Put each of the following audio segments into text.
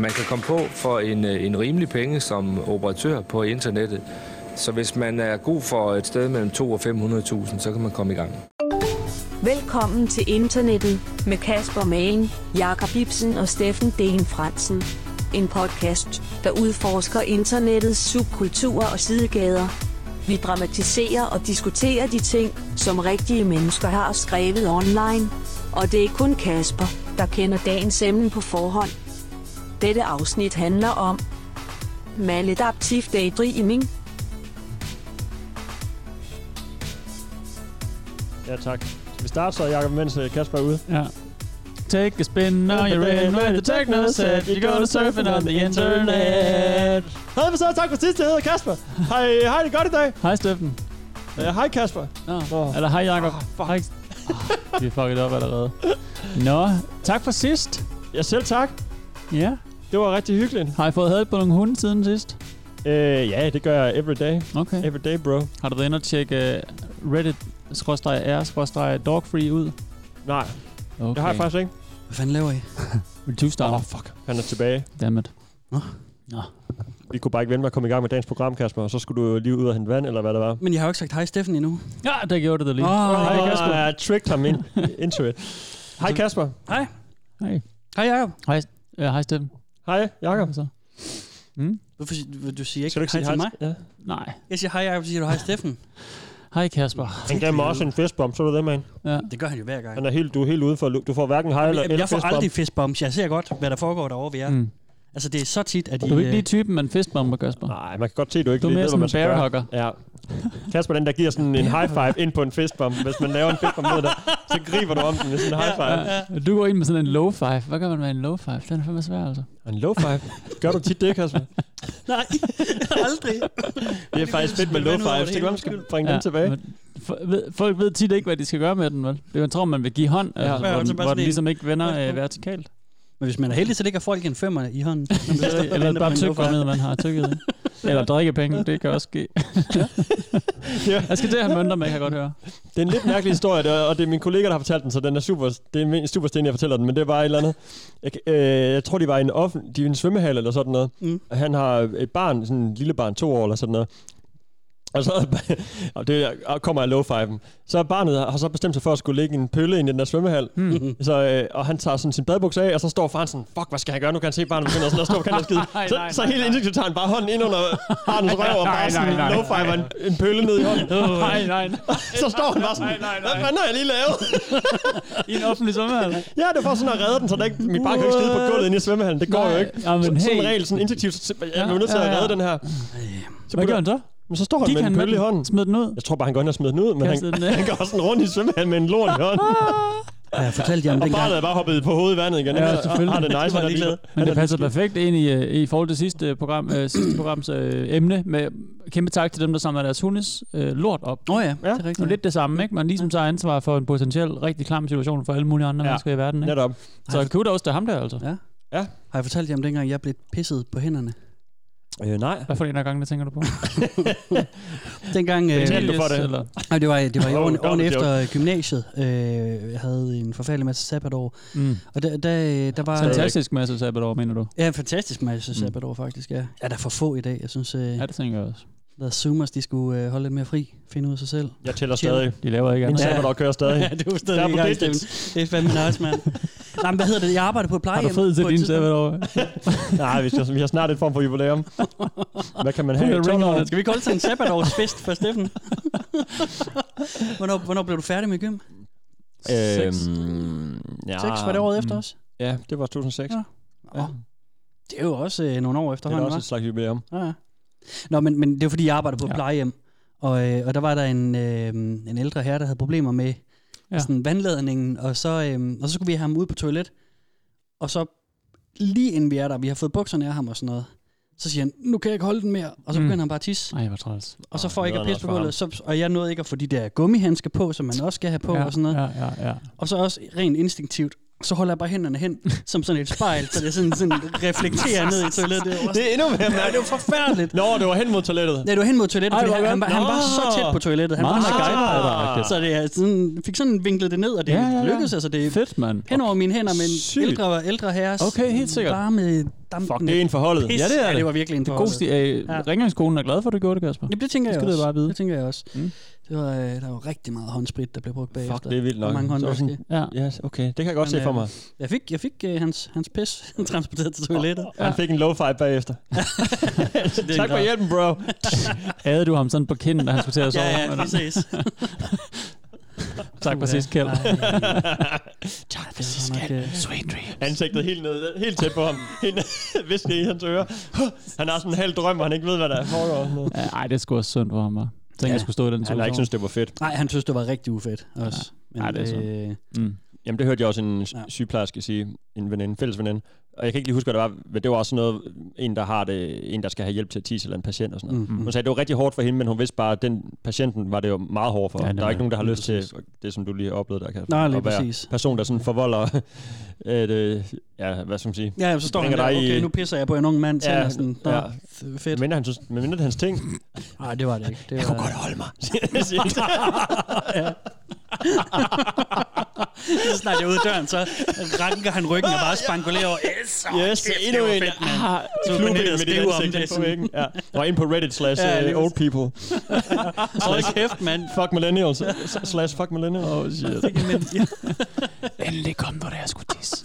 man kan komme på for en, øh, en rimelig penge som operatør på internettet. Så hvis man er god for et sted mellem 2 og 500.000, så kan man komme i gang. Velkommen til internettet med Kasper Magen, Jakob Ibsen og Steffen Dehn Fransen. En podcast, der udforsker internettets subkulturer og sidegader. Vi dramatiserer og diskuterer de ting, som rigtige mennesker har skrevet online. Og det er kun Kasper, der kender dagens emne på forhånd. Dette afsnit handler om maladaptiv daydreaming, Ja, tak. Skal vi starte så, Jacob, mens øh, Kasper er ude? Yeah. Take a spin now, you're in where the techno said you go to surfing on the internet. Hej, for så tak for sidst, jeg hedder Kasper. Hej, hej, det er godt i dag. Hej Steffen. Øh, Hej, Kasper. Nå, Åh. eller hej Jacob. Hej. Ah, vi er fucket op allerede. Nå, tak for sidst. Ja, selv tak. Ja. Det var rigtig hyggeligt. Har I fået had på nogle hunde siden sidst? Øh, ja, det gør jeg every day. Okay. Every day, bro. Har du været inde og tjekke øh, reddit-r-dogfree ud? Nej, Okay. det har jeg faktisk ikke. Hvad fanden laver I? Vil du starte? Åh, oh, fuck. Han er tilbage. Dammit. Vi kunne bare ikke vente med at komme i gang med dagens program, Kasper. Og så skulle du jo lige ud og hente vand, eller hvad det var. Men jeg har jo ikke sagt hej Steffen endnu. Ja, der gjorde det da lige. Åh, Hej, Kasper. Jeg tricked ham ind into it. Hej, Kasper. Hej. Hej Jacob. Ja, hej Steffen. Hej, Jacob. Så. Mm? Hvorfor siger, du siger ikke, Skal du ikke hej sige hej til mig? Ja. Nej. Jeg siger hej Jacob, så siger du hej Steffen. Hej Kasper. Han gav mig også en festbomb, så er du det, man. Ja. Det gør han jo hver gang. Han er helt, du er helt ude for, lu- du får hverken hej eller, Jeg, eller jeg får fistbump. aldrig fistbombs. Jeg ser godt, hvad der foregår derovre ved jer. Mm. Mm. Altså, det er så tit, at I... Du er ikke øh, lige typen, man fistbomber, Kasper. Nej, man kan godt se, at du ikke Du er lige mere ved, hvad sådan man skal en gøre. bearhugger. Ja. Kasper, den der giver sådan en high five ind på en fistbomb. Hvis man laver en fistbomb mod dig, så griber du om den med sådan en high five. Ja, Ja. Du går ind med sådan en low five. Hvad gør man med en low five? Den er fandme svær, altså. En low five. Gør du tit det, Kasper? Nej, aldrig. Det er faktisk fedt med low five. Det kan være, man skal bringe ja, den tilbage. Men for, ved, folk ved tit ikke, hvad de skal gøre med den, vel? Det er jo en tror, man vil give hånd, ja, altså, Ja, hvor, så den, bare hvor sådan den en- ligesom ikke vender øh, vertikalt. Men hvis man er heldig, så ligger folk en femmer i hånden. Eller bare tyggegummiet, man har tykket i. Eller drikkepenge, det kan også ske. Ja. Jeg skal det have mønter med, kan jeg godt høre. Det er en lidt mærkelig historie, det er- og det er min kollega, der har fortalt den, så den er super, det er en super sten, jeg fortæller den, men det var et eller andet. Jeg, kan- øh, jeg tror, de var i en, offentlig, de var i en svømmehal eller sådan noget. Mm. Mm. Og han har et barn, sådan en lille barn, to år eller sådan noget. Og så og det og kommer jeg low five'en. Så er barnet har så bestemt sig for at skulle lægge en pølle ind i den der svømmehal. Hmm. Mm. Så, øh, og han tager sådan sin badbuks af, og så står faren sådan, fuck, hvad skal han gøre? Nu kan han se barnet begynder sådan at stå på kanten og skide. Nej, Så, nej, så nej, helt nej. instinktivt tager han bare hånden ind under barnets røv og bare sådan nej, nej, low five'er en, en pølle ned i hånden. Nej, nej, nej. Så står han bare sådan, Nej, nej, nej. hvad fanden har jeg lige lavet? I en offentlig sommerhal. ja, det var sådan at redde den, så der ikke, mit barn kan ikke skide på What? gulvet inde i svømmehallen. Det går Nej, jo ikke. ja, men så, Sådan en hey. regel, sådan instinktivt, så jeg er nødt til Ja, at ja, redde ja. den her. Så begynder- Hvad gør han så? Men så står han Gik med han en pølle i med hånden. den? Smed den ud? Jeg tror bare, han går ind og smider den ud, men han, Kastede den ned. han går sådan rundt i svømmehallen med en lort i hånden. Ja, jeg fortalte jer om Og den gang. barnet er bare hoppet på hovedet i vandet igen. Ja, ikke? Og- og selvfølgelig. Har det nice, var han er ligeglad. ligeglad. Men det passer perfekt ind i, øh, i forhold til sidste øh, program, øh, sidste programs øh, emne med kæmpe tak til dem, der samler deres hundes øh, lort op. Nå ja, det er Det er rigtigt. lidt det samme, ikke? Man ligesom tager ansvar for en potentiel rigtig klam situation for alle mulige andre Ja. ja. mennesker i verden, ikke? Netop. Så kudos til ham der, altså. Ja. Ja. Har jeg fortalt jer om dengang, jeg blev pisset på hænderne? Øh, nej. Hvad for en af gangene tænker du på? Dengang... Øh, Betalte du for det? Eller? nej, det var, det var i Oh, årene, double årene joke. efter øh, gymnasiet. Øh, jeg havde en forfærdelig masse sabbatår. Mm. Og der, der, øh, der var... Fantastisk masse sabbatår, mener du? Ja, en fantastisk masse sabbatår faktisk, ja. Ja, der er for få i dag. Jeg synes, øh, Ja, det tænker jeg også. at Zoomers, de skulle øh, holde lidt mere fri, finde ud af sig selv. Jeg tæller Chill. stadig. De laver ikke Jeg andet. Ja. sagde, der kører stadig. Ja, det er jo stadig Der er i gang, på digits. Steffen. Det er fandme nice, mand. Nej, men hvad hedder det? Jeg arbejder på et Har plejehjem. du fed til på et din tidspunkt. sabbatår? Nej, vi, skal, vi har snart et form for jubilæum. Hvad kan man have? Put a ring 12 år? on it. Skal vi ikke holde til en sabbatårsfest for Steffen? hvornår, hvornår blev du færdig med gym? Øhm, ja. 6 var det året efter os? Ja, det var 2006. Ja. Nå, det er jo også øh, nogle år Det er da efterhånden, også et slags jubilæum. hva'? Ja, ja. Nå, men, men det er jo fordi, jeg arbejder på et Ja. plejehjem. Og, øh, og der var der en, øh, en ældre herre, der havde problemer med Ja. ja. sådan vandladningen, og så, øh, og så skulle vi have ham ud på toilet. Og så lige inden vi er der, vi har fået bukserne af ham og sådan noget, så siger han, nu kan jeg ikke holde den mere. Og så Mm. begynder han bare at tisse. Nej, hvor træls. Og så Åh, får jeg ikke at nederen pisse på også for gulvet, så, og jeg nåede ikke at få de der gummihandsker på, som man også skal have på ja, ja, og sådan noget. Ja. Ja, ja, ja. Og så også rent instinktivt, så holder jeg bare hænderne hen som sådan et spejl, så det sådan, sådan reflekterer ned i toilettet. Det var, Det det, er endnu mere var, det var forfærdeligt. Nå, det var hen mod toilettet. Ja, det var hen mod toilettet, Ej, fordi hvor han, godt. han, var, han var Nå. så tæt på toilettet. Han var Meget så tæt på. guidepider-agtigt. Så det er sådan, fik sådan vinklet det ned, og det Ja, ja, ja. lykkedes. Altså, det er Fedt, mand. hen over mine hænder, men Sygt. ældre, ældre herres Okay, helt sikkert. varme dampende. Fuck, det er en forholdet. pis. Ja, det er Ja, det. det var virkelig en Det er god stil. Øh, Ja. ja. Ringangskonen er glad for, at du gjorde det, Kasper. Jamen, det tænker Det jeg skal du også. bare vide. Det tænker jeg også. Mm. Det var, øh, der var rigtig meget håndsprit, der blev brugt bagefter. Fuck, det er vildt nok. Mange Så sådan- håndvaske. Ja. Yes, okay, det kan jeg godt Men, se for øh, mig. Jeg fik, jeg fik øh, hans, hans pis transporteret til toilettet. Han fik en low five bagefter. Altså, tak for hjælpen, bro. Havde du ham sådan på kinden, da han skulle til at sove? Ja, ja, Eller- præcis. tak for sidst, Kjeld. tak for sidst, Kjeld. Sweet dreams. Ansigtet helt ned, helt tæt på ham. Helt visker i hans ører. Han har sådan en halv drøm, og han ikke ved, hvad der er foregår. Ja, Ej, det skulle også synd for ham, var. Tænk, Ja. ja. jeg skulle stå i den Han har ikke situation. synes det var fedt. Nej, han synes, det var rigtig ufedt også. Men, Nej, det er sådan. øh, Mm. Jamen, det hørte jeg også en sy- Ja. sygeplejerske sige, en veninde, en fælles veninde. Og jeg kan ikke lige huske, hvad det var, men det var også sådan noget, en, der, har det, en, der skal have hjælp til at tisse eller en patient og sådan noget. Mm. Mm. Hun sagde, det var rigtig hårdt for hende, men hun vidste bare, at den patienten var det jo meget hårdt for. Ja, Ja, nemlig. der er ikke nogen, der har Lige lyst til det, som du lige oplevede der, Kasper. Nej, lige At være præcis. person, der sådan forvolder et, øh, ja, hvad skal man sige, Ja, ja, så står han Bringer der, dig i- okay, nu pisser jeg på en ung mand til, Ja, ja, sådan, Nå, ja. f- fedt. Men han synes, men mindre hans ting. Nej, det var det ikke. Det var... holde mig. Lige så snart jeg er ude af døren, så ranker han ryggen og bare spankulerer over. Yes, oh, yes, endnu en. Ah, Så klubben Pernille med dit skriver om ansigt det, på sådan. væggen. Ja. Og ind på Reddit slash Ja, lige øh, old people. Hold kæft, mand. Fuck millennials. slash fuck millennials. Oh, shit. Endelig kom du, da jeg skulle tisse.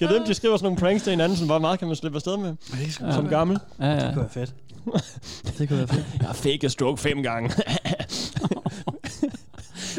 Jeg ved, om de skriver sådan nogle pranks til hinanden, som hvor meget kan man slippe afsted med som gammel. Ja, ja. Det kunne være fedt. Det kunne være fedt. Jeg har fake stroke fem gange.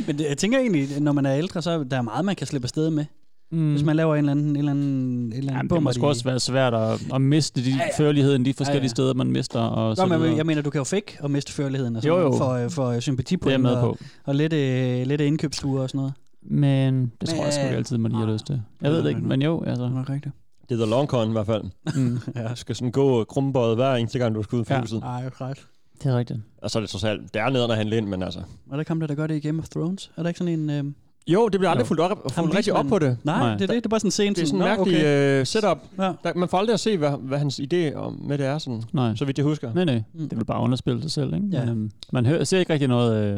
Men det- jeg tænker egentlig, når man er ældre, så er der meget, man kan slippe afsted med. Mm. Hvis man laver en eller anden... En eller anden, en eller anden Jamen, det bummer må i- sgu også være svært at, at miste de ja, ja. førligheden de forskellige Ja, ja, ja. ja. steder, man mister. Og Nå, så men videre. jeg- jeg mener, du kan jo fake og miste førligheden og Jo, sådan noget jo. for, øh, for sympatipoint det er jeg med og, på. og lette, øh, lette indkøbsture og sådan noget. Men det tror jeg sgu Men- ikke altid, man lige har lyst til. Jeg ved det ikke, men jo. Altså. det rigtigt? Det er the long con i hvert fald. Mm. Ja. Du skal sådan gå krumbøjet hver eneste gang, du skal ud fra Ja. huset. Ej, ret. Det er rigtigt. Og så er det trods alt, det er nederen at handle ind, men altså. Og der kom der, der gør det i Game of Thrones. Er der ikke sådan en... Øh... Jo, det bliver aldrig aldrig fuldt op, fulgt rigtig op på det. Nej, Nej. det er det. Det er bare sådan en scene. Det er sådan "Nå, en mærkelig okay." øh, setup. Ja. Der, man får aldrig at se, hvad, hvad hans idé om, med det er, sådan, Nej. så vidt jeg husker. nej, nej. Mm. Det er vel bare at underspille sig selv, ikke? Ja. Men, øhm, man hører, ser ikke rigtig noget, øh, hvad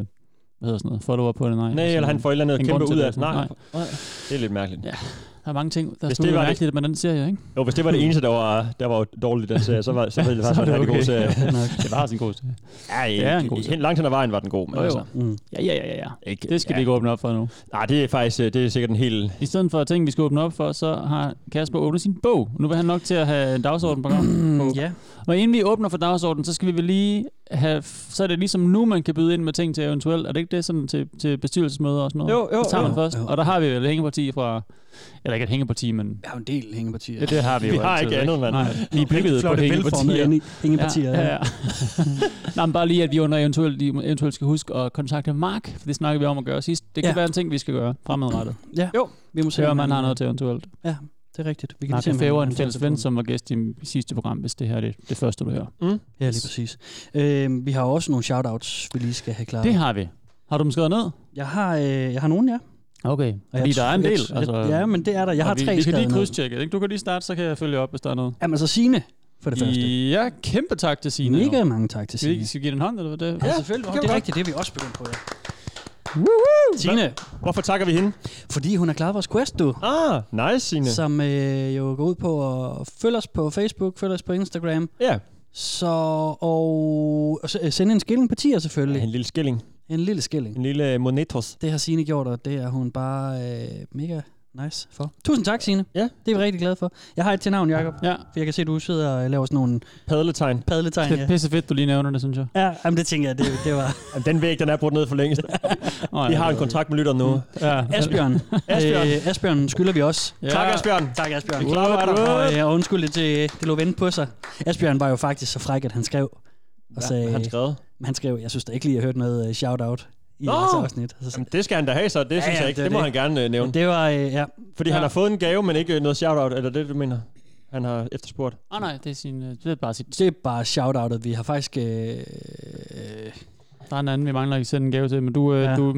hedder sådan noget, follow-up på det, nej. Nej, Altså, eller han får et eller andet en kæmpe grund til ud det, af. altså. Nej. Nej. nej, det er lidt mærkeligt. Ja. Der er mange ting, der Hvis er det det var det- mærkeligt med den serie, ikke? Jo, hvis det var det eneste, der var, der var dårligt i den serie, så var, så var det faktisk Så en var det rigtig god okay. serie. det var også en god serie. Ja, Det er en god serie. Helt langt hen ad vejen var den god, men Jo, jo. altså. Mm. Ja, ja, ja, ja, ja. Ikke, Det skal ja. vi ikke åbne op for nu. Nej, det er faktisk øh, det er sikkert en helt... I stedet for ting, vi skal åbne op for, så har Kasper åbnet sin bog. Nu vil han nok til at have en dagsorden på gang. Ja. Og inden vi åbner for dagsordenen, så skal vi vel lige have... Så er det ligesom nu, man kan byde ind med ting til eventuelt. Er det ikke det sådan til, til bestyrelsesmøder og sådan noget? Jo, jo, Det tager jo. man først. Jo. Og der har vi vel et hængeparti fra... Eller ikke et hængeparti, men... Jeg har jo en del hængepartier. Ja, det har vi, Vi jo har altid, ikke andet, mand. Nej, vi er bygget på Flotte, velformede hængepartier. hænge- hængepartier. Ja, ja, ja. Nå, men bare lige, at vi under eventuelt, lige eventuelt skal huske at kontakte Mark, for det snakkede vi om at gøre sidst. Det kan Ja. ja. være en ting, vi skal gøre fremadrettet. ja. Jo, vi må se, Høre, om om han har noget til eventuelt. Ja, det er rigtigt. Vi Mark se, om han Lefebvre, har en noget fælles til ven, telefonen. som var gæst i sidste program, hvis det her er det, det første, du hører. Mm. Ja, lige præcis. Øh, vi har også nogle shoutouts, vi lige skal have klaret. Det har vi. Har du dem skrevet ned? Jeg har, øh, jeg har nogen, ja. Okay. Og Fordi jeg der er en tror- del. jeg- Altså, ja, men det er der. Jeg og har vi, tre Vi kan skrevet lige ned. krydstjekke. Ikke? Du kan lige starte, så kan jeg følge op, hvis der er noget. Jamen, så Signe, for det første. Ja, kæmpe tak til Signe. Mega jo. mange tak til Skal vi, Signe. ikke- skal vi give den en hånd, eller hvad det er? Ja, selvfølgelig. Det er rigtigt, det er vi også begyndt på, ja. Signe, Hvorfor takker vi hende? fordi hun har klaret vores quest, du. Ah, nice, Signe. Som øh, jo går ud på at følge os på Facebook, følge os på Instagram, Ja, så, og, og så, øh, sende en skilling på tier selvfølgelig. en lille skilling. En lille skilling. En lille øh, monetos. Det har Signe gjort, og det er hun bare øh, mega nice for. Tusind tak, Signe. Ja. Det er vi rigtig glade for. Jeg har et til navn, Jacob. Ja. For jeg kan se, at du sidder og laver sådan nogle Padletegn. padletegn. Det er Ja, pisse fedt, du lige nævner det, synes jeg. ja jamen, det tænker jeg, det, det var... Jamen, Den væg, den er brudt ned for længst. Oh, Vi har en kontrakt med lytteren nu. Mm. Ja. Asbjørn. Asbjørn. Øh, Asbjørn skylder vi også. Ja. Tak, Asbjørn. Tak, Asbjørn. Vi klarer dig. Og, øh, og undskyld, det, det lå vente på sig. Asbjørn var jo faktisk så fræk, at han skrev. Og Hvad sagde, har Han skrevet. Men han skrev, jeg synes da ikke lige, jeg hørte noget øh, shout-out i Nå! jeres afsnit. Så, så, Jamen, det skal han da have, så det ja, synes ja, jeg ikke. det er Det, det. må han gerne øh, nævne. det var, øh, ja. Fordi han Ja. har fået en gave, men ikke øh, noget shout-out. Eller det, du mener, han har efterspurgt. Åh nej, det er, sin, øh, det er bare sit. Det er bare shout-outet. Vi har faktisk... Øh, øh, Øh, Der er en anden, vi mangler at sende en gave til, men du, øh, Ja. ja. du Åh,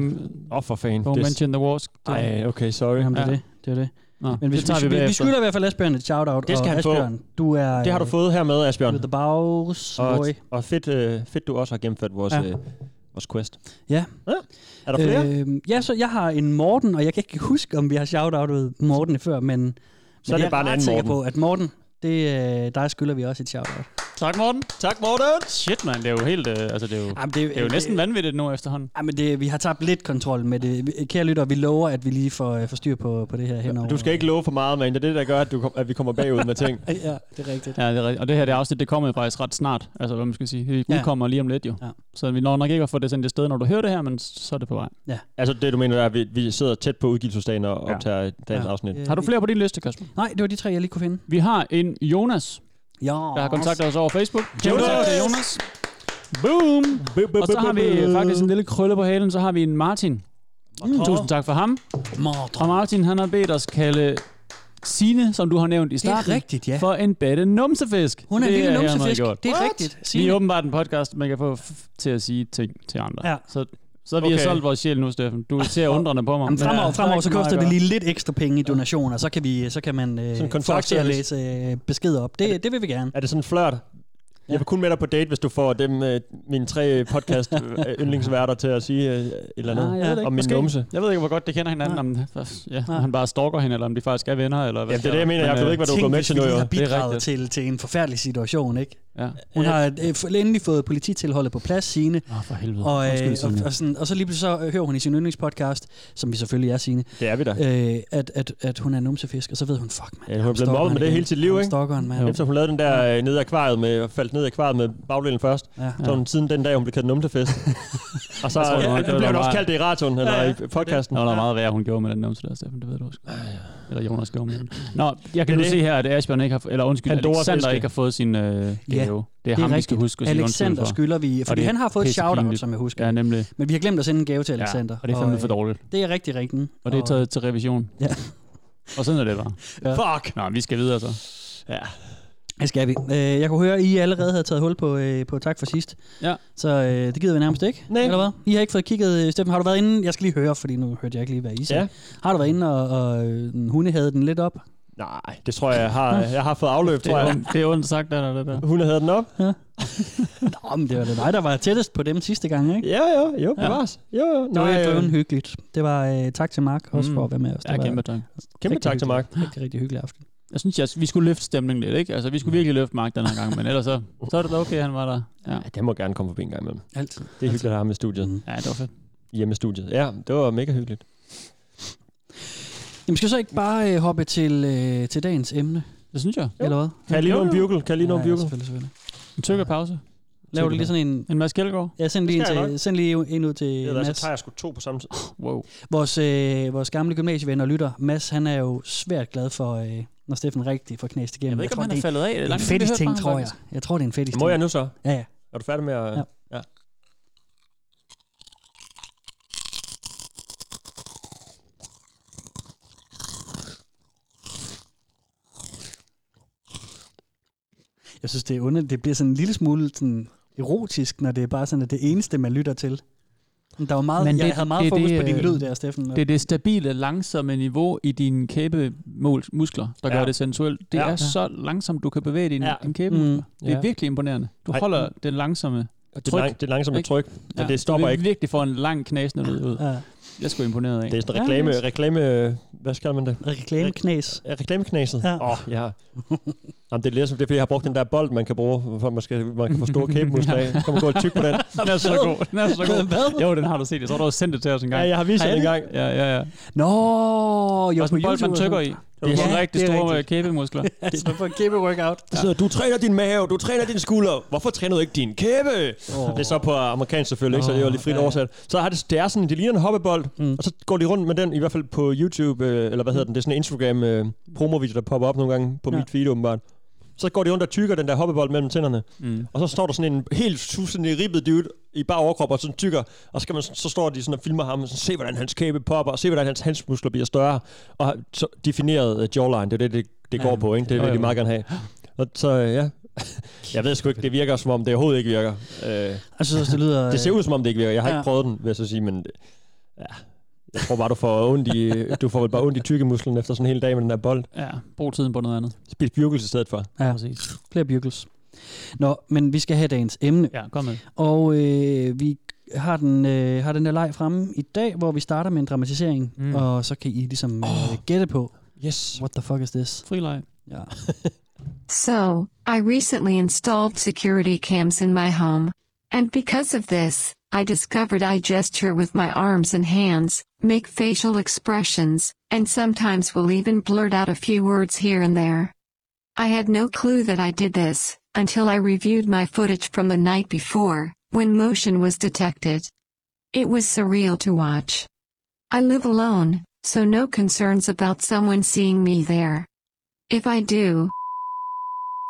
oh, for fanden. don't mention the wars. Det, Ej, okay, sorry. jamen, det, er Ja. det, det er det. Nå, Men hvis, det tager vi, vi, vi bagefter. skylder i hvert fald Asbjørn et shout-out. Det skal og han få. Asbjørn, du er... øh, Det har du fået her med, Asbjørn. With the bows, Og, boy. og fedt, øh, fedt, du også har gennemført vores, Ja. ja. øh, vores quest. Ja. ja. Er der flere? Øh, Øhm, ja, så jeg har en Morten, og jeg kan ikke huske, om vi har shout-outet Morten før, men... så er men det bare en anden Jeg er ret sikker Morten. på, at Morten, Det, øh, der skylder vi også et shout-out. Tak, Morten. Tak, Morten! Shit, mand. Det er jo helt... Øh, altså, det er jo, Jamen, det er jo næsten vanvittigt nu efterhånden. Jamen, det, vi har tabt lidt kontrol med det. Vi- Kære lytter, vi lover, at vi lige får, øh, får styr på, på det her henover. Du skal ikke love for meget, men det er det, der gør, at, du kom, at vi kommer bagud med ting. Ja, det er rigtigt. Ja, det er rigtigt. Og det her det afsnit, det kommer jo faktisk ret snart. Altså, hvad man skal sige. Det Ja. udkommer lige om lidt jo. Ja. Så vi når nok ikke at få det sendt afsted, når du hører det her, men så er det på vej. Altså det, du mener, er, at vi, vi sidder tæt på udgivelsesdagen og Ja. optager dagens Ja. afsnit. Ja. Har du flere på din liste, Kasper? Nej, det var de tre, jeg lige kunne finde. Vi har en Jonas, Ja. der har kontaktet os over Facebook. Jonas! Tak til Jonas. Boom! Og så har vi faktisk en lille krølle på halen, så har vi en Martin. Mm. Tusind tak for ham. Mordre. Og Martin, han har bedt os kalde Sine, som du har nævnt i Det er starten, rigtigt, ja. for en batte numsefisk. Hun er en lille hermed numsefisk. gjort. Det er rigtigt. Vi er Signe. åbenbart en podcast, man kan få f- til at sige ting til andre. Ja. Så, så vi okay. har Okay. solgt vores sjæl nu, Steffen. Du ser undrende på mig. Jamen, men- øh, fremover, Ja, fremover, der så er ikke koster det meget lige lidt ekstra penge i donationer, så kan, vi, så kan man øh, få os til at kontaktservice. læse øh, beskeder op. Det, det vil vi gerne. Er det sådan en flørt? Jeg vil kun med dig på date, hvis du får dem, øh, mine tre podcast øh, yndlingsværter til at sige øh, et eller at andet gøre. Nej, Ah, jeg ved det ikke. om min Måske. numse. Jeg ved ikke, hvor godt de kender hinanden. Nej. Om, ja, Nej. om han bare stalker hende, eller om de faktisk er venner. Eller hvad Jamen, det sker er det, jeg der. mener. Jeg Men, ved øh, ikke, hvad du Tænk, går med hvis til vi nu, lige jo. har Det er bidraget rigtigt. til, til en forfærdelig situation, ikke? Ja. Hun har øh, for- endelig fået politiet holdet på plads, Signe, Åh, for helvede. og, øh, Undskyld, og, Signe. og, sådan, og så lige pludselig så øh, hører hun i sin yndlingspodcast, som vi selvfølgelig er, Signe, Det er vi da. øh, at, at, at hun er en numsefisk, og så ved hun, fuck man. Ja, hun er blevet mobbet med det hele sit liv, ikke? Stokkeren, mand. Efter hun lavede den der øh, nede i akvariet med, og faldt ned i akvariet med bagdelen først, Ja. så har hun siden den dag, hun blev kaldt numsefest. og så Jeg tror, det var- øh, det var blev hun da også meget- kaldt det i radioen, eller Ja, ja. i podcasten. Nå, der var meget værre, hun gjorde med den numse der, Steffen, det ved du også. Eller Jonas gjorde med den. Nå, jeg kan Det nu er se det. her, at Asbjørn ikke har, eller undskyld, Pandora Alexander fiske. ikke har fået sin øh, gave. det er ham, vi skal huske at sige undskyld Alexander for. skylder vi, fordi det er han har fået et shout-out, pissepinligt. som jeg husker. Ja, Ja. nemlig. Men vi har glemt at sende en gave til Alexander. Ja, og det er fandme for øh, dårligt. Det er rigtig rigtigt. Og det er taget til revision. Ja. Og sådan er det bare. Fuck! Nå, vi skal videre så. Ja. Det skal vi. Øh, jeg kunne høre, at I allerede havde taget hul på, øh, på tak for sidst. Ja. Så øh, det gider vi nærmest ikke. Nej. Eller hvad? I har ikke fået kigget. øh, Steffen, har du været inde? Jeg skal lige høre, fordi nu hørte jeg ikke lige, hvad I sagde. Ja. Har du været inde og, og øh, hunde havde den lidt op? Nej, det tror jeg, jeg har, jeg har fået afløb, Det tror er, jeg. ondt, det er ondt sagt, der, der, der, der. Hun havde den op. Nå, men det var da dig, der var tættest på dem sidste gang, ikke? Ja, jo, jo, bevares. Jo, jo. Det var Nej, helt øh, drøven hyggeligt. Det var øh, tak til Mark også Mm. for at være med os. Det Ja, var kæmpe tak. kæmpe tak til Mark. Rigtig, rigtig, rigtig hyggelig aften. Jeg synes, jeg, vi skulle løfte stemningen lidt, ikke? Altså, vi Mm. skulle virkelig løfte Mark den her gang, men ellers så, så er det da okay, han var der. Ja, Ja, det må gerne komme forbi en gang imellem. Altid. Det er hyggeligt at have ham i studiet. Mm. ja det var fedt. Hjemme i studiet. Ja, det var mega hyggeligt. Jamen skal vi så ikke bare øh, hoppe til, øh, til dagens emne, Det synes jeg. jo. eller hvad? Kan jeg lige nå en bjørkel? Kan jeg lige nå en ja, bjørkel? selvfølgelig, selvfølgelig. En tykker pause. Laver du lige sådan en... En Mads Kjeldgaard. Ja, send lige, en Det skal jeg til, send lige en ud til Mads. altså, jeg sgu to på samme tid. Wow. Vores, øh, vores gamle gymnasieven og lytter, Mads, han er jo svært glad for, øh, når Steffen rigtig får knæst igennem. Jeg ved ikke, om tror, han er det faldet af. er en fetish ting, tror jeg. Jeg tror, det er en fetish Må jeg ting. nu så? Ja, ja. Er du færdig med at... Ja. ja. Jeg synes, det er underligt. Det bliver sådan en lille smule sådan, erotisk, når det er bare sådan, at det eneste, man lytter til. Men Der var meget, Men Men det, jeg det- havde meget det er fokus det, på din øh, lyd der, Steffen. Det er det stabile, langsomme niveau i dine kæbemuskler, der ja. Ja. gør det sensuelt. Det Ja. ja. er så langsomt, du kan bevæge din, ja. Ja. din kæbemuskler. Mm. Mm. Det er Ja. virkelig imponerende. Du Ej. holder den langsomme. Det, er Tryk. lang, det er langsomt Ikke? tryk, men det stopper du vil ikke. virkelig få en lang knæsende lyd ud. Ja. Jeg er sgu imponeret af. Det er sådan reklame... reklame hvad skal man det? Reklameknæs. Er Reklameknæset? Ja. Åh, ja. Jamen, det er lidt som det, er, fordi jeg har brugt den der bold, man kan bruge, for man, skal, man kan få store kæbemuskler af. Så kan man gå og tyk på den. Den er så god. Den er så god. Hvad? Jo, den har du set. Jeg tror, du har sendt det til os en Ja, gang. jeg har vist Har den jeg en det? gang. ja, ja. ja. Nå, jo, Og sådan en bold, man tykker i. Det er sådan Ja, rigtig det er store rigtigt. kæbemuskler. Altså, for en kæmpe workout. Så sidder, du træner din mave, du træner din skulder. Hvorfor træner du ikke din kæbe? Oh. Det er så på amerikansk selvfølgelig, ikke? så det er jo lige frit ja, ja. oversat. Så har det, det er sådan, det ligner en hoppebold, Mm. mm. og så går de rundt med den, i hvert fald på YouTube, øh, eller hvad hedder den, det er sådan en Instagram øh, promovideo, der popper op nogle gange på Ja. ja. mit feed åbenbart. Så går de rundt og tykker den der hoppebold mellem tænderne, Mm. og så står der sådan en helt fuldstændig ribbet dude i bare overkrop og sådan tykker, og så, kan man, så står de sådan og filmer ham, og sådan, se hvordan hans kæbe popper, og se hvordan hans handsmuskler bliver større, og så defineret øh, jawline, det er det, det, det går Ja. på, ikke? Det er det, Jo, de jo. meget gerne have. Og så, øh, ja. Jeg ved sgu ikke, det virker som om, det overhovedet ikke virker. Øh, Jeg synes også, det lyder... det ser ud som om, det ikke virker. Jeg har Ja. ja. ikke prøvet den, vil jeg så sige, men ja. Jeg tror bare, du får ondt i, du får vel bare ondt i tykkemusklen efter sådan en hel dag med den der bold. Ja, brug tiden på noget andet. Spil bjørkels i stedet for. Ja. Præcis. flere bjørkels. Nå, men vi skal have dagens emne. Ja, kom med. Og øh, vi har den, øh, har den der leg fremme i dag, hvor vi starter med en dramatisering. Mm. Mm. Og så kan I ligesom øh, gætte på, Yes. what the fuck is this? Frileg. Ja. So, I recently installed security cams in my home. And because of this, I discovered I gesture with my arms and hands, make facial expressions, and sometimes will even blurt out a few words here and there. I had no clue that I did this until I reviewed my footage from the night before, when motion was detected. It was surreal to watch. I live alone, so no concerns about someone seeing me there. If I do,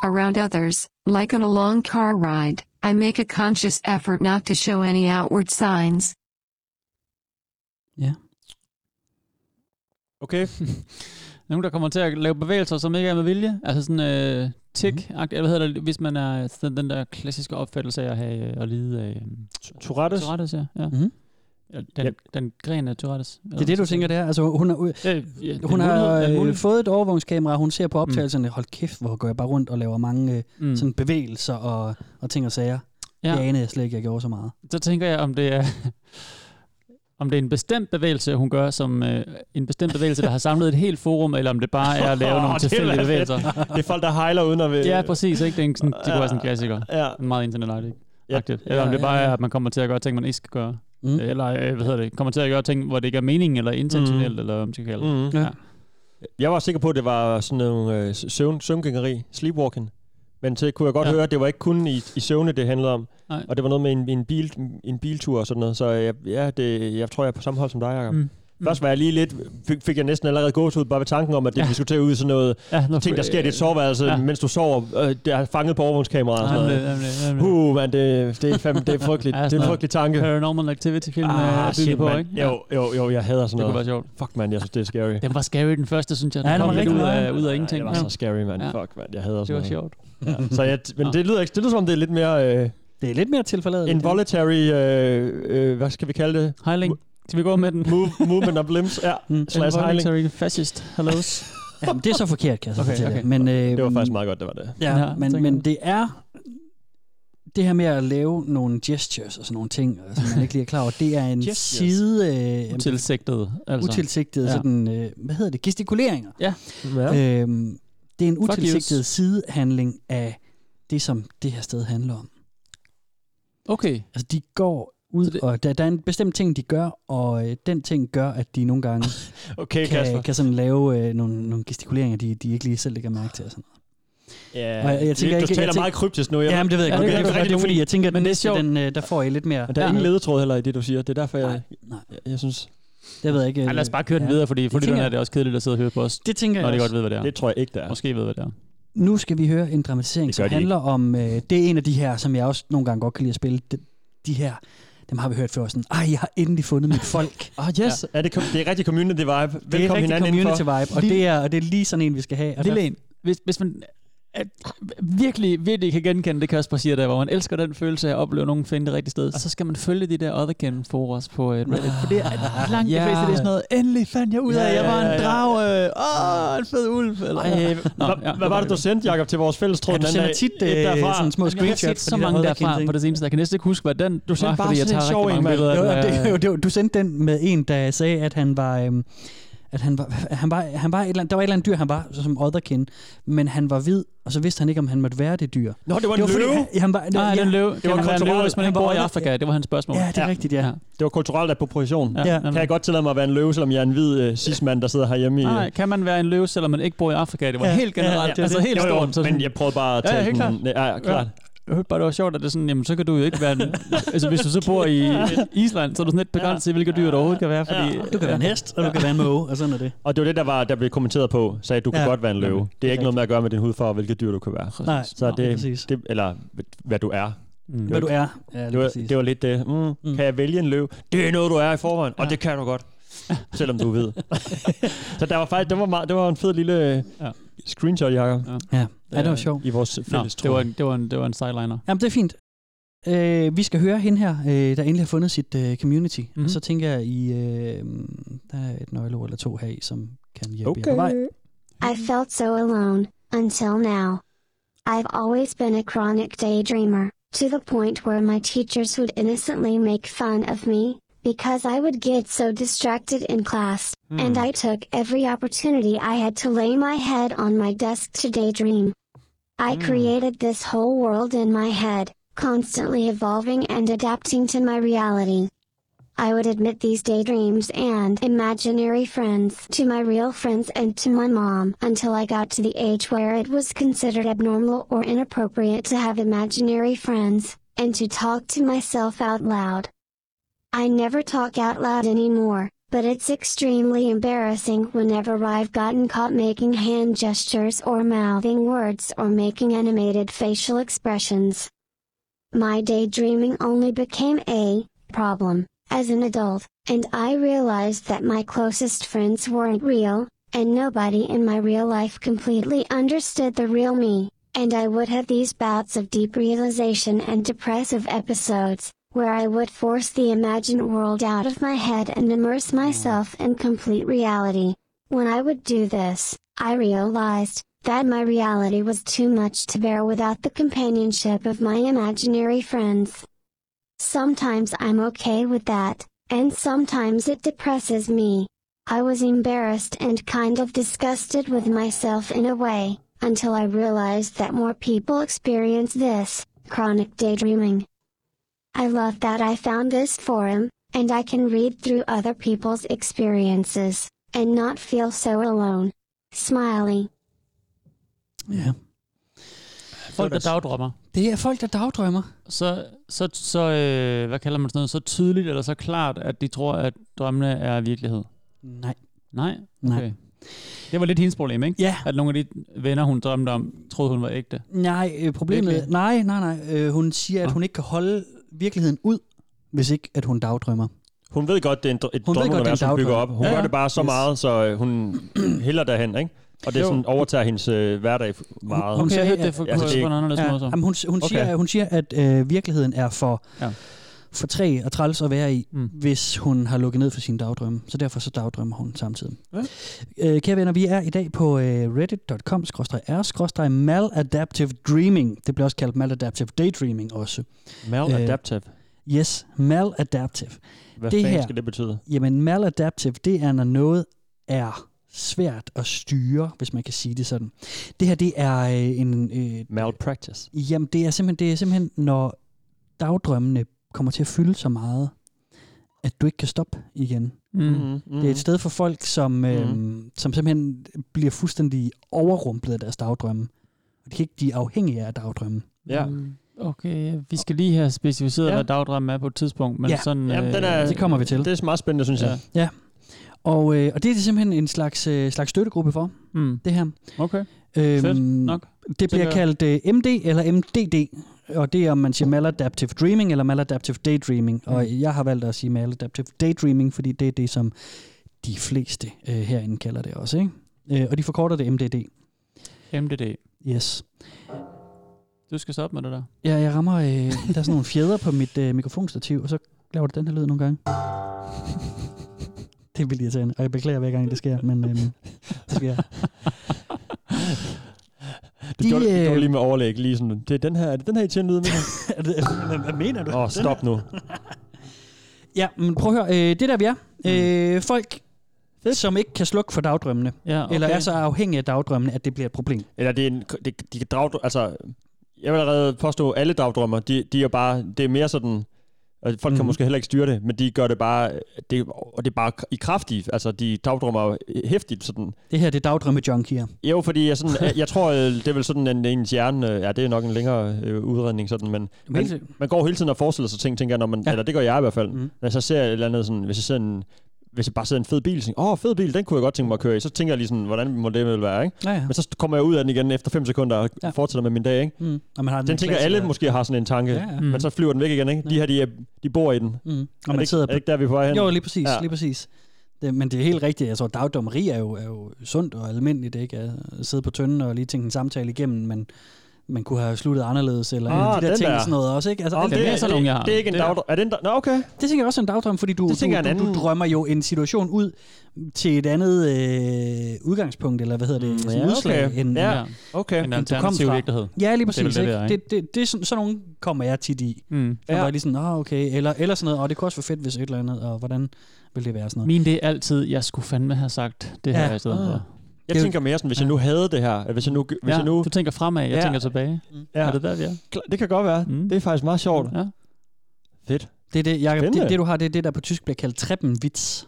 around others, like on a long car ride, I make a conscious effort not to show any outward signs. Ja. Okay. Nogen, der kommer til at lave bevægelser, som ikke er med vilje. Altså sådan øh, tik mm. eller hvad hedder det, hvis man er sådan, den der klassiske opfattelse af at have øh, at lide af Tourettes. Tourettes, ja. ja. Mhm. Eller Den, Ja. den gren af Tourettes. Det er det, du tænker, det er. Altså, hun, er, øh, Ja, ja, det er hun har mulighed, det er øh, mulighed. fået et overvågningskamera, hun ser på optagelserne, hold kæft, hvor går jeg bare rundt og laver mange øh, Mm. sådan bevægelser og, og ting og sager. Ja. Ja. Jeg anede jeg slet ikke, jeg gjorde så meget. så tænker jeg, om det er om det er en bestemt bevægelse, hun gør, som øh, en bestemt bevægelse, der har samlet et helt forum, eller om det bare er at lave Åh, nogle det er da tilfældige fedt. bevægelser. Det er folk, der hejler uden at... Ja, præcis. Ikke? Det, er en, sådan, det kunne være sådan en klassiker. Ja. En meget internet Ja. ja, Eller om Ja, det ja, bare er, ja. at man kommer til at gøre ting, man ikke skal gøre. Mm. Mm. Eller, øh, hvad hedder det, kommer til at gøre ting, hvor det ikke er meningen, eller intentionelt, Mm. mm. eller hvad man skal kalde det. Mm-hmm. Ja. Mhm. Ja. Jeg var sikker på, at det var sådan nogle øh, søvn, søvngængeri, sleepwalking. Men så kunne jeg godt ja. Ja. høre, at det var ikke kun i, i søvne, det handlede om. Nej. Og det var noget med en, en, bil, en biltur og sådan noget. Så jeg, ja, det, jeg tror, jeg er på samme hold som dig, Jacob. Mm. Mm. Først var jeg lige lidt, fik, fik jeg næsten allerede gåsehud bare ved tanken om, at det, ja. Ja. vi skulle til at ud i sådan noget Ja, nu, ting, der sker i dit soveværelse, ja. Ja. mens du sover, øh, der er fanget på overvågningskameraer og sådan Jamen, noget. det- jamen, det- jamen, det- Uh, man, det, det, er fandme, det er frygteligt. Ja, det er sådan en noget. frygtelig tanke. Paranormal Activity-film ah, er bygget på, man. ikke? Jo, jo, jo, jeg hader sådan Det noget. kunne være sjovt. Fuck, man, jeg synes, det er scary. Den var scary, den første, synes jeg. Den Ja, den kom var lidt rigtig ud af, meget. ud af ingenting. Det var så scary, man. Ja. Fuck, man, jeg hader det sådan var noget. Ja. sjovt. Så jeg, men det lyder ikke, det lyder som om, det er lidt mere øh, Det er lidt mere tilforladeligt. involuntary, øh, øh, hvad skal vi kalde det? Hejling, skal vi gå med den? Move, movement of limbs. Ja, Mm. slash heiling. Involuntary fascist. Hellos. Jamen, det er så forkert, kan jeg så Okay, okay, fortælle. Okay. okay. Men, øh, Det var faktisk meget godt, det var det. Ja, Ja, ja men, tænker men jeg. det er det her med at lave nogle gestures og sådan nogle ting, og som man ikke lige er klar over, det er en Gestures. side øh, Utilsigtet, altså. utilsigtet Ja. sådan, øh, hvad hedder det, gestikuleringer. Ja. Ja. Øhm, det er en Fuck utilsigtet yous. sidehandling af det, som det her sted handler om. Okay. Altså, de går ud, Så det... det- og der, der er en bestemt ting, de gør, og øh, den ting gør, at de nogle gange Okay, Kasper. kan, kan sådan lave øh, nogle, nogle gestikuleringer, de, de ikke lige selv lægger mærke til. Og sådan. Ja, Og jeg- jeg det- tænker du ikke- jeg taler tænker- meget kryptisk nu. Jeg Ja, ja, Jamen, det ved jeg Ja, godt. Det, det gør det, du det, godt. det, det er fordi, jeg tænker, at den Men det er næste, sjovt. den, øh, der får jeg lidt mere... men der er Ja. ingen ledetråd heller i det, du siger. Det er derfor, jeg, Nej, jeg, jeg synes, det ved jeg ikke. øh, Ja, lad os bare køre den videre, fordi for tænker lytterne er jeg. det også kedeligt at sidde og høre på os, Det tænker når de jeg godt også. ved, hvad det er. det tror jeg ikke, der er. Måske ved, hvad det er. Nu skal vi høre en dramatisering, Det gør som de handler om... Øh, det er en af de her, som jeg også nogle gange godt kan lide at spille. De, de her, dem har vi hørt før. Sådan, Ej, jeg har endelig fundet mit folk. Ah, yes. Ja. Er det, kom- det er rigtig community vibe. det er Velkommen rigtig hinanden indenfor. community vibe, og Lille- det, er, og det er lige sådan en, vi skal have. Og Lille der, en, hvis, hvis man at, virkelig, virkelig kan genkende det, Kasper siger der, hvor man elsker den følelse af at opleve nogen finde det rigtige sted, Ah. så skal man følge de der othergen forums på et Reddit, for det er Ah, langt de Ja. fleste, det er sådan noget, endelig fandt jeg ud af, Ja, at jeg ja, var ja, en ja. drag, øh, åh, en fed ulv, eller Ej, øh, Nå, hva- ja, Hvad var det, du sendte, Jacob, til vores fælles tråd ja, du den sender anden tit dag? Et øh, derfra. sådan små Jamen, jeg har set screenshots. så mange derfra på det seneste, jeg kan næsten ikke huske, hvad den Du sendte var, bare fordi jeg sådan tager en sjov rigtig en, mange mand. billeder Jo, af og den. det, øh, jo, det, var- du sendte den med en, der sagde, at han var... Øhm, at han var, han var, han var et eller andet, der var et eller andet dyr, han var som otterkin, men han var hvid, og så vidste han ikke, om han måtte være det dyr. Nå, det var Det var en fordi, løve. han, han var, det var, Nej, ja, den løve. Det var var en løve, kulturelt. hvis man Han ikke bor var i under- Afrika. Det var hans spørgsmål. ja, det er Ja. rigtigt, ja. Ja. Det var kulturelt af proportion. Ja. nemlig. Kan jeg godt tillade mig at være en løve, selom jeg er en hvid øh, cis-mand, der sidder herhjemme i... Nej, kan man være en løve, selvom man ikke bor i Afrika? Det var øh, Ja, helt ja, ja, generelt. det er Altså det. helt Jo, jo, stort. Så men sådan, jeg prøvede bare at Ja, tage helt sådan... Ja, ja, klart. jeg hørte bare, det var sjovt, at det er sådan, jamen så kan du jo ikke være en... altså hvis du så bor i Island, så er du sådan lidt begrænset i, hvilke dyr der overhovedet kan være, fordi... øh, Du kan være en hest, og du kan være en måge, og sådan er det. Og det var det, der, var, der blev kommenteret på, sagde, at du kan Ja. godt være en løve. Det er ikke noget med at gøre med din hudfarve, og hvilket dyr du kan være. Nej, Så det er det, præcis. det, eller hvad du er. Mm. Hvad du er. Ja, Det var, det var lidt det. Mm, mm. Kan jeg vælge en løve? Det er noget, du er i forvejen, og det kan du godt. Selvom du ved. så der var faktisk, det var, meget, det var en fed lille øh, Ja. screenshot, Jacob, Øh, ja. ja, det var sjovt. i vores Nå, fælles det var tråd. en, det var en, det var en sideliner. Jamen, det er fint. Øh, vi skal høre hende her, øh, der endelig har fundet sit øh, community. Mm-hmm. Mhm. Og så tænker jeg, I, øh, der er et nøgleord eller to her i, som kan hjælpe jer Okay. på vej. I felt so alone, until now. I've always been a chronic daydreamer, to the point where my teachers would innocently make fun of me, because I would get so distracted in class, and I took every opportunity I had to lay my head on my desk to daydream. I created this whole world in my head, constantly evolving and adapting to my reality. I would admit these daydreams and imaginary friends to my real friends and to my mom until I got to the age where it was considered abnormal or inappropriate to have imaginary friends, and to talk to myself out loud. I never talk out loud anymore, but it's extremely embarrassing whenever I've gotten caught making hand gestures or mouthing words or making animated facial expressions. My daydreaming only became a problem as an adult, and I realized that my closest friends weren't real, and nobody in my real life completely understood the real me, and I would have these bouts of deep realization and depressive episodes, where I would force the imagined world out of my head and immerse myself in complete reality. When I would do this, I realized that my reality was too much to bear without the companionship of my imaginary friends. Sometimes I'm okay with that, and sometimes it depresses me. I was embarrassed and kind of disgusted with myself in a way, until I realized that more people experience this chronic daydreaming. I love that I found this forum, and I can read through other people's experiences, and not feel so alone. Smiley. Ja. Folk, der dagdrømmer. Det er folk, der dagdrømmer. Så, så, så øh, hvad kalder man sådan noget, så tydeligt eller så klart, at de tror, at drømmene er virkelighed. Nej. Nej? Nej. Okay. Det var lidt hendes problem, ikke? Ja. At nogle af de venner, hun drømte om, troede, hun var ægte. Nej, øh, problemet... Virkelig? Nej, nej, nej. Øh, hun siger, at Nå. hun ikke kan holde virkeligheden ud, hvis ikke at hun dagdrømmer. Hun ved godt, det er en, dr- et Hun ved godt, det er drømmeunivers, en hun bygger op. dagdrøm. Hun Ja, ja, gør ja. det bare så Yes. yes. meget, så øh, hun hælder derhen, ikke? Og det Jo. sådan overtager hendes øh, hverdag f- meget. Hun Okay, jeg sagde, hørte at- det for, Ja, så på, det er på en anderledes måde. Så. Jamen, hun, hun, Okay. siger, hun siger, at øh, virkeligheden er for, Ja. ja. for træ og træls at være i, Mm. mm. hvis hun har lukket ned for sine dagdrømme. Så derfor så dagdrømmer hun samtidig. Ja. Ja. Øh, kære venner, vi er i dag på øh, reddit.com-r-maladaptive dreaming. Det bliver også kaldt maladaptive daydreaming også. øh, Maladaptive. Yes, maladaptive. Hvad det fanden her- skal det betyde? Jamen, maladaptive, det er, når noget er svært at styre, hvis man kan sige det sådan. Det her, det er øh, en... Øh, Malpractice. Jamen, det er simpelthen, det er simpelthen når dagdrømmene kommer til at fylde så meget, at du ikke kan stoppe igen. Mm. Mm. Det er et sted for folk, som, øh, mm. som simpelthen bliver fuldstændig overrumplet af deres dagdrømme. Og de kan ikke de er afhængige af dagdrømme. Ja. Mm. Okay, vi skal lige have specificeret, ja. Ja. hvad dagdrømme er på et tidspunkt. Men Ja. sådan, øh, Jamen, den er, Det kommer vi til. Det er meget spændende, synes jeg. Og, øh, og det er det simpelthen en slags, øh, slags støttegruppe for, Mm. det her. Okay, Øhm, Fedt nok. Det bliver tænker kaldt øh, MD eller MDD, og det er om man siger maladaptive dreaming eller maladaptive daydreaming. Mm. Og jeg har valgt at sige maladaptive daydreaming, fordi det er det, som de fleste øh, herinde kalder det også. Ikke? Øh, og de forkorter det MDD. MDD. Yes. Du skal stoppe med det der. Ja, jeg rammer, øh, der er sådan nogle fjeder på mit øh, mikrofonstativ, og så laver det den her lyd nogle gange. Det er vildt irriterende, og jeg beklager hver gang, det sker, men øh, det sker. Det gjorde, øh, det gjorde lige med overlæg, lige sådan, det er den her, er det den her, I tjener lyden med? Er det- hvad, hvad mener du? Åh, oh, stop nu. Ja, men prøv at høre. Øh, det er der, vi er. Mm. Øh, folk, som ikke kan slukke for dagdrømmene, okay. Ja, okay. eller er så afhængige af dagdrømmene, at det bliver et problem. Eller det er en, det, de kan drage, altså, jeg vil allerede påstå, at alle dagdrømmer, de, de er bare, det er mere sådan, og folk mm. kan Mhm. måske heller ikke styre det, men de gør det bare, det, og det er bare i kraftige, altså de dagdrømmer jo hæftigt sådan. Det her, det er dagdrømme-junkier. Jo, fordi jeg, sådan, jeg, jeg tror, øh, det er vel sådan, at ens hjerne, øh, ja, det er nok en længere øh, udredning sådan, men man, man går hele tiden og forestiller sig ting, tænker jeg, når man, Ja. ja. eller det gør jeg i hvert fald, Mhm. mm. når jeg så ser et eller andet sådan, hvis jeg ser en, hvis jeg bare ser en fed bil, så tænker, åh, oh, fed bil, den kunne jeg godt tænke mig at køre i, så tænker jeg lige sådan, hvordan må det vel være, ikke? Ja, ja. Men så kommer jeg ud af den igen efter 5 sekunder og Ja. ja. fortsætter med min dag, ikke? Mm. Og man har Den tænker alle måske har sådan en tanke, Ja, ja, ja. ja. Mm. men så flyver den væk igen, ikke? De her, de, er, de bor i den. Og Mm. er Og det, man ikke, sidder er det ikke der, vi er på vej hen? Jo, lige præcis, ja. Ja. lige præcis. Det, men det er helt rigtigt. Jeg tror, dagdrømmeri er jo, er jo sundt og almindeligt, ikke? At sidde på tønden og lige tænke en samtale igennem, men man kunne have sluttet anderledes, eller Ah, ah, de der den ting der. og sådan noget også, ikke? Altså, Åh, alt det, er sådan nogen, jeg har. det er ikke en Det er- dagdrøm. Er det en dag? Nå, okay. Det tænker jeg også er en dagdrøm, fordi du, Det du, tænker jeg er en du, du anden- drømmer jo en situation ud til et andet øh, udgangspunkt, eller hvad hedder det, Mm, sådan ja, et udslag. okay. End, Ja. ja. Okay. En kom alternativ fra. virkelighed. ja, lige Det er vel præcis. det, Det, det er, ikke? ikke? Det, det, det er sådan, sådan nogen kommer jeg tit i. Mm. Og Ja. ja. er lige sådan, ah, okay, eller, eller sådan noget, og det kunne også være fedt, hvis et eller andet, og hvordan vil det være sådan noget. Min det er altid, jeg skulle fandme have sagt det her Ja. i stedet Ah. for. Jeg Det er jo- tænker mere sådan, hvis jeg nu havde det her, hvis jeg nu... Hvis ja, jeg nu du tænker fremad, jeg Ja. tænker tilbage. ja, Er det der, vi er? klar- det kan godt være. Mm. Det er faktisk meget sjovt. Ja. Fedt. Det er det, Jacob, Spændende. det, det, du har, det er det, der på tysk bliver kaldt treppenvits.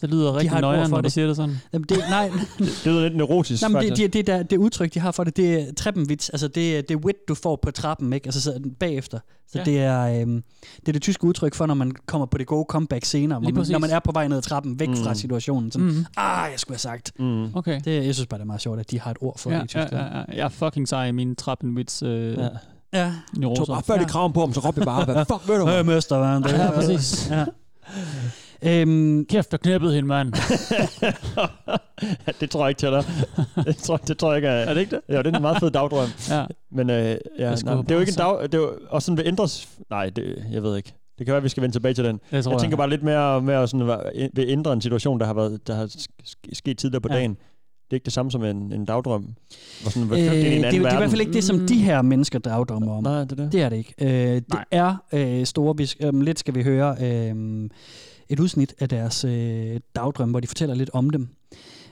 Det lyder har rigtig et ord nøjeren, for når du det. siger det sådan. Jamen, det, nej, Det, det lyder lidt neurotisk, nej men faktisk. det, det, det, der, det udtryk, de har for det, det er treppenvits. Altså, det, er- det er wit, du får på trappen, ikke? Altså, så, bagefter. Så Ja. ja. det, er, øhm, det er det tyske udtryk for, når man kommer på det gode comeback senere, Lige hvor man, når præcis. man er på vej ned ad trappen, væk Mm. mm. fra situationen. Sådan, mm. Mm. ah, jeg skulle have sagt. mm. Okay. Det, jeg synes bare, det er meget sjovt, at de har et ord for Ja, det i ja, Tyskland. ja, ja. Jeg er fucking sej i mine trappenvits øh, ja. Ja. ja. Tog neuroser. bare før det kraven på ham, så råbte jeg bare, hvad fuck ved du? Øh, møster, hvad? Ja, præcis. Ja. Øhm, Kæft, der knæppede hende, mand. det tror jeg ikke tæller. det, tror, det tror jeg ikke er... Er det ikke det? Jo, det er en meget fed dagdrøm. Ja. Men øh, ja, skulle nej, have det er jo ikke en bare dag... Det er jo, og sådan vil ændres... Nej, det, jeg ved ikke. Det kan være, at vi skal vende tilbage til den. Det tror Jeg tænker bare lidt mere, mere sådan, hvad- vil ændre en situation, der har, været, der har sk- sket tidligere på Ja. dagen. Det er ikke det samme som en, en dagdrøm. Hvor sådan, øh, Øh, det, det, er er- en det, er anden jo- det er i verden. Mm. hvert fald ikke det, som de her mennesker dagdrømmer om. Nej, det er det. Det er det ikke. Øh, det Nej. er øh, store... Bis- øh, lidt skal vi høre øh, et udsnit af deres øh, dagdrøm, hvor de fortæller lidt om dem.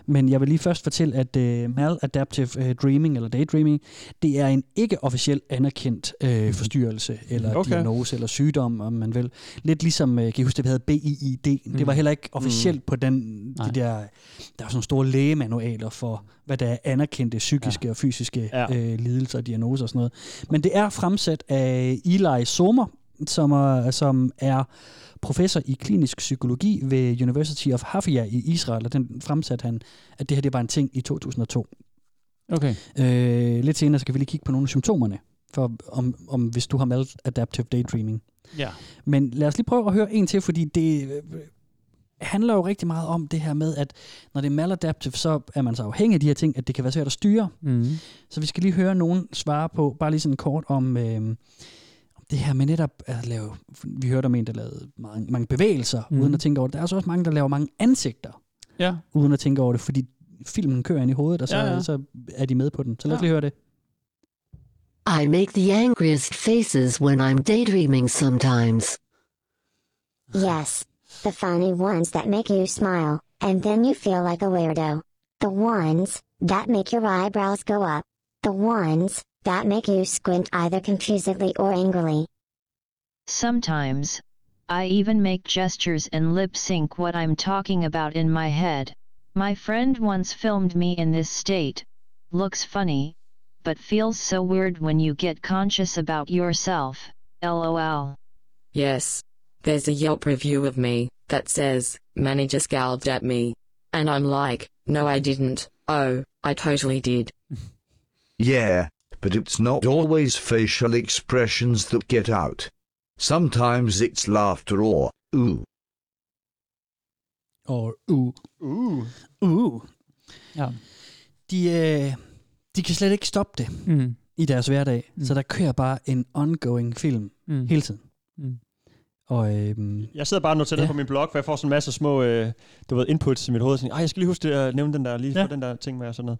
Men jeg vil lige først fortælle, at øh, maladaptive øh, dreaming, eller daydreaming, det er en ikke officielt anerkendt øh, forstyrrelse, eller Mhm. okay. Okay. diagnose, eller sygdom, om man vil. Lidt ligesom, øh, kan I huske, det vi havde BIID. Mm. Det var heller ikke officielt mm. på den, Nej. de der, der er jo sådan nogle store lægemanualer for, hvad der er anerkendte psykiske ja. og fysiske Ja. ja. øh, lidelser, diagnoser og sådan noget. Men det er fremsat af Eli Sommer, som er, som er professor i klinisk psykologi ved University of Haifa i Israel, og den fremsatte han, at det her det var en ting i 2002. Okay. Øh, lidt senere skal vi lige kigge på nogle af symptomerne, for om, om hvis du har maladaptive daydreaming. Ja. Men lad os lige prøve at høre en til, fordi det øh, handler jo rigtig meget om det her med, at når det er maladaptive, så er man så afhængig af de her ting, at det kan være svært at styre. Mm. Så vi skal lige høre nogen svare på, bare lige sådan kort om, øh, om det her med netop at lave, vi hørte om en, der lavede mange, mange bevægelser, Mhm. mm. uden at tænke over det. Der er altså også mange, der laver mange ansigter, Ja. uden at tænke over det, fordi filmen kører ind i hovedet, og så, Ja, ja, ja. ja. så er de med på den. Så lad os Ja. lige høre det. I make the angriest faces when I'm daydreaming sometimes. Yes. The funny ones that make you smile, and then you feel like a weirdo. The ones that make your eyebrows go up. The ones that make you squint either confusedly or angrily. Sometimes, I even make gestures and lip sync what I'm talking about in my head. My friend once filmed me in this state. Looks funny, but feels so weird when you get conscious about yourself. LOL. Yes. There's a Yelp review of me that says, manager scowled at me. And I'm like, no, I didn't. Oh, I totally did. Yeah, but it's not always facial expressions that get out. Sometimes it's laughter or, ooh. Og uh, Uh. uh. Ja. De, øh, de kan slet ikke stoppe det Mm. i deres hverdag, Mm. mm. så der kører bare en ongoing film Mm. hele tiden. Mm. Og øhm, Jeg sidder bare og noterer ja. Ja. på min blog, for jeg får sådan en masse små øh, du ved, inputs i mit hoved. Sådan, Ej, jeg skal lige huske det, at nævne den der, lige ja. Ja. få den der ting med og sådan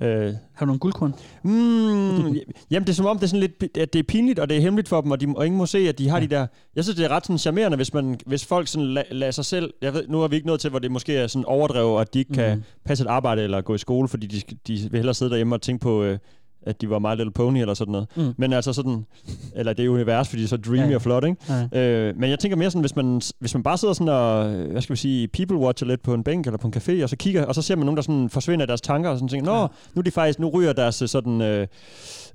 noget. Øh, har du nogle guldkorn? Mm, jamen, det er som om, det er sådan lidt, pi- at det er pinligt, og det er hemmeligt for dem, og, de, og ingen må se, at de har ja. de der... Jeg synes, det er ret sådan charmerende, hvis, man, hvis folk sådan la, lader sig selv... Jeg ved, nu er vi ikke nået til, hvor det måske er sådan overdrevet, og at de ikke mm. kan Mhm. passe et arbejde eller gå i skole, fordi de, skal- de vil hellere sidde derhjemme og tænke på, øh, at de var My Little Pony eller sådan noget. Mm. Men altså sådan... Eller det er univers, fordi de er så dreamy Ja, ja. ja. og flot, ikke? Ja. Øh, men jeg tænker mere sådan, hvis man, hvis man bare sidder sådan og, øh, hvad skal vi sige, people-watcher lidt på en bænk eller på en café, og så kigger, og så ser man nogen, der sådan forsvinder i deres tanker, og sådan tænker, nå, Ja. nu, er de faktisk, nu ryger deres, øh, sådan, øh,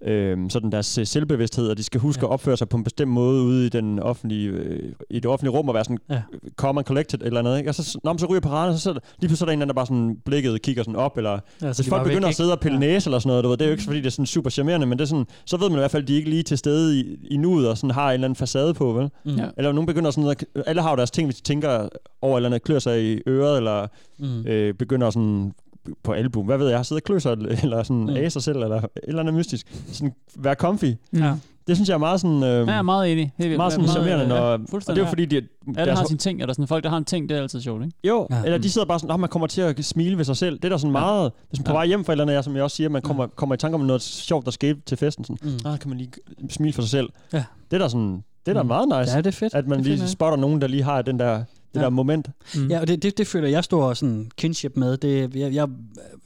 øh, sådan deres øh, selvbevidsthed, og de skal huske ja. Ja. at opføre sig på en bestemt måde ude i, den offentlige, øh, i det offentlige rum, og være sådan ja. Ja. calm and collected eller noget, ikke? Og så, nå, men så ryger paraden, og så, så, lige pludselig så er der en eller anden, der bare sådan blikket kigger sådan op, eller Ja, hvis folk begynder at sidde og pille næse eller sådan noget, du ved, det er jo Mm. ikke fordi, det er sådan super charmerende, men det er sådan, så ved man i hvert fald, at de ikke lige er til stede i, i nuet og sådan har en eller anden facade på, vel? Mm. Ja. Ja. Eller nogen begynder sådan noget, alle har jo deres ting, hvis de tænker over et eller andet, klør sig i øret, eller Mm. øh, begynder sådan på album, hvad ved jeg, sidder og klør sig, eller sådan mm. Mm. æser sig selv, eller et eller andet mystisk. Sådan, vær comfy. Ja. Det synes jeg er meget sådan... Øh, ja, jeg er meget enig. Helt vildt. meget sådan charmerende, når, og fuldstændig. det er jo fordi, de, Ja, den har sin ting, er der sådan folk, der har en ting, det er altid sjovt, ikke? Jo, ja. Ja. mm. eller de sidder bare sådan, at man kommer til at smile ved sig selv. Det er der sådan ja. Ja. meget, hvis man på Ja. vej hjem fra et eller andet, er, som jeg også siger, man kommer, kommer i tanke om noget sjovt, der skete til festen. Sådan, Mm. ah, kan man lige smile for sig selv. Ja. Det er der sådan, det er da Mm. meget nice, Ja, det er fedt. at man det er lige fedt, spotter nogen, der lige har den der Det der moment. Mm. Ja, og det, det, det føler jeg stor sådan kinship med. Det, jeg, jeg,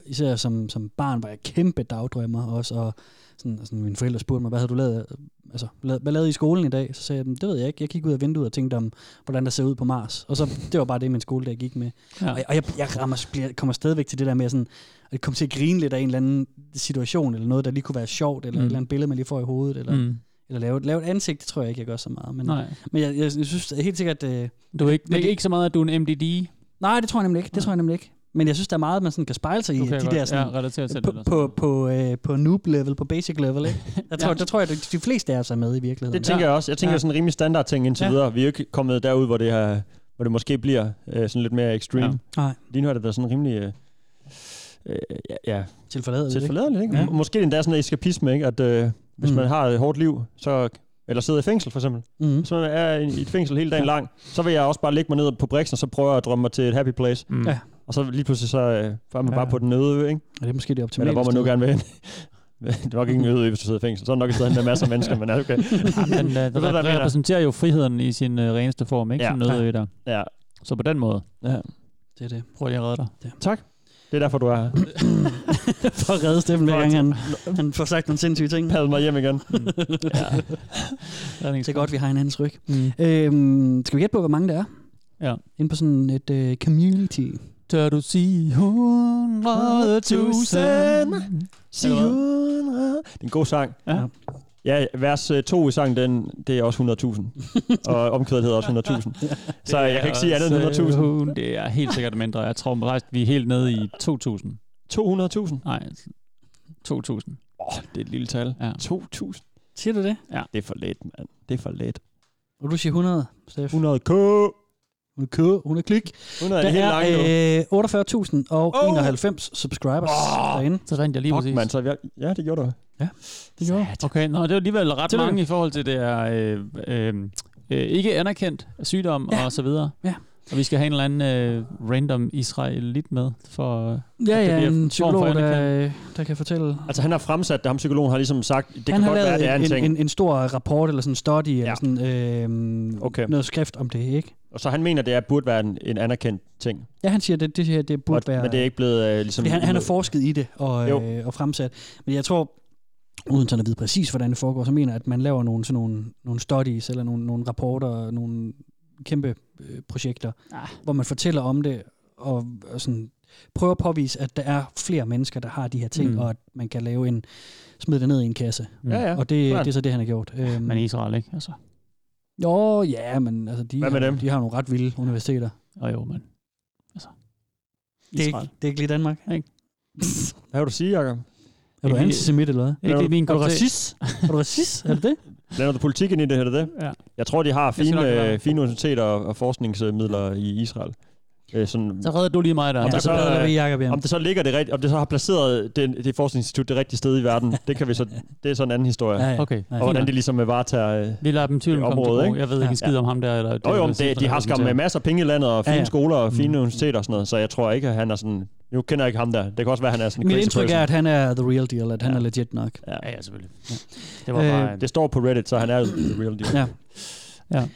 især som, som barn var jeg kæmpe dagdrømmer også, og sådan, og sådan, mine forældre spurgte mig, hvad havde du lavet, altså, lavet, hvad lavede I i skolen i dag? Så sagde jeg, "Jamen, det ved jeg ikke. Jeg kiggede ud af vinduet og tænkte om, hvordan der ser ud på Mars. Og så, det var bare det, min skoledag gik med. Ja. Ja. Og, jeg- og jeg, jeg rammer, bliver- kommer stadigvæk til det der med sådan, at komme til at grine lidt af en eller anden situation, eller noget, der lige kunne være sjovt, eller Mm. mm. et eller andet billede, man lige får i hovedet, eller, Mm. mm. eller lave, et- lave et ansigt, det tror jeg ikke, jeg gør så meget. Men, Nej. men jeg, jeg, synes helt sikkert... Øh, Du er ikke, men det er ikke så meget, at du er en MDD. Nej, det tror jeg nemlig ikke. Det tror jeg nemlig ikke. Men jeg synes, der er meget, man sådan kan spejle sig i. Okay, de godt. der sådan, Ja, relaterer til det, på, eller på, på, øh, på noob-level, på basic-level. Ikke? Jeg tror, Ja. ja. Der tror jeg, at de fleste af os er med i virkeligheden. Det tænker jeg også. Jeg tænker ja. sådan en rimelig standard ting indtil Ja. ja. videre. Vi er jo ikke kommet derud, hvor det, her, hvor det måske bliver øh, sådan lidt mere extreme. Ja. Nej. Lige nu har det været sådan rimelig... Øh, øh, ja, ja. Tilforladeligt, ikke? Tilforladeligt, ikke? Ja. Ja. Måske endda sådan en eskapisme, ikke? At øh, hvis Mm. mm. man har et hårdt liv, så eller sidder i fængsel, for eksempel. Mm. Hvis man er i i et fængsel hele dagen lang, så vil jeg også bare ligge mig ned på briksen, og så prøver jeg at drømme mig til et happy place. Mm. Ja. Og så lige pludselig, så øh, er man Ja. bare på den øde ø, ikke? Ja, det er måske det optimale Eller hvor man nu sted. gerne vil hen. det er nok ikke en øde ø, hvis du sidder i fængsel. Så er det nok et sted, hen, der er masser af mennesker, men er okay. Ja, men, Du ved, hvad jeg den mener. repræsenterer jo friheden i sin øh, reneste form, ikke? Ja. Ja. Som noget Ja. i der. Ja. Så på den måde. Ja. Det er det. Prøv lige at redde dig. Ja. Tak. Det er derfor, du er her. For at redde Steffen, hver gang han, han får sagt nogle sindssyge ting. Pad mig hjem igen. ja. Det er godt, vi har hinandens ryg. Mm. Øhm, skal vi gætte på, hvor mange der er? Ja. Inde på sådan et øh, community. Tør du sige 100.000? Sige 100. Det er en god sang. Ja. Ja, vers 2 i sangen, den, det er også 100.000. og omkvædet hedder også 100.000. Så jeg kan ikke sige andet end 100.000. 100.000. øh, Det er helt sikkert mindre. Jeg tror faktisk, vi er helt nede i 2.000. 200.000? Nej, 2.000. Åh, oh, det er et lille tal. Ja. 2.000? Siger du det? Ja. Det er for let, mand. Det er for let. Og du siger 100, Steff. 100k. 100k, 100 klik. 100 er der helt langt nu. er, øh, 48.000 og oh. 91 subscribers oh. derinde. Så rent jeg lige Ah! Fuck, præcis. mand, så vi har- ja, det gjorde du. Ja, det gjorde jeg. Okay, nå, det er alligevel ret Tillykke. mange i forhold til det her øh, øh, øh, ikke anerkendt sygdom ja. og så videre. Ja. Og vi skal have en eller anden øh, random israelit med for... Øh, Ja, at det ja, bliver en en form for psykolog, anerkendelse. der, øh, der kan fortælle. Altså han har fremsat det, ham psykologen har ligesom sagt, det han kan har godt lavet være, det er en, en, ting. en, en stor rapport eller sådan en study ja. eller sådan øh, Okay. okay. noget skrift om det, ikke? Og så han mener, det er, burde være en, en anerkendt ting. Ja, han siger, det, det her det burde og, være... Men det er ikke blevet øh, ligesom... Fordi han, han har forsket i det og, Jo. øh, og fremsat. Men jeg tror, uden sådan at vide præcis, hvordan det foregår, så mener jeg, at man laver nogle, sådan nogle, nogle studies eller nogle, nogle rapporter, nogle kæmpe øh, projekter, Ah. hvor man fortæller om det og, og sådan, prøver at påvise, at der er flere mennesker, der har de her ting, Mm. mm. og at man kan lave en smide det ned i en kasse. Mm. Ja, ja. Og det, Klart. det er så det, han har gjort. Øhm, men Israel, ikke? Altså, jo, ja, men altså, de, Hvad med har- dem? de har nogle ret vilde universiteter. og jo, men... Altså, Det er, ikke, Israel. det er ikke lige Danmark. Ikke? Hvad vil du sige, Jacob? Er du Ikke- antisemit eller hvad? Ikke lige min Er du kop te. racist? er du racist? Er det det? Blander du politik ind i det her, det? Ja. Jeg tror, de har skal nok lade fine, være. øh, fine universiteter og, og forskningsmidler i Israel. Øh, sådan, Så redder du lige mig der. Om Ja, der så så, bladrer øh, vi i Jacob hjem. om det så ligger det rigtigt, om det så har placeret det, det forskningsinstitut det rigtige sted i verden, det kan vi så, det er så en anden historie. Ja, ja. Okay. Ja. Og hvordan de ligesom øh, varetager... Øh, Vi lader dem tvivl Det komme til område, gode. ikke? Jeg ved ikke Ja. en skid om ham der. Eller jo, jo, men cifre, det, de der har skam med repræsenterer. masser af penge i landet, og fine Ja, ja, ja. ja. skoler og fine mm. universiteter og sådan noget, så jeg tror ikke, at han er sådan... Nu kender jeg ikke ham der. Det kan også være, at han er sådan en Mit crazy indtryk person. er, at han er the real deal, at han er legit nok. Ja, ja, selvfølgelig. Ja. Det Det var bare... øh, Det står på Reddit, så han er the real deal. ja. Ja.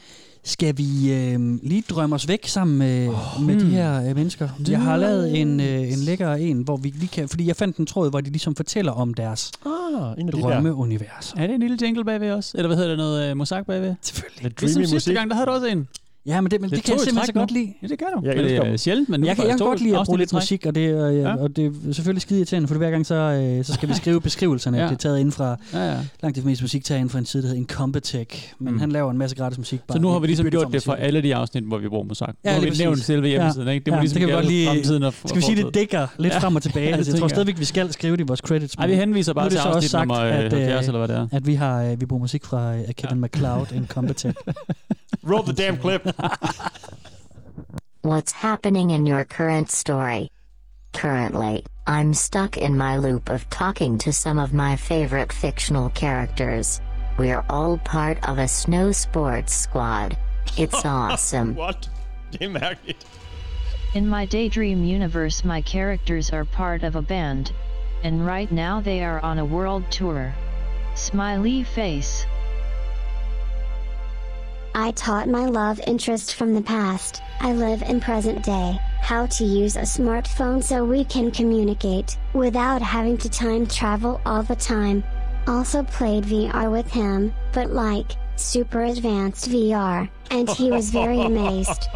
Skal vi øh, lige drømme os væk sammen med, oh, hmm. med de her øh, mennesker? Jeg har lavet en, øh, en lækker en, hvor vi lige kan, fordi jeg fandt en tråd, hvor de ligesom fortæller om deres Ah, en af de der. drømmeunivers. Altså. Er det en lille jingle bagved os? Eller hvad hedder det? Noget øh, mosak bagved? Selvfølgelig. Lidt Ligesom dreamy sidste musik. gang, der havde du også en. Ja, men det, men Det er det, kan to jeg i simpelthen træk så nu. godt lide. Ja, det kan du. Jeg men det elsker er dem. sjældent, men nu Jeg kan, var jeg det kan to godt lide at bruge afsnit i lidt træk. musik, og det, og, Ja. ja. og det er selvfølgelig skide irriterende, for hver gang så, øh, så skal vi skrive beskrivelserne. Ja. Det er taget ind fra, Ja, ja. langt det meste musik tager ind fra en side, der hedder Incompetech, men Mm. mm. han laver en masse gratis musik. Bare Så nu har Vi vi ligesom bytter gjort det for musik. alle de afsnit, hvor vi bruger Mozart. Ja, nu Ja, har vi lige præcis. nævnt selve hjemmesiden, ikke? Det må Ja, ligesom det kan vi gælde godt lige- fremtiden og Skal vi sige, det fortiden. dækker lidt Ja. ja. frem og tilbage? Ja, Altså, det jeg tror tænker jeg. stadigvæk, vi skal skrive det i vores credits. Ej, vi henviser Nu bare er til det så afsnit også sagt, nummer øh, at, øh, 70, eller hvad det er. at vi har øh, vi bruger musik fra øh, af Kevin MacLeod, Incompetech. Roll the damn clip. What's happening in your current story? Currently, I'm stuck in my loop of talking to some of my favorite fictional characters. We're all part of a snow sports squad. It's awesome. What? Det er mærkeligt. In my daydream universe, my characters are part of a band, and right now they are on a world tour. Smiley face. I taught my love interest from the past, I live in present day, how to use a smartphone so we can communicate, without having to time travel all the time. Also played VR with him, but like, super advanced VR, and he was very amazed.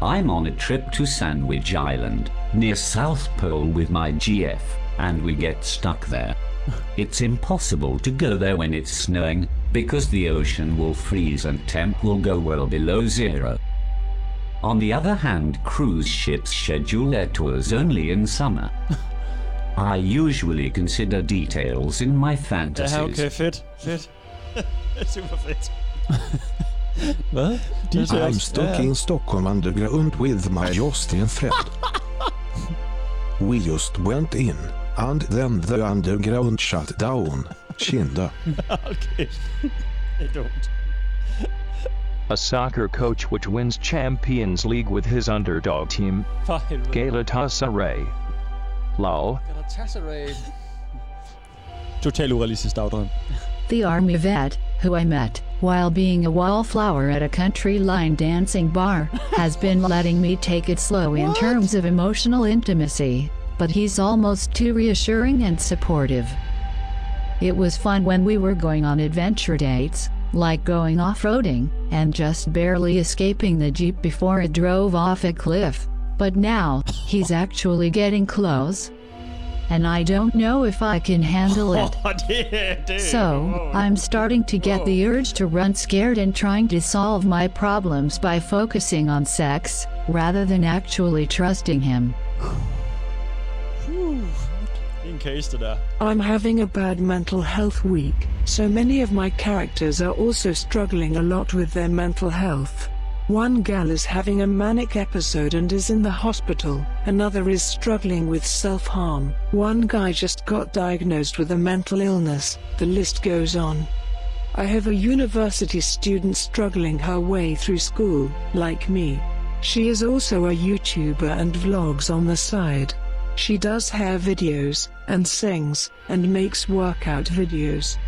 I'm on a trip to Sandwich Island, near South Pole with my GF, and we get stuck there. It's impossible to go there when it's snowing, because the ocean will freeze and temp will go well below zero. On the other hand, cruise ships schedule their tours only in summer. I usually consider details in my fantasies. Ja, okay, fedt. Fedt. Super fedt. Hvad? I'm Details. stuck Ja, ja. in Stockholm underground with my Justin friend. We just went in, and then the underground shut down. Kinda. okay. Det er dumt. A soccer coach which wins Champions League with his underdog team, For helvede. Galatasaray. Lol. Total urealistisk dagdrøm. The army vet, who I met while being a wallflower at a country line dancing bar, has been letting me take it slow in terms of emotional intimacy, but he's almost too reassuring and supportive. It was fun when we were going on adventure dates, like going off roading, and just barely escaping the Jeep before it drove off a cliff, but now, he's actually getting close. And I don't know if I can handle it. So, I'm starting to get the urge to run scared and trying to solve my problems by focusing on sex, rather than actually trusting him. Det er en case, det der. I'm having a bad mental health week, so many of my characters are also struggling a lot with their mental health. One gal is having a manic episode and is in the hospital, another is struggling with self harm, one guy just got diagnosed with a mental illness, the list goes on. I have a university student struggling her way through school, like me. She is also a YouTuber and vlogs on the side. She does hair videos, and sings, and makes workout videos.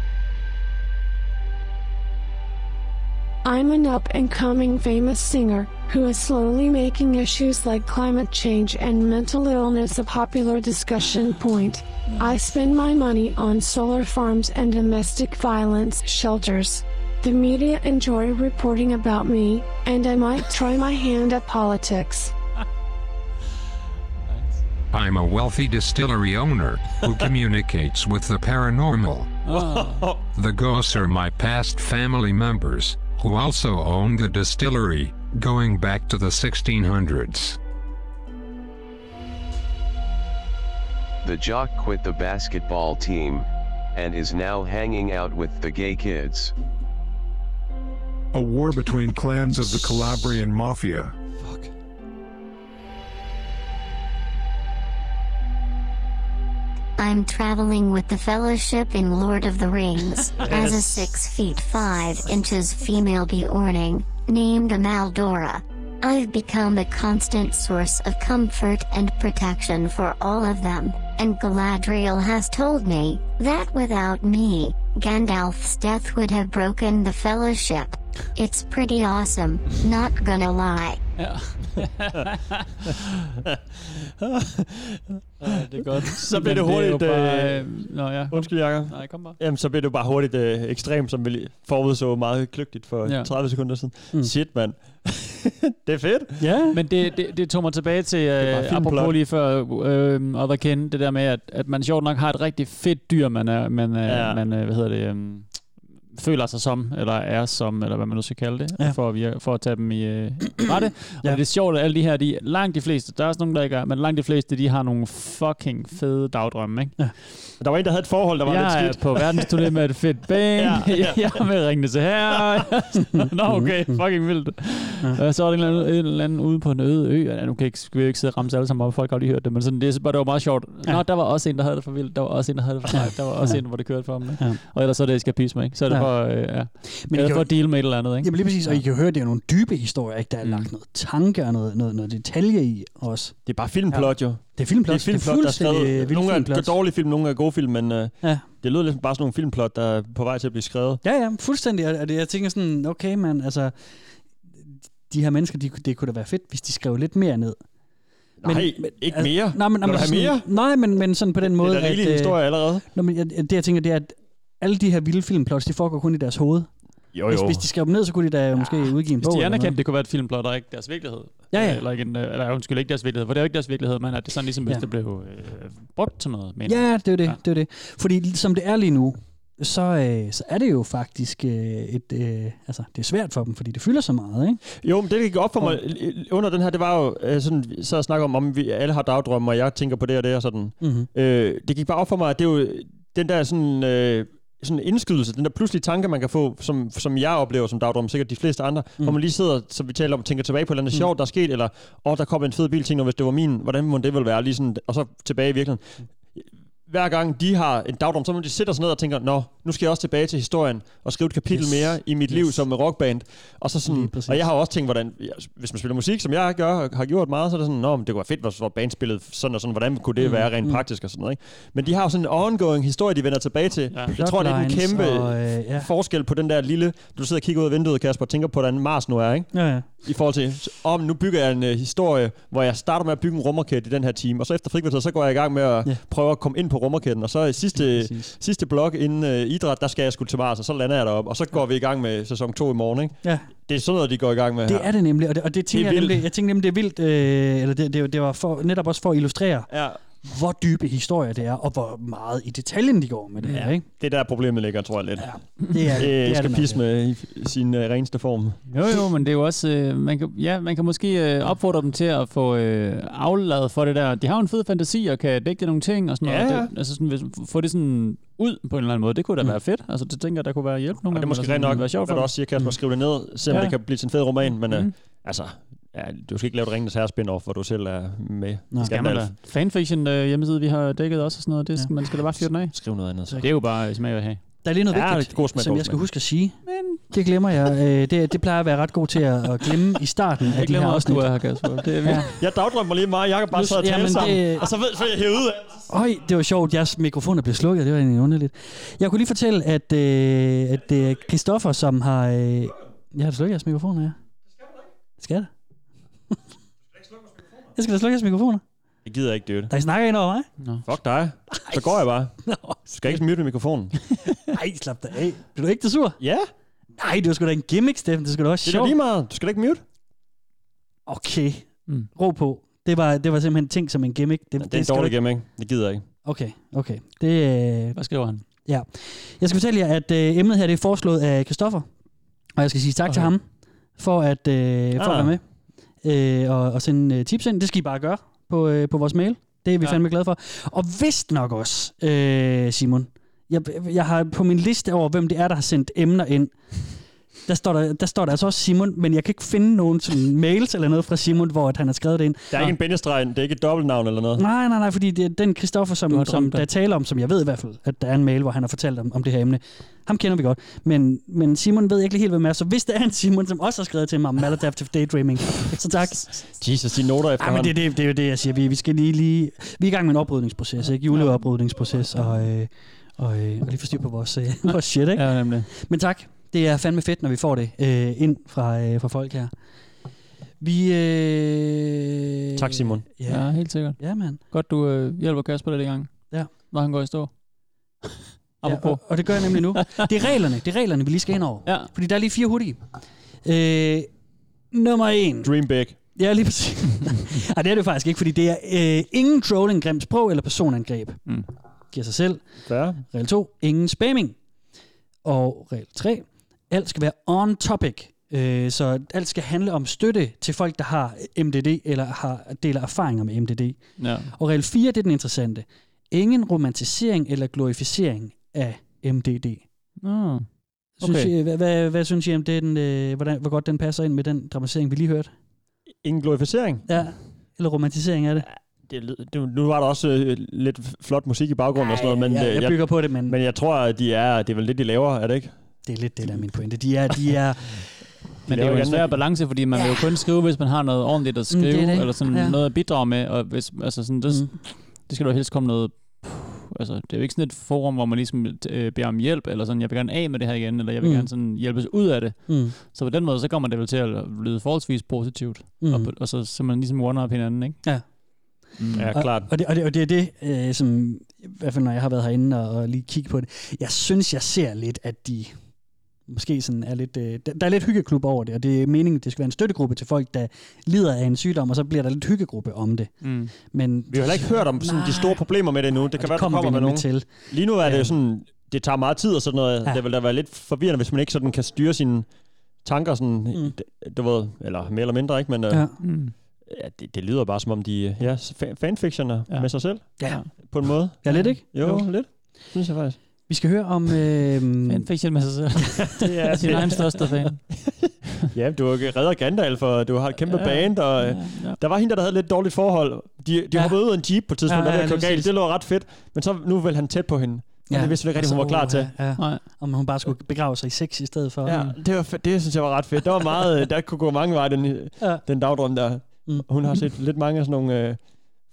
I'm an up and coming famous singer who is slowly making issues like climate change and mental illness a popular discussion point. I spend my money on solar farms and domestic violence shelters. The media enjoy reporting about me, and I might try my hand at politics. I'm a wealthy distillery owner who communicates with the paranormal. The ghosts are my past family members who also own the distillery, going back to the 1600s. The jock quit the basketball team and is now hanging out with the gay kids. A war between clans of the Calabrian Mafia. I'm traveling with the Fellowship in Lord of the Rings as a 6 feet 5 inches female Bjorning, named Maldora. I've become a constant source of comfort and protection for all of them, and Galadriel has told me that without me, Gandalf's death would have broken the Fellowship. It's pretty awesome, not gonna lie. Ej, det er godt. Så bliver Men det hurtigt... er jo Bare, bare, øh, nå ja. Undskyld, Jacob. Nej, kom bare. Jamen, så blev det jo bare hurtigt øh, ekstremt, som vi lige forudså meget kløgtigt for Ja. ja. 30 sekunder siden. Mm. Shit, mand. det er fedt. Ja. Men det, det, det tog mig tilbage til, bare øh, fint apropos plot. lige før øh, Other Ken, det der med, at, at man sjovt nok har et rigtig fedt dyr, man, er, man, ja. Ja. man øh, hvad hedder det, øh, føler sig som, eller er som, eller hvad man nu skal kalde det, ja. Ja. for, at vir- for at tage dem i øh, rette. ja. Og det er sjovt, at alle de her, de, langt de fleste, der er også nogen, der ikke er, men langt de fleste, de har nogle fucking fede dagdrømme, ikke? Ja. Der var en, der havde et forhold, der var jeg lidt er skidt. på verdensturné med et fedt band. ja, Ja, ja. ja. Jeg er med ringende til her. Nå, okay. Fucking vildt. Ja. Så var der en eller, anden, en eller anden ude på en øde ø. Ja, nu kan jeg ikke, skal vi jo ikke sidde og ramse alle sammen op. Folk har lige hørt det. Men sådan, det, er bare, det var meget sjovt. Ja. Nå, der var også en, der havde det for vildt. Der var også en, der havde det for sejt. Der var også en, hvor det kørte for ham. Ikke? Ja. Og ellers så er det eskapisme. Ikke? Så er det Ja. ja. for, øh, ja. I Men glad kan for jo- at deal med et eller andet, ikke? Jamen lige præcis, og I Ja. Mm. kan jo høre, det er nogle dybe historier, ikke? der er lagt noget tanke og noget, noget, noget detalje i også. Det er bare filmplot, jo. Det er filmplot. Det er filmplot, der er fuldstændig skrevet. vildt Nogle er filmplot. dårlige film, nogle er gode film, men øh, Ja. det lyder lidt bare sådan nogle filmplot, der er på vej til at blive skrevet. Ja, ja, fuldstændig. Og- Og det, jeg tænker sådan, okay, man, altså, de her mennesker, de, kunne- det kunne da være fedt, hvis de skrev lidt mere ned. Nej, ikke al- mere? Altså, Nej, men, Vil du have sådan, mere? Nej, men, men sådan på den måde... da rigelig øh, historie allerede. Nå, men jeg, det, jeg tænker, det er, at alle de her vilde filmplots, de foregår kun i deres hoved. Jo, Hvis, jo. hvis de skrev dem ned, så kunne de da ja, måske udgive en Hvis bog. de eller anerkendte, noget. det kunne være et filmplot, og ikke deres virkelighed. Ja, ja. Øh, Eller, ikke en, øh, eller undskyld, ikke deres virkelighed, for det er jo ikke deres virkelighed, men at det sådan ligesom, hvis Ja. ja. det blev øh, brugt til noget, mener Ja, det er jo det, ja. det er jo det. Fordi som det er lige nu, så, øh, så er det jo faktisk øh, et... Øh, altså, det er svært for dem, fordi det fylder så meget, ikke? Jo, men det, der gik op for mig øh, under den her, det var jo øh, sådan, så jeg snakker om, om vi alle har dagdrømme, og jeg tænker på det og det og sådan. Mhm. Øh, det gik bare op for mig, at det er jo den der sådan, øh, sådan indskydelse, den der pludselige tanke, man kan få, som, som jeg oplever som dagdrøm, sikkert de fleste andre, mm. hvor man lige sidder, som vi taler om, tænker tilbage på et eller andet mm. sjovt, der er sket, eller åh, der kom en fed bil, tænker, hvis det var min, hvordan må det ville være, lige sådan, og så tilbage i virkeligheden. Hver gang de har en dagdrøm, så må de sætte sig ned og tænker, nå, nu skal jeg også tilbage til historien og skrive et kapitel Yes. yes. mere i mit yes. liv Yes. som rockband. Og så sådan, og jeg har jo også tænkt, hvordan, hvis man spiller musik, som jeg gør, og har gjort meget, så er det sådan, nå, men det kunne være fedt, hvis vores band spillede sådan og sådan, hvordan kunne det Mm, mm, være mm. rent mm. praktisk og sådan noget. Ikke? Men de har jo sådan en ongoing historie, de vender tilbage til. Ja. Jeg tror, det er en Plotlines kæmpe og, og, øh, øh, ja. forskel på den der lille, du sidder og kigger ud af vinduet, Kasper, og tænker på, hvordan Mars nu er, ikke? Ja, ja. I forhold til, s- om nu bygger jeg en øh, historie, hvor jeg starter med at bygge en rumraket i den her time, og så efter frikvarteret, så går jeg i gang med at Ja. ja. prøve at komme ind på rumraketten, og så i sidste, sidste blok inden øh, idræt, der skal jeg skulle til Mars, og så lander jeg derop, og så går vi i gang med sæson 2 i morgen, ikke? Ja. Det er sådan noget, de går i gang med Det her. er det nemlig, og det, og det tænker Det det jeg er vildt. nemlig, jeg tænker nemlig, det er vildt, øh, eller det, det, det var for, netop også for at illustrere, ja. hvor dybe historier det er, og hvor meget i detaljen de går med det her, ikke? Det er der problemet ligger, tror jeg lidt. Ja. Det er- det er øh, det skal nok, pisse med i f- sin øh, reneste form. Jo, jo, men det er jo også, øh, man, kan, ja, man kan måske øh, opfordre dem til at få øh, afladet for det der. De har jo en fed fantasi og kan dække nogle ting og sådan Ja, noget. ja. Det, altså sådan, hvis, få det sådan ud på en eller anden måde, det kunne da være fedt. Altså det tænker jeg, der kunne være hjælp nogle Og det er gange, måske eller rent sådan, nok, være sjovt hvad for du dem. Mm. også siger, Kasper, skrive det ned, se om Ja. det kan blive til en fed roman, men Mhm. øh, altså, ja, du skal ikke lave et ringenes herrespind over, hvor du selv er med. Nå, skal man da. Fanfiction øh, hjemmeside, vi har dækket også og sådan noget, det, ja. man skal da bare fyre den af. Skriv noget andet. Det er jo bare øh, smag at have. Der er lige noget Ja, vigtigt, god smag, som god jeg skal smag. huske at sige. Men... Det glemmer jeg. Øh, det, det plejer at være ret god til at, at glemme i starten af de her glemmer også, afsnit. du er her, Kasper. Det er ja. virkelig- Jeg dagdrømmer lige meget, jeg kan bare Nu- sidde og tale jamen, sammen, det- og så ved så er jeg hævet ud af det. Øj, det var sjovt. Jeres mikrofon er blevet slukket. Det var egentlig underligt. Jeg kunne lige fortælle, at, øh, at det er Christoffer, som har... Øh, jeg har da slukket jeres mikrofoner, ja. Skal jeg da? Jeg skal da slukke jeres mikrofoner. Jeg gider ikke det. Der I snakker ind over mig. Nå. Fuck dig. Så går jeg bare. Du skal ikke smyrte med mikrofonen. Nej, slap dig af. Bliver du ikke det sur? Ja. Nej, det var sgu da en gimmick, Steffen. Det skulle da også Det er da sjovt. lige meget. Du skal da ikke mute. Okay. Mm. Ro på. Det var, det var simpelthen ting som en gimmick. Det, Det er en skal du dårlig ikke- gimmick. Det gider jeg ikke. Okay, okay. Det, øh, Hvad skriver han? Ja. Jeg skal fortælle jer, at øh, emnet her det er foreslået af Christoffer. Og jeg skal sige tak okay. til ham for at, øh, for at være Ah. med øh, og, og sende øh, tips ind. Det skal I bare gøre på, øh, på vores mail. Det er vi ja. fandme glade for. Og vist nok også, øh, Simon, jeg, jeg har på min liste over, hvem det er, der har sendt emner ind, der står der, der, står der altså også Simon, men jeg kan ikke finde nogen sådan, mails eller noget fra Simon, hvor at han har skrevet det ind. Der er ikke en bindestreg, det er ikke et dobbeltnavn eller noget. Nej, nej, nej, fordi det er den Christoffer, som, som der taler om, som jeg ved i hvert fald, at der er en mail, hvor han har fortalt om, om det her emne. Ham kender vi godt. Men, men Simon ved ikke lige helt, hvem er. Så hvis det er en Simon, som også har skrevet til mig om maladaptive daydreaming, så tak. Jesus, de noter Ej, men efterhånden. det, det, det, er jo det, jeg siger. Vi, vi skal lige, lige... Vi er i gang med en oprydningsproces, ikke? Juleoprydningsproces, og, øh, og, øh, og lige få styr på vores, øh, vores shit, ikke? Ja, nemlig. Men tak. Det er fandme fedt, når vi får det øh, ind fra, øh, fra folk her. Vi... Øh, Tak, Simon. Ja. Ja, helt sikkert. Ja, mand. Godt, du øh, hjælper Kasper lidt i gang. Ja. Når han går i stå. Ja, og, og det gør jeg nemlig nu. Det er reglerne, det er reglerne, vi lige skal ind over. Ja. Fordi der er lige fire hurtige. Øh, nummer en. Dream big. Ja, lige præcis. Ej, det er det faktisk ikke, fordi det er øh, ingen trolling, grimt sprog eller personangreb. Mm. Giver sig selv. Ja. Regel 2, ingen spamming. Og regel 3, alt skal være on topic. Øh, så alt skal handle om støtte til folk, der har MDD eller har, deler erfaringer med MDD. Ja. Og regel 4, det er den interessante. Ingen romantisering eller glorificering af MDD. Nå. Synes Okay. I, hvad, hvad, hvad synes I om det, den, øh, hvordan, hvor godt den passer ind med den dramatisering, vi lige hørte? Ingen glorificering? Ja, eller romantisering af det. det, lød- det, nu var der også øh, lidt flot musik i baggrunden og sådan noget, men ja, øh, jeg bygger på det, men... Men jeg tror, at de er, det er vel det, de laver, er det ikke? Det er lidt det, der er min pointe. De er, de er Men det er jo en svær balance, fordi man vil jo kun skrive, hvis man har noget ordentligt at Mm, det er skrive, mm, det. eller sådan Ja. ja. noget at bidrage med, og hvis, altså sådan, det, mm. det skal du helst komme noget, altså det er jo ikke sådan et forum, hvor man ligesom øh, beder om hjælp, eller sådan, jeg vil gerne af med det her igen, eller jeg vil Mm. mm. gerne sådan hjælpes ud af det. Mm. Så på den måde, så kommer det vel til at lyde forholdsvis positivt, Mm. mm. og, på- og så, så man ligesom one-up hinanden, ikke? Ja. Mm. Og- Og det, og det, og det er det, øh, som, i hvert fald når jeg har været herinde og, og lige kigge på det, jeg synes, jeg ser lidt, at de måske sådan er lidt, øh, der, der er lidt hyggeklub over det, og det er meningen, at det skal være en støttegruppe til folk, der lider af en sygdom, og så bliver der lidt hyggegruppe om det. Mm. Men Vi har heller ikke hørt om sådan, de store problemer med det nu. Det kan det være, der kommer vi kommer med nogen. nemlig til. Lige nu er det Ja. jo sådan, det tager meget tid og sådan noget. Ja. Ja. Det vil da være lidt forvirrende, hvis man ikke sådan kan styre sine tanker sådan, Mm. mm. du ved, eller mere eller mindre, ikke? Men Ja. ja. Mm. Ja, det, det, lyder bare som om de, øh, ja, s- fa- fanfictioner ja. med sig selv. Ja. På en måde. Ja, lidt, ikke? Jo, Jo. jo. lidt. Synes jeg faktisk. Vi skal høre om... Øh, Fanfiction med sig selv. det er sin egen største fan. ja, du redder Gandalf, og du har et kæmpe Ja, ja, band, og ja, ja. der var hende, der, der havde lidt dårligt forhold. De, de ja. hoppede ud af en jeep på et tidspunkt, Ja, ja, ja, ja, der lige gik galt. præcis. Det lå ret fedt, men så nu vil han tæt på hende. Ja. Og det vidste vi ikke rigtig, hun var klar til. Ja, ja. Nej. Om Altså, hun bare skulle begrave sig i sex i stedet for. Ja, det, var, fe- det synes jeg var ret fedt. Der var meget, øh, der kunne gå mange veje, den, ja. den dagdrøm der. Mm. Hun har set lidt mange af sådan nogle øh,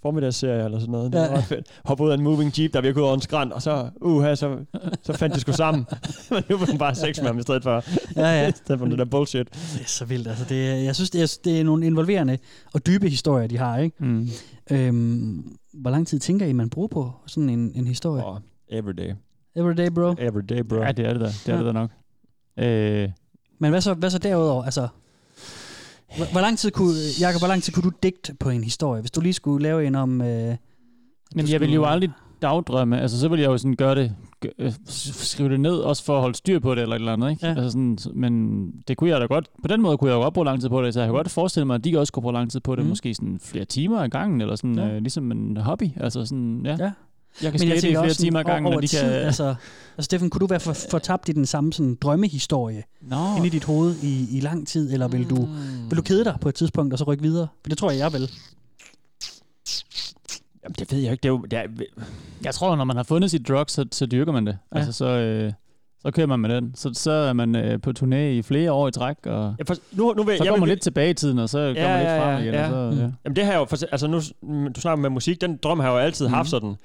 formiddagsserier eller sådan noget. Det Ja. var ret fedt. Hoppe ud af en moving jeep, der virkede over en skrand, og så, uha, så, så fandt de sgu sammen. Men nu vil hun bare have sex med ham i stedet for, Ja, ja. i stedet for det der bullshit. Det er så vildt. Altså, det er, jeg synes, det er, det er nogle involverende og dybe historier, de har. Ikke? Mm. Øhm, hvor lang tid tænker I, man bruger på sådan en, en historie? Oh. Everyday. Everyday, bro. Everyday, bro. Ja, det er det da. Det er Ja. det da nok. Øh, Men hvad så, hvad så derudover? Altså, hvor, hvor lang tid kunne, Jacob, hvor lang tid kunne du digte på en historie, hvis du lige skulle lave en om... Øh, at du Men jeg skulle- vil jo aldrig dagdrømme. Altså, så vil jeg jo sådan gøre det, gø- øh, s- skrive det ned, også for at holde styr på det eller et eller andet, ikke? Ja. Altså sådan, s- men det kunne jeg da godt, på den måde kunne jeg jo godt bruge lang tid på det, så jeg kan godt forestille mig, at de også kunne bruge lang tid på det, Mhm. mm. måske sådan flere timer ad gangen, eller sådan, Ja. ja. øh, ligesom en hobby, altså sådan, ja. ja. Jeg kan Men skate i tænker flere også sådan timer ad over- gangen, over og de tid, kan... Øh. Altså, altså Steffen, kunne du være for, fortabt i den samme sådan, drømmehistorie Nå. Mm. inde i dit hoved i, i lang tid, eller vil du, vil du kede dig på et tidspunkt, og så rykke videre? For det tror jeg, jeg vil. Jamen, det ved jeg ikke. Det er jo, det er, Jeg tror, når man har fundet sit drug, så, så dyrker man det. Ja. Ja. Altså, så, øh, så kører man med den. Så, så er man øh, på turné i flere år i træk, og jeg for, nu, nu vil, så jeg kommer vil- man lidt tilbage i tiden, og så kommer man lidt frem igen. Ja. Mm. Og så, ja. Jamen det har jeg jo, for, altså nu, mm, du snakker med musik, den drøm har jeg jo altid mm. haft sådan,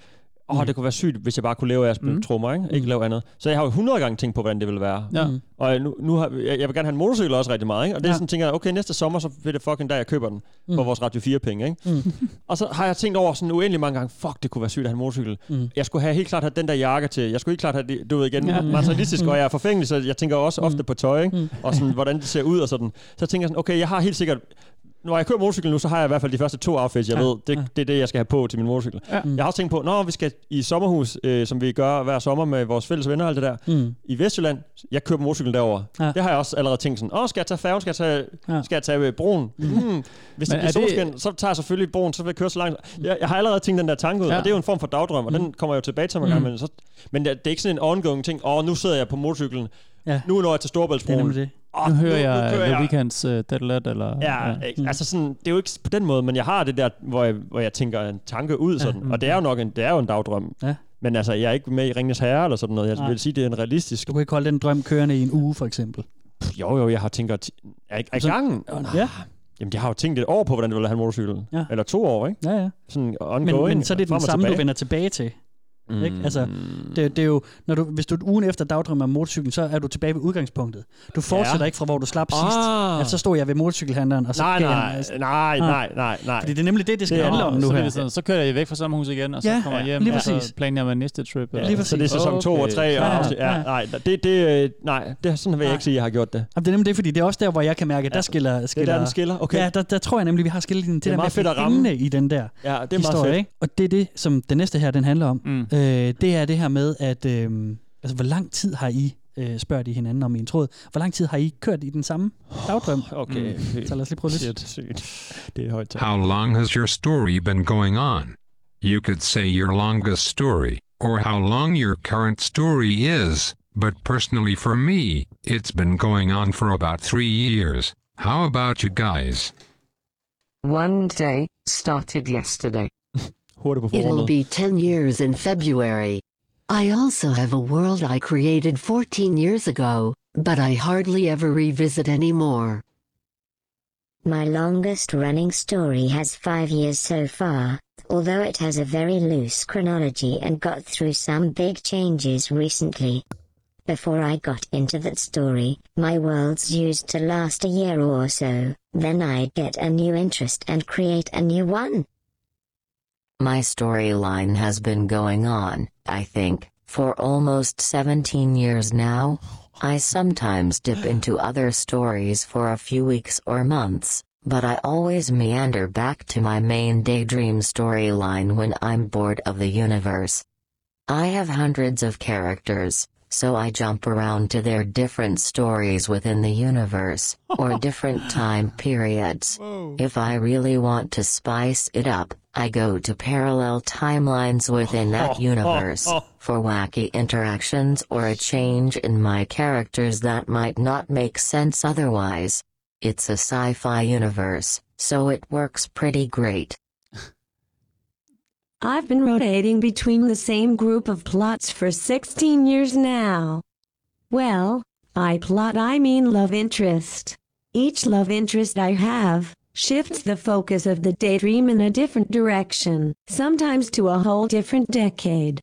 åh, oh, det kunne være sygt, hvis jeg bare kunne leve af at spille mm. trommer, ikke? ikke lave andet. Så jeg har jo 100 gange tænkt på, hvordan det ville være. Ja. Mm. Og nu, nu har, jeg, jeg vil gerne have en motorcykel også rigtig meget, ikke? og det er Ja. sådan, tænker jeg, okay, næste sommer, så vil det fucking dag, jeg køber den Mm. for vores Radio 4-penge. Ikke? Mm. og så har jeg tænkt over sådan uendelig mange gange, fuck, det kunne være sygt at have en motorcykel. Mm. Jeg skulle have helt klart have den der jakke til, jeg skulle helt klart have, det, du ved igen, Ja. ja. materialistisk, Mm. og jeg er forfængelig, så jeg tænker også ofte på tøj, ikke? og sådan, hvordan det ser ud og sådan. Så tænker jeg sådan, okay, jeg har helt sikkert, når jeg kører motorcykel nu, så har jeg i hvert fald de første to outfits, jeg Ja. ja. ved, det, det er det, jeg skal have på til min motorcykel. Ja. Ja. Jeg har også tænkt på, når vi skal i sommerhus, øh, som vi gør hver sommer med vores fælles venner og alt det der, Mm. i Vestjylland, jeg kører på motorcykel derover. Ja. Ja. Det har jeg også allerede tænkt sådan, åh, skal jeg tage færgen, skal jeg tage, ja. skal jeg tage øh, broen? Mm. Mm. Hvis Men det er bliver det- solskin, så tager jeg selvfølgelig broen, så vil jeg køre så langt. Jeg, jeg har allerede tænkt den der tanke ud, Ja. ja. og det er jo en form for dagdrøm, og den kommer jeg jo tilbage til mig mm. Mm. gang, men, så, men det, det er ikke sådan en ongoing ting, åh, nu sidder jeg på motorcyklen, ja. nu når jeg til Storebæltsbroen. Det er nemlig Åh, nu hører Ah, nu- nu jeg kører The jeg- Weeknd's uh, Dead Let, eller... Ah, Ja, ja. altså sådan, det er jo ikke på den måde, men jeg har det der, hvor jeg, hvor jeg tænker en tanke ud sådan, mm. og det er jo nok en, det er jo en dagdrøm. Ja. Men altså, jeg er ikke med i Ringens Herre eller sådan noget. Jeg Nej. Nej. vil sige, det er en realistisk... Du kan ikke holde den drøm kørende i en uge, for eksempel. Pff, Jo, jo, jeg har tænkt... at- Er ikke er i gangen? Ja. Jamen, jeg har jo tænkt et år på, hvordan det ville have en motorcykel. Ja. Eller to år, ikke? Ja, ja. Sådan Men, ongoing. men så er det frem den og samme, tilbage. du vender tilbage til. Mm. Ikke? Mm. Altså, det, det er jo, når du, hvis du ugen efter dagdrømmer om motorcyklen, så er du tilbage ved udgangspunktet. Du fortsætter Ja. ikke fra, hvor du slap sidst. Ah. At så stod jeg ved motorcykelhandleren, og så Nej, gav jeg- nej, nej, nej, nej, nej. Fordi det er nemlig det, det skal Det er- handle om nu Ah. så, er her. det sådan, så kører jeg væk fra sommerhus igen, og så Ja, kommer jeg ja, hjem, lige og så præcis. planer jeg min næste trip. Ja, og- lige Så det er sæson 2 og 3 Okay. og afsnit. Ja, nej, det, det, øh, nej, det er sådan vil jeg ikke sige, at jeg har gjort det. Jamen, det er nemlig det, fordi det er også der, hvor jeg kan mærke, at der skiller... skiller den skiller, okay. Ja, der, der tror jeg nemlig, vi har skillet den. Det, Det er der meget med fedt at blive ramme. inde i den der Ja, det er meget historie, fedt. Ikke? Og det er det, som den næste her, den handler om. Mm. Øh, det er det her med, at... Øh, altså, hvor lang tid har I, øh, spørger de hinanden om i en tråd, hvor lang tid har I kørt i den samme dagdrøm? Oh, Mm. Okay. Så lad os lige prøve lidt. Sygt. Det er et højt tal. How long has your story been going on? You could say your longest story, or how long your current story is, but personally for me, it's been going on for about three years. How about you guys? One day, started yesterday. Hurtigt på It'll forummet. be 10 years in February. I also have a world I created 14 years ago, but I hardly ever revisit anymore. My longest running story has five years so far, although it has a very loose chronology and got through some big changes recently. Before I got into that story, my worlds used to last a year or so, then I'd get a new interest and create a new one. My storyline has been going on, I think, for almost 17 years now. I sometimes dip into other stories for a few weeks or months, but I always meander back to my main daydream storyline when I'm bored of the universe. I have hundreds of characters, so I jump around to their different stories within the universe, or different time periods. If I really want to spice it up, I go to parallel timelines within that universe for wacky interactions or a change in my characters that might not make sense otherwise. It's a sci fi universe, so it works pretty great. I've been rotating between the same group of plots for 16 years now. Well, by plot I mean love interest. Each love interest I have shifts the focus of the daydream in a different direction, sometimes to a whole different decade.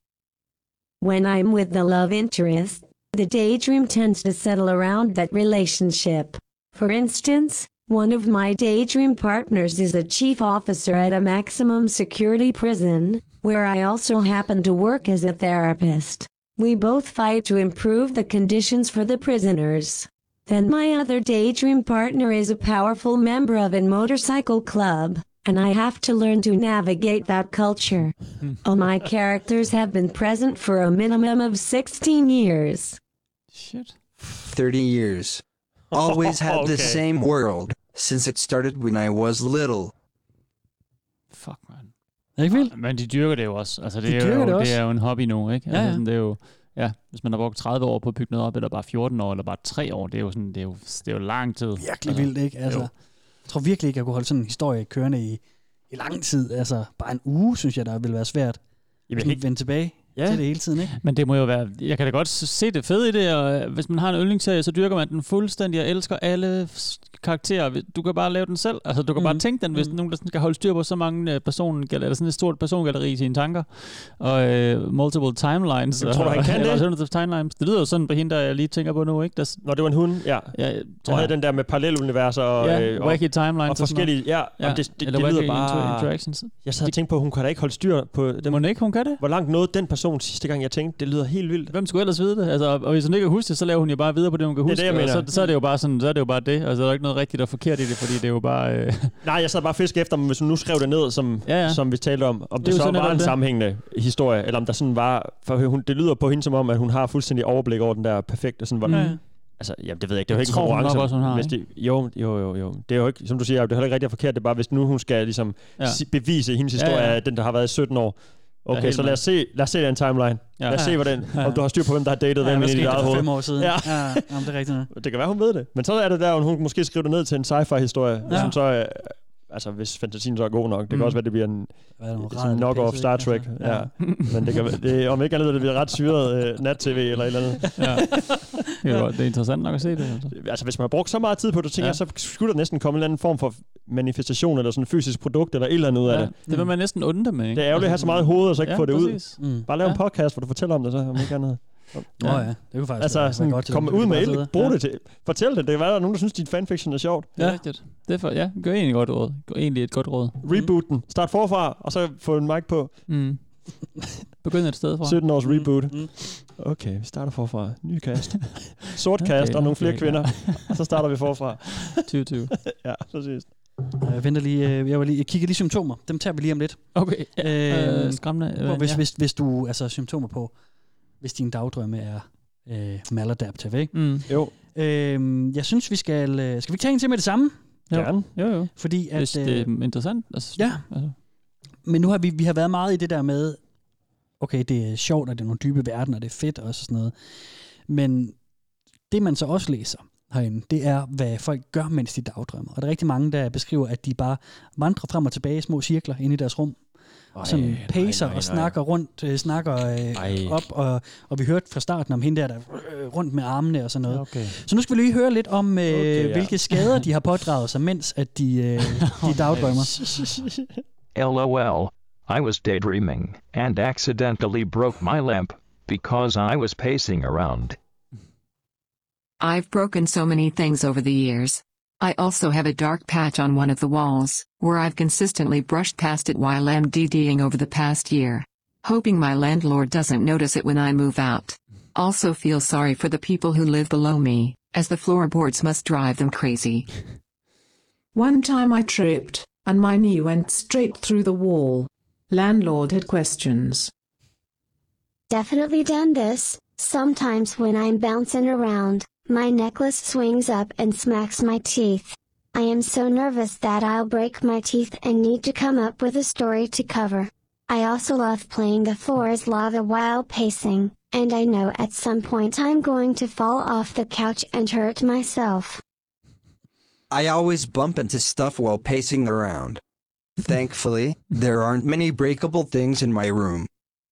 When I'm with the love interest, the daydream tends to settle around that relationship. For instance, one of my daydream partners is a chief officer at a maximum security prison, where I also happen to work as a therapist. We both fight to improve the conditions for the prisoners. Then my other daydream partner is a powerful member of a motorcycle club, and I have to learn to navigate that culture. All my characters have been present for a minimum of 16 years. Shit. 30 years. Always had the Okay. same world since it started when I was little. Fuck, man. Ikke vildt? Men de dyrker det jo også. Altså, det, De de er, dyrker jo, det det, også. er jo en hobby nu, ikke? Ja, Altså, ja. Sådan, det er jo, ja, hvis man har brugt 30 år på at bygge noget op, eller bare 14 år, eller bare 3 år, det er jo, sådan, det er jo, det er jo lang tid. Virkelig Virkelig vildt, ikke? Altså, jeg tror virkelig ikke, jeg kunne holde sådan en historie kørende i, i lang tid. Altså, bare en uge, synes jeg, der ville være svært. Jamen, Jamen, jeg sådan, kan vende tilbage Ja. ja. til det hele tiden, ikke? Men det må jo være... Jeg kan da godt se det fede i det, og øh, hvis man har en yndlingsserie, så dyrker man den fuldstændig. Jeg elsker alle s- karakterer. Du kan bare lave den selv. Altså, du kan Mhm. mm. bare tænke den, hvis mm. nogen der sådan skal holde styr på så mange øh, person, eller sådan et stort persongalleri i sine tanker, og øh, multiple timelines. Jeg tror du, og, han kan eller det? Alternative timelines. Det lyder jo sådan på hende, der jeg lige tænker på nu, ikke? Der, Når det var en hund, ja. ja jeg tror, havde den der med paralleluniverser og, Ja, øh, og, wacky timelines og og sådan forskellige. noget. Ja, Ja, ja. det, det, eller det lyder wacky inter- bare... interactions. Jeg sad og tænkte på, at hun kan da ikke holde styr på... Dem. Må ikke, hun kan det? Hvor langt nåede den person sidste gang, jeg tænkte, det lyder helt vildt. Hvem skulle ellers vide det? Altså, og hvis hun ikke kan huske det, så laver hun jo bare videre på det, hun kan Det er huske. det, jeg og mener. så, så, er det jo bare sådan, så er det jo bare det. Altså, der er jo ikke noget rigtigt og forkert i det, fordi det er jo bare... Øh, Nej, jeg sad bare og fiskede efter, men hvis hun nu skrev det ned, som, Ja, ja, ja. ja. som vi talte om, om Det er det, jo det så så var netop en det. sammenhængende historie, eller om der sådan var... For hun, det lyder på hende som om, at hun har fuldstændig overblik over den der perfekte... Sådan, hvordan, Ja, ja. Altså, jamen, det ved jeg ikke. Det er jo Jeg ikke en tror hun konkurrence. nok også, hun har, hvis det, jo, jo, jo, jo. Det er jo ikke, som du siger, det er heller ikke rigtigt og forkert. Det er bare, hvis nu hun skal ligesom Ja. ja. bevise, at hendes Ja, historie ja, ja. ja. er den, der har været i 17 år. Ja, Okay, helt så lad os, se, lad os se den timeline. Ja. Ja. Lad os se, hvordan, Ja, ja. om du har styr på, hvem der har datet hvem i dit eget hoved. fem år siden. Ja. ja jamen, det er rigtigt. nok. Det kan være, hun ved det. Men så er det der, hun måske skriver det ned til en sci-fi-historie, ja. hvis hun så øh, Altså, hvis fantasien så er god nok. Det kan Mm. mm. også være, det bliver en, Hvad er det, hun sådan rader en det knock-off pisse, Star ikke? Trek. Altså, Ja. ja. ja. Men det kan, være- det, om ikke andet, det bliver ret syret øh, nat-tv eller et eller andet. Ja. Det er, jo- det er interessant nok at se det. Altså. altså hvis man har brugt så meget tid på det, tænker Ja. ja. jeg, så skulle der næsten komme en eller anden form for manifestation, eller sådan et fysisk produkt, eller et eller andet ud af Ja, det. det vil man næsten undre dem, ikke? Det er ærgerligt at have så meget i hovedet, og så ikke ja, få det præcis. ud. Mm. Bare lav en podcast, hvor du fortæller om det så, om ikke andet. Nå ja, det kunne faktisk være- altså, være sådan, godt til komme dem. Det ud kunne med være et, federe. brug Ja. det til, fortæl det, det kan være, der er nogen, der synes, din fanfiction er sjovt. Det er rigtigt. Det er for, ja, gør egentlig et godt råd. Gør egentlig et godt råd. Mm. Reboot den, start forfra, og så få en mic på. Mm. Begynd et sted fra. 17 Mm. års reboot. Okay, vi starter forfra. Ny cast. Sort Okay, cast og nogle flere okay. kvinder. Og så starter vi forfra. 2020. ja, præcis. Og Jeg venter lige, øh, jeg, var lige, jeg kigger lige symptomer. Dem tager vi lige om lidt. Okay. Ja. Øh, skræmmende, hvor- men hvis, ja. hvis, hvis du altså har symptomer på, hvis din dagdrømme er øh, maladaptive, ikke? Mm. Jo. Øh, jeg synes, vi skal... øh, Skal vi ikke tage en til med det samme? Jo. Gerne. Jo, jo. Fordi at... øh, Hvis det er interessant. Altså, ja. Altså. Men nu har vi, vi har været meget i det der med, okay, det er sjovt, og det er nogle dybe verdener, og det er fedt og sådan noget. Men det, man så også læser herinde, det er, hvad folk gør, mens de dagdrømmer. Og der er rigtig mange, der beskriver, at de bare vandrer frem og tilbage i små cirkler inde i deres rum, og sådan nej, pacer nej, og nej. snakker rundt, øh, snakker Ej. øh, op, og, og vi hørte fra starten om hende der, der øh, rundt med armene og sådan noget. Okay. Så nu skal vi lige høre lidt om, øh, Okay, okay, ja. ja. hvilke skader de har pådraget sig, mens at de, øh, de dagdrømmer. LOL. I was daydreaming and accidentally broke my lamp because I was pacing around. I've broken so many things over the years. I also have a dark patch on one of the walls, where I've consistently brushed past it while MDDing over the past year. Hoping my landlord doesn't notice it when I move out. Also feel sorry for the people who live below me, as the floorboards must drive them crazy. One time I tripped, and my knee went straight through the wall. Landlord had questions. Definitely done this. Sometimes when I'm bouncing around, my necklace swings up and smacks my teeth. I am so nervous that I'll break my teeth and need to come up with a story to cover. I also love playing the floor is lava while pacing, and I know at some point I'm going to fall off the couch and hurt myself. I always bump into stuff while pacing around. Thankfully, there aren't many breakable things in my room.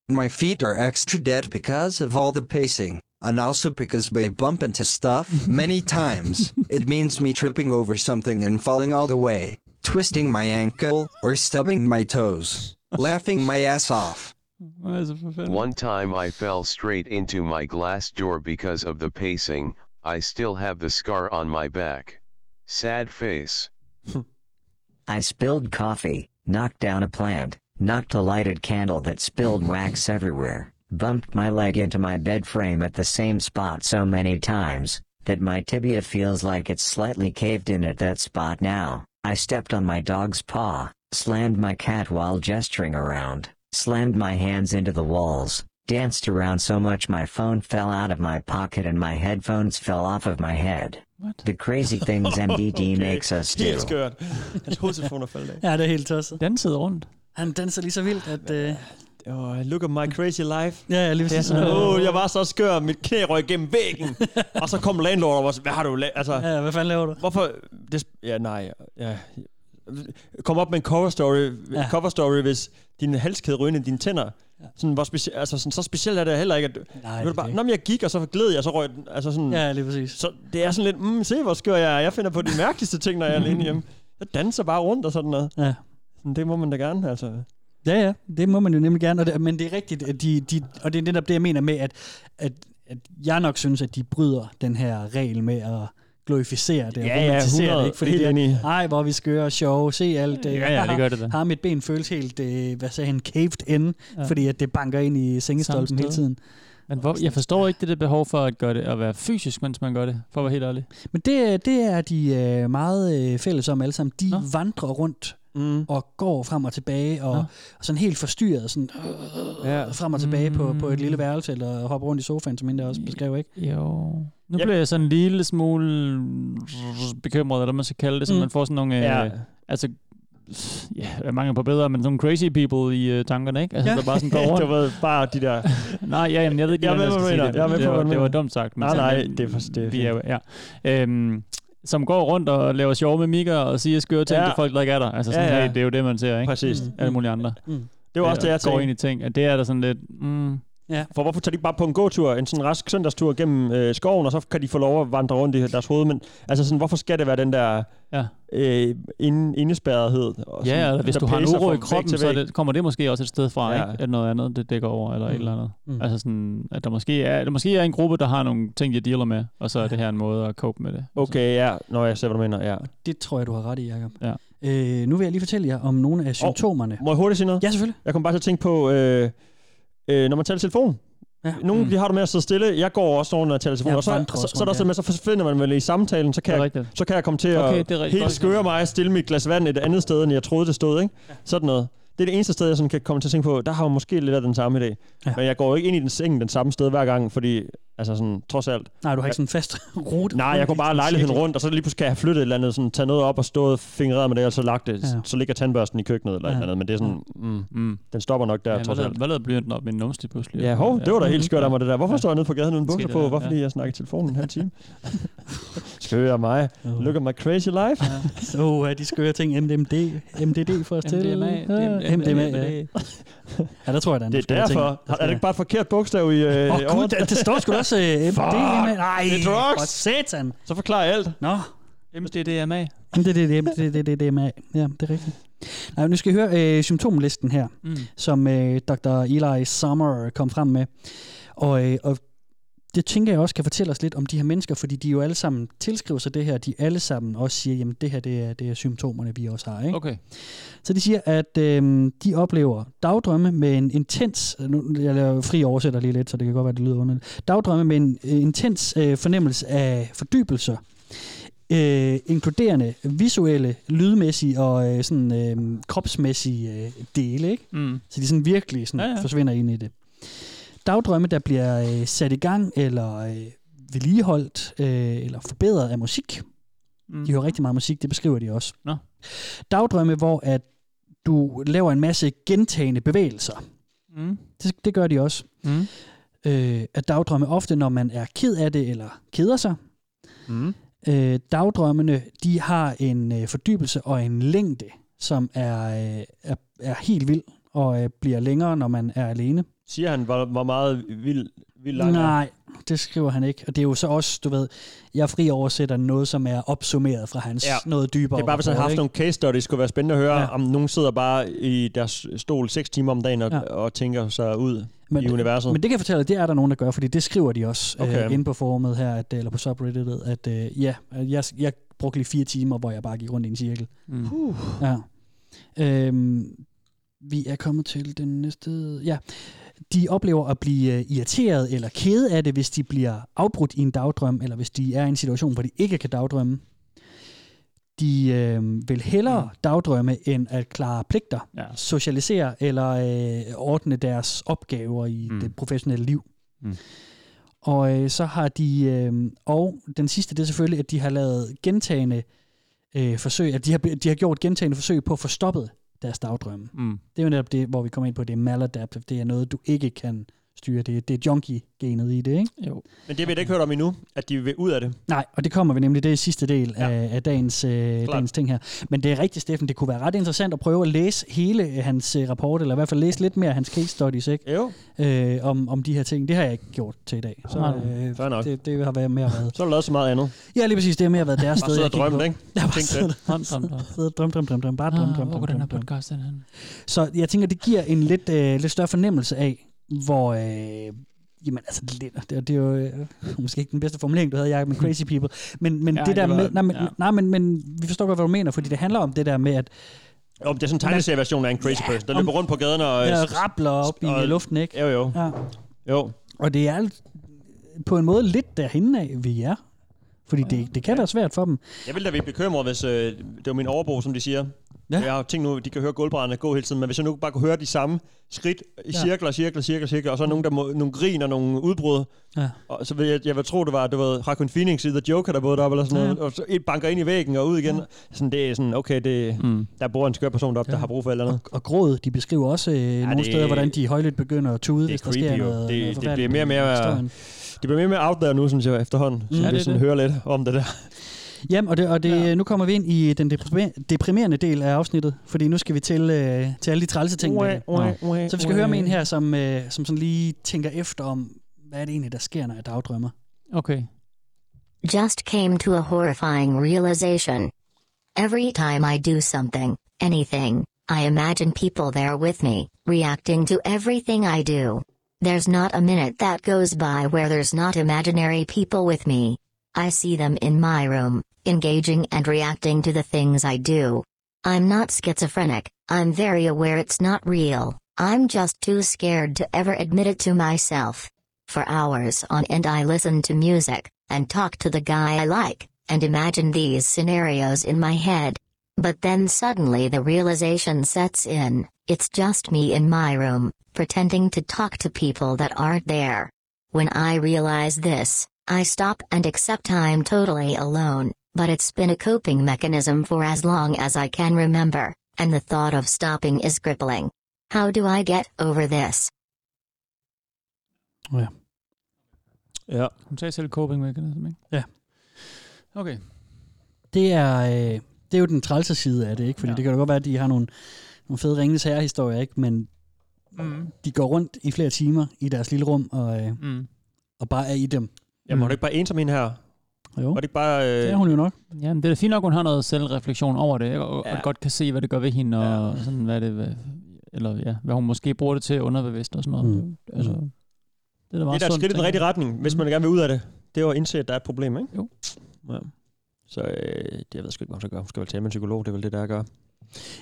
My feet are extra dead because of all the pacing, and also because I bump into stuff many times. it means me tripping over something and falling all the way, twisting my ankle, or stubbing my toes, laughing my ass off. One time I fell straight into my glass door because of the pacing, I still have the scar on my back. Sad face. I spilled coffee, knocked down a plant, knocked a lighted candle that spilled wax everywhere, bumped my leg into my bed frame at the same spot so many times that my tibia feels like it's slightly caved in at that spot now. I stepped on my dog's paw, slammed my cat while gesturing around, slammed my hands into the walls, danced around so much my phone fell out of my pocket and my headphones fell off of my head. The crazy things MDD makes us do. Helt skørt. Hans hovedtelefon er faldet af. Ja, det er helt tosset. Dansede rundt. Han danser lige så vildt, at... Øh... Oh, look at my crazy life. Ja, ja, lige det er præcis. sådan, åh, jeg var så skør, mit knæ røg gennem væggen. og så kom landlord og var sådan, hvad har du lavet? Altså, ja, hvad fanden laver du? Hvorfor? Det, sp- ja, nej. Ja. Kom op med en cover story, ja. Ja. cover story hvis din halskæde ryger ind i dine tænder. Sådan, hvor speci- altså, sådan, så specielt er det heller ikke. At, nej, det bare, Nå, men jeg gik, og så gled jeg, så røg den. Altså sådan, Ja, lige præcis. Så det er sådan lidt, mm, se hvor skør jeg er. Jeg finder på de mærkeligste ting, når jeg er alene hjemme. Jeg danser bare rundt og sådan noget. Ja. Sådan, det må man da gerne, altså. Ja, ja, det må man jo nemlig gerne, og det, men det er rigtigt, at de, de, og det er netop det, jeg mener med, at, at, at jeg nok synes, at de bryder den her regel med at glorificere det, og Ja, ja, romantisere 100, det, ikke? Fordi helt det enig. er, ej, hvor er vi skøre og sjove, se alt, øh, Ja, ja, det gør det da. har mit ben føles helt, øh, hvad sagde han, caved in, Ja. ja. fordi at det banker ind i sengestolpen Samme hele sted. tiden. Men hvor, jeg forstår ikke det der behov for at gøre det, at være fysisk, mens man gør det, for at være helt ærlig. Men det, det er de øh, meget øh, fælles om alle sammen. De Nå. vandrer rundt mm. og går frem og tilbage, og, og sådan helt forstyrret, sådan øh, ja. frem og tilbage på, Mm. på et lille værelse, eller hopper rundt i sofaen, som hende der også beskrev, ikke? Jo. Nu bliver jeg sådan en lille smule bekymret, eller hvad man skal kalde det, så Mm. man får sådan nogle... Øh, Ja. Altså, ja, jeg mangler på bedre, men sådan nogle crazy people i øh, tankerne, ikke? Altså, Ja. der bare sådan går Du rundt. ved, bare de der... nej, ja, jamen, jeg ved ikke, Jeg er hvordan med på, skal sige hvad du mener. det. Jeg er med det, på, var, hvad du det var mener. dumt sagt. Nej, sådan, nej, men det er for- det er vi er, jo- fint. ja. Øhm, som går rundt og laver sjove mimikker og siger skøre ting Ja. ja. til folk, der ikke er der. Altså sådan, Ja, ja, ja. ja. Hey, det er jo det, man ser, ikke? Præcis. Mm. Alle mulige andre. Øh, Mm. Det var også det, jeg Går tænkte. ind i ting, at det er der sådan lidt... Mm, Ja. For hvorfor tager de ikke bare på en gåtur, en sådan rask søndagstur gennem øh, skoven, og så kan de få lov at vandre rundt i deres hoved? Men altså sådan, hvorfor skal det være den der ja. øh, inde, indespærrethed? Og Ja, sådan, eller hvis der du har en pacer uro i fra væg kroppen, til så er væg? det, kommer det måske også et sted fra, Ja. ja. ikke? at noget andet det dækker over, eller mm. et eller andet. Mm. Mm. Altså sådan, at der måske, er, der måske er en gruppe, der har nogle ting, de dealer med, og så er det her en måde at cope med det. Altså. Okay, ja. Nå, jeg ser, hvad du mener, ja. Det tror jeg, du har ret i, Jacob. Ja. Øh, nu vil jeg lige fortælle jer om nogle af symptomerne. Må jeg hurtigt sige noget? Ja, selvfølgelig. Jeg kom bare til at tænke på, øh, øh, når man taler i telefon. Ja. Nogle mm. har du med at sidde stille. Jeg går også rundt, når jeg taler i telefon. Jeg og så, vandrer så, så, også så, er der rundt, sådan, med, så forsvinder man vel i samtalen, så kan, jeg, så kan jeg komme til Okay, at det er rigtig helt godt. skøre mig at stille mit glas vand et andet sted, end jeg troede, det stod. Ikke? Sådan noget. Det er det eneste sted, jeg sådan kan komme til at tænke på, der har jeg måske lidt af den samme idé. Ja. Men jeg går jo ikke ind i den seng den samme sted hver gang, fordi altså sådan, trods alt. Nej, du har ikke sådan en fast rute. Nej, jeg går bare lejligheden rundt, og så lige pludselig kan jeg flytte et eller andet, sådan, tage noget op og stå og fingrere med det, og så lagt det. Ja. Ja. Så ligger tandbørsten i køkkenet eller ja. Ja. et eller andet, men det er sådan, mm, mm. den stopper nok der, Ja, hvad, trods lavede, alt. hvad lavede blyanten op med en numse pludselig? Ja, hov, det var da Mm. helt skørt af mig det der. Hvorfor Ja. står jeg nede på gaden uden Det bukser skete, på? ja. Hvorfor Ja. fordi jeg snakker i telefonen en halv time? Skøre mig. Look at my crazy life. Så er de skøre ting. MDMD, MDD for os til. MDMA, Ja, MDMA, ja. Ja, der tror jeg, der er Det er derfor. Er det ikke bare et forkert bogstav i... øh, Åh oh, gud, ordet? der, der står sgu da også øh, MDMA. Fuck, Nej, det er drugs. for satan. Så forklarer jeg alt. Nå. MDDMA. MDD, MDD, MDDMA. Ja, det er rigtigt. Nej, nu skal I høre øh, symptomlisten her, Mm. mm. som øh, Dr. Eli Summer kom frem med. Og, øh, og det tænker jeg også kan fortælle os lidt om de her mennesker, fordi de jo alle sammen tilskriver sig det her. De alle sammen også siger, jamen det her det er, det er symptomerne, vi også har. Ikke? Okay. Så de siger, at øh, de oplever dagdrømme med en intens... Nu, jeg laver fri oversætter lige lidt, så det kan godt være, det lyder underligt. Dagdrømme med en øh, intens øh, fornemmelse af fordybelser. Øh, inkluderende visuelle, lydmæssige og øh, sådan, øh, kropsmæssige øh, dele. Ikke? Mm. Så de sådan virkelig sådan, Ja, ja, ja. ja. forsvinder ind i det. Dagdrømme, der bliver øh, sat i gang eller øh, vedligeholdt øh, eller forbedret af musik. Mm. De hører rigtig meget musik, det beskriver de også. Nå. Dagdrømme, hvor at du laver en masse gentagende bevægelser. Mm. Det, det gør de også. Mm. Øh, at dagdrømme ofte, når man er ked af det eller keder sig. Mm. Øh, dagdrømmene, de har en øh, fordybelse og en længde, som er, øh, er, er helt vild og øh, bliver længere, når man er alene. Siger han, hvor, hvor meget vild, vild lang er? Nej, det skriver han ikke. Og det er jo så også, du ved, jeg fri oversætter noget, som er opsummeret fra hans ja. noget dybere. Det er bare, hvis han har haft rapport, nogle case studies, skulle være spændende at høre, Ja. ja. om nogen sidder bare i deres stol seks timer om dagen og, ja. Ja. og tænker sig ud Men men, i det- universet. Men det kan jeg fortælle, at det er der nogen, der gør, fordi det skriver de også okay. Okay. øh, inde på forumet her, at, øh, eller på subredditet, at øh, ja, at jeg, jeg brugte lige fire timer, hvor jeg bare gik rundt i en cirkel. Mm. Uh. Ja. Øhm, vi er kommet til den næste... Ja. De oplever at blive øh, irriteret eller kede af det, hvis de bliver afbrudt i en dagdrøm, eller hvis de er i en situation, hvor de ikke kan dagdrømme. De øh, vil hellere dagdrømme end at klare pligter, Mm. ja. socialisere eller øh, ordne deres opgaver i Mm. mm. det professionelle liv. Mm. Og øh, så har de, øh, og den sidste det er selvfølgelig, at de har lavet gentagende øh, forsøg, at de har, de har gjort gentagende forsøg på at få stoppet deres dagdrømme. Mm. Det er jo netop det, hvor vi kommer ind på, at det er maladaptive. Det er noget, du ikke kan styre. Det, er- det er junkie-genet i det, ikke? Jo. Men det har vi da ikke hørt om endnu, at de vil ud af det. Nej, og det kommer vi nemlig, det er sidste del ja. af, af dagens, øh, Klart. dagens ting her. Men det er rigtigt, Steffen, det kunne være ret interessant at prøve at læse hele øh, hans øh, rapport, eller i hvert fald læse lidt mere af hans case studies, ikke? Jo. Øh, om, om de her ting. Det har jeg ikke gjort til i dag. Nej, Så, øh, fair nok. Det, det har været mere været. Så har du lavet så meget andet. Ja, lige præcis, det har mere været Bare deres sted. sidde jeg og gik drømme, på. ikke? Ja, bare Tænk sidde lidt. og- Drøm, drøm, sidde og drøm, drøm, drøm, drøm, bare drøm, Ah, drøm, hvor drøm, går den drøm, her drøm. podcast den hen? Så jeg tænker, det giver en lidt, øh, lidt større fornemmelse af, hvor... Øh, jamen altså, lidt, det, er- det er jo øh, måske ikke den bedste formulering, du havde, Jacob, men crazy people. Men, men Ja, ja, det der det var- med... Nej, men, ja. ja. nej men, men vi forstår godt, hvad du mener, fordi det handler om det der med, at... Jo, det er sådan en tegneserieversion af en crazy person, der om- løber rundt på gaden og... øh, Ja, rabler op i luften, ikke? Jo, jo. Ja. Jo. Og det er på en måde lidt derhen af, vi er. Fordi det, det kan være svært for dem. Jeg ville da blive bekymret, hvis øh, det var min overbo, som de siger. Ja. Jeg har tænkt nu, de kan høre gulvbrænderne gå hele tiden, men hvis jeg nu bare kunne høre de samme skridt i Ja. cirkler, cirkler, cirkler, cirkler, og så er nogen, der må, nogle grin og nogle udbrud, Ja. og så vil jeg, jeg vil tro, det var, du ved, Raccoon Phoenix i The Joker, der både deroppe, eller sådan Ja. noget, og så et banker ind i væggen og ud igen. Sådan, det er sådan, okay, det, Mm. der bor en skør person deroppe, der har brug for et eller andet. Og gråd, de beskriver også øh, ja, nogle det- steder, hvordan de højlydt begynder at tude, det er hvis der creepy sker jo. noget. det, noget det, bliver forfærdeligt mere og i mere, historien. det bliver mere og mere out there nu, synes jeg, efterhånden. Mm. Så Ja, ja, det er vi sådan det. hører lidt om det der. Jamen, og, det, og det, ja. nu kommer vi ind i den deprimer- deprimerende del af afsnittet, fordi nu skal vi til, øh, til alle de trælse ting. Ue, med det. ue, Nå. ue, Så vi skal ue. høre med en her, som, øh, som sådan lige tænker efter om, hvad er det egentlig, der sker, når jeg dagdrømmer? Okay. Just came to a horrifying realization. Every time I do something, anything, I imagine people there with me, reacting to everything I do. There's not a minute that goes by where there's not imaginary people with me. I see them in my room, engaging and reacting to the things I do. I'm not schizophrenic, I'm very aware it's not real, I'm just too scared to ever admit it to myself. For hours on end, I listen to music and talk to the guy I like and imagine these scenarios in my head. But then suddenly the realization sets in it's just me in my room, pretending to talk to people that aren't there. When I realize this, I stop and accept I'm totally alone, but it's been a coping mechanism for as long as I can remember, and the thought of stopping is crippling. How do I get over this? Ja. ja. Hun sagde selv coping mechanism, ikke? Ja. Okay. Det er, øh, det er jo den trælse side af det, ikke? Fordi ja. det kan jo godt være, at de har nogle, nogle fede Ringens Herre-historier, ikke? Men Mm. de går rundt i flere timer i deres lille rum og, øh, Mm. og bare er i dem. Mm. Jamen, var du ikke bare ensom hende her? Jo. Var det ikke bare... Øh, Det er hun jo nok. Ja, men det er da fint nok, hun har noget selvreflektion over det, ikke? og, ja. og godt kan se, hvad det gør ved hende, og ja. sådan, hvad det... Hvad, eller ja, hvad hun måske bruger det til underbevidst og sådan noget. Mm. Mm. Altså, det er da Det meget er da et sundt, skridt i den tænker rigtige jeg. Mm. retning, hvis man gerne vil ud af det. Det er jo at indse, at der er et problem, ikke? Jo. Ja. Så øh, det, jeg ved sgu ikke, hvad hun skal gøre. Hun skal vel tale med en psykolog, det er vel det, der gør.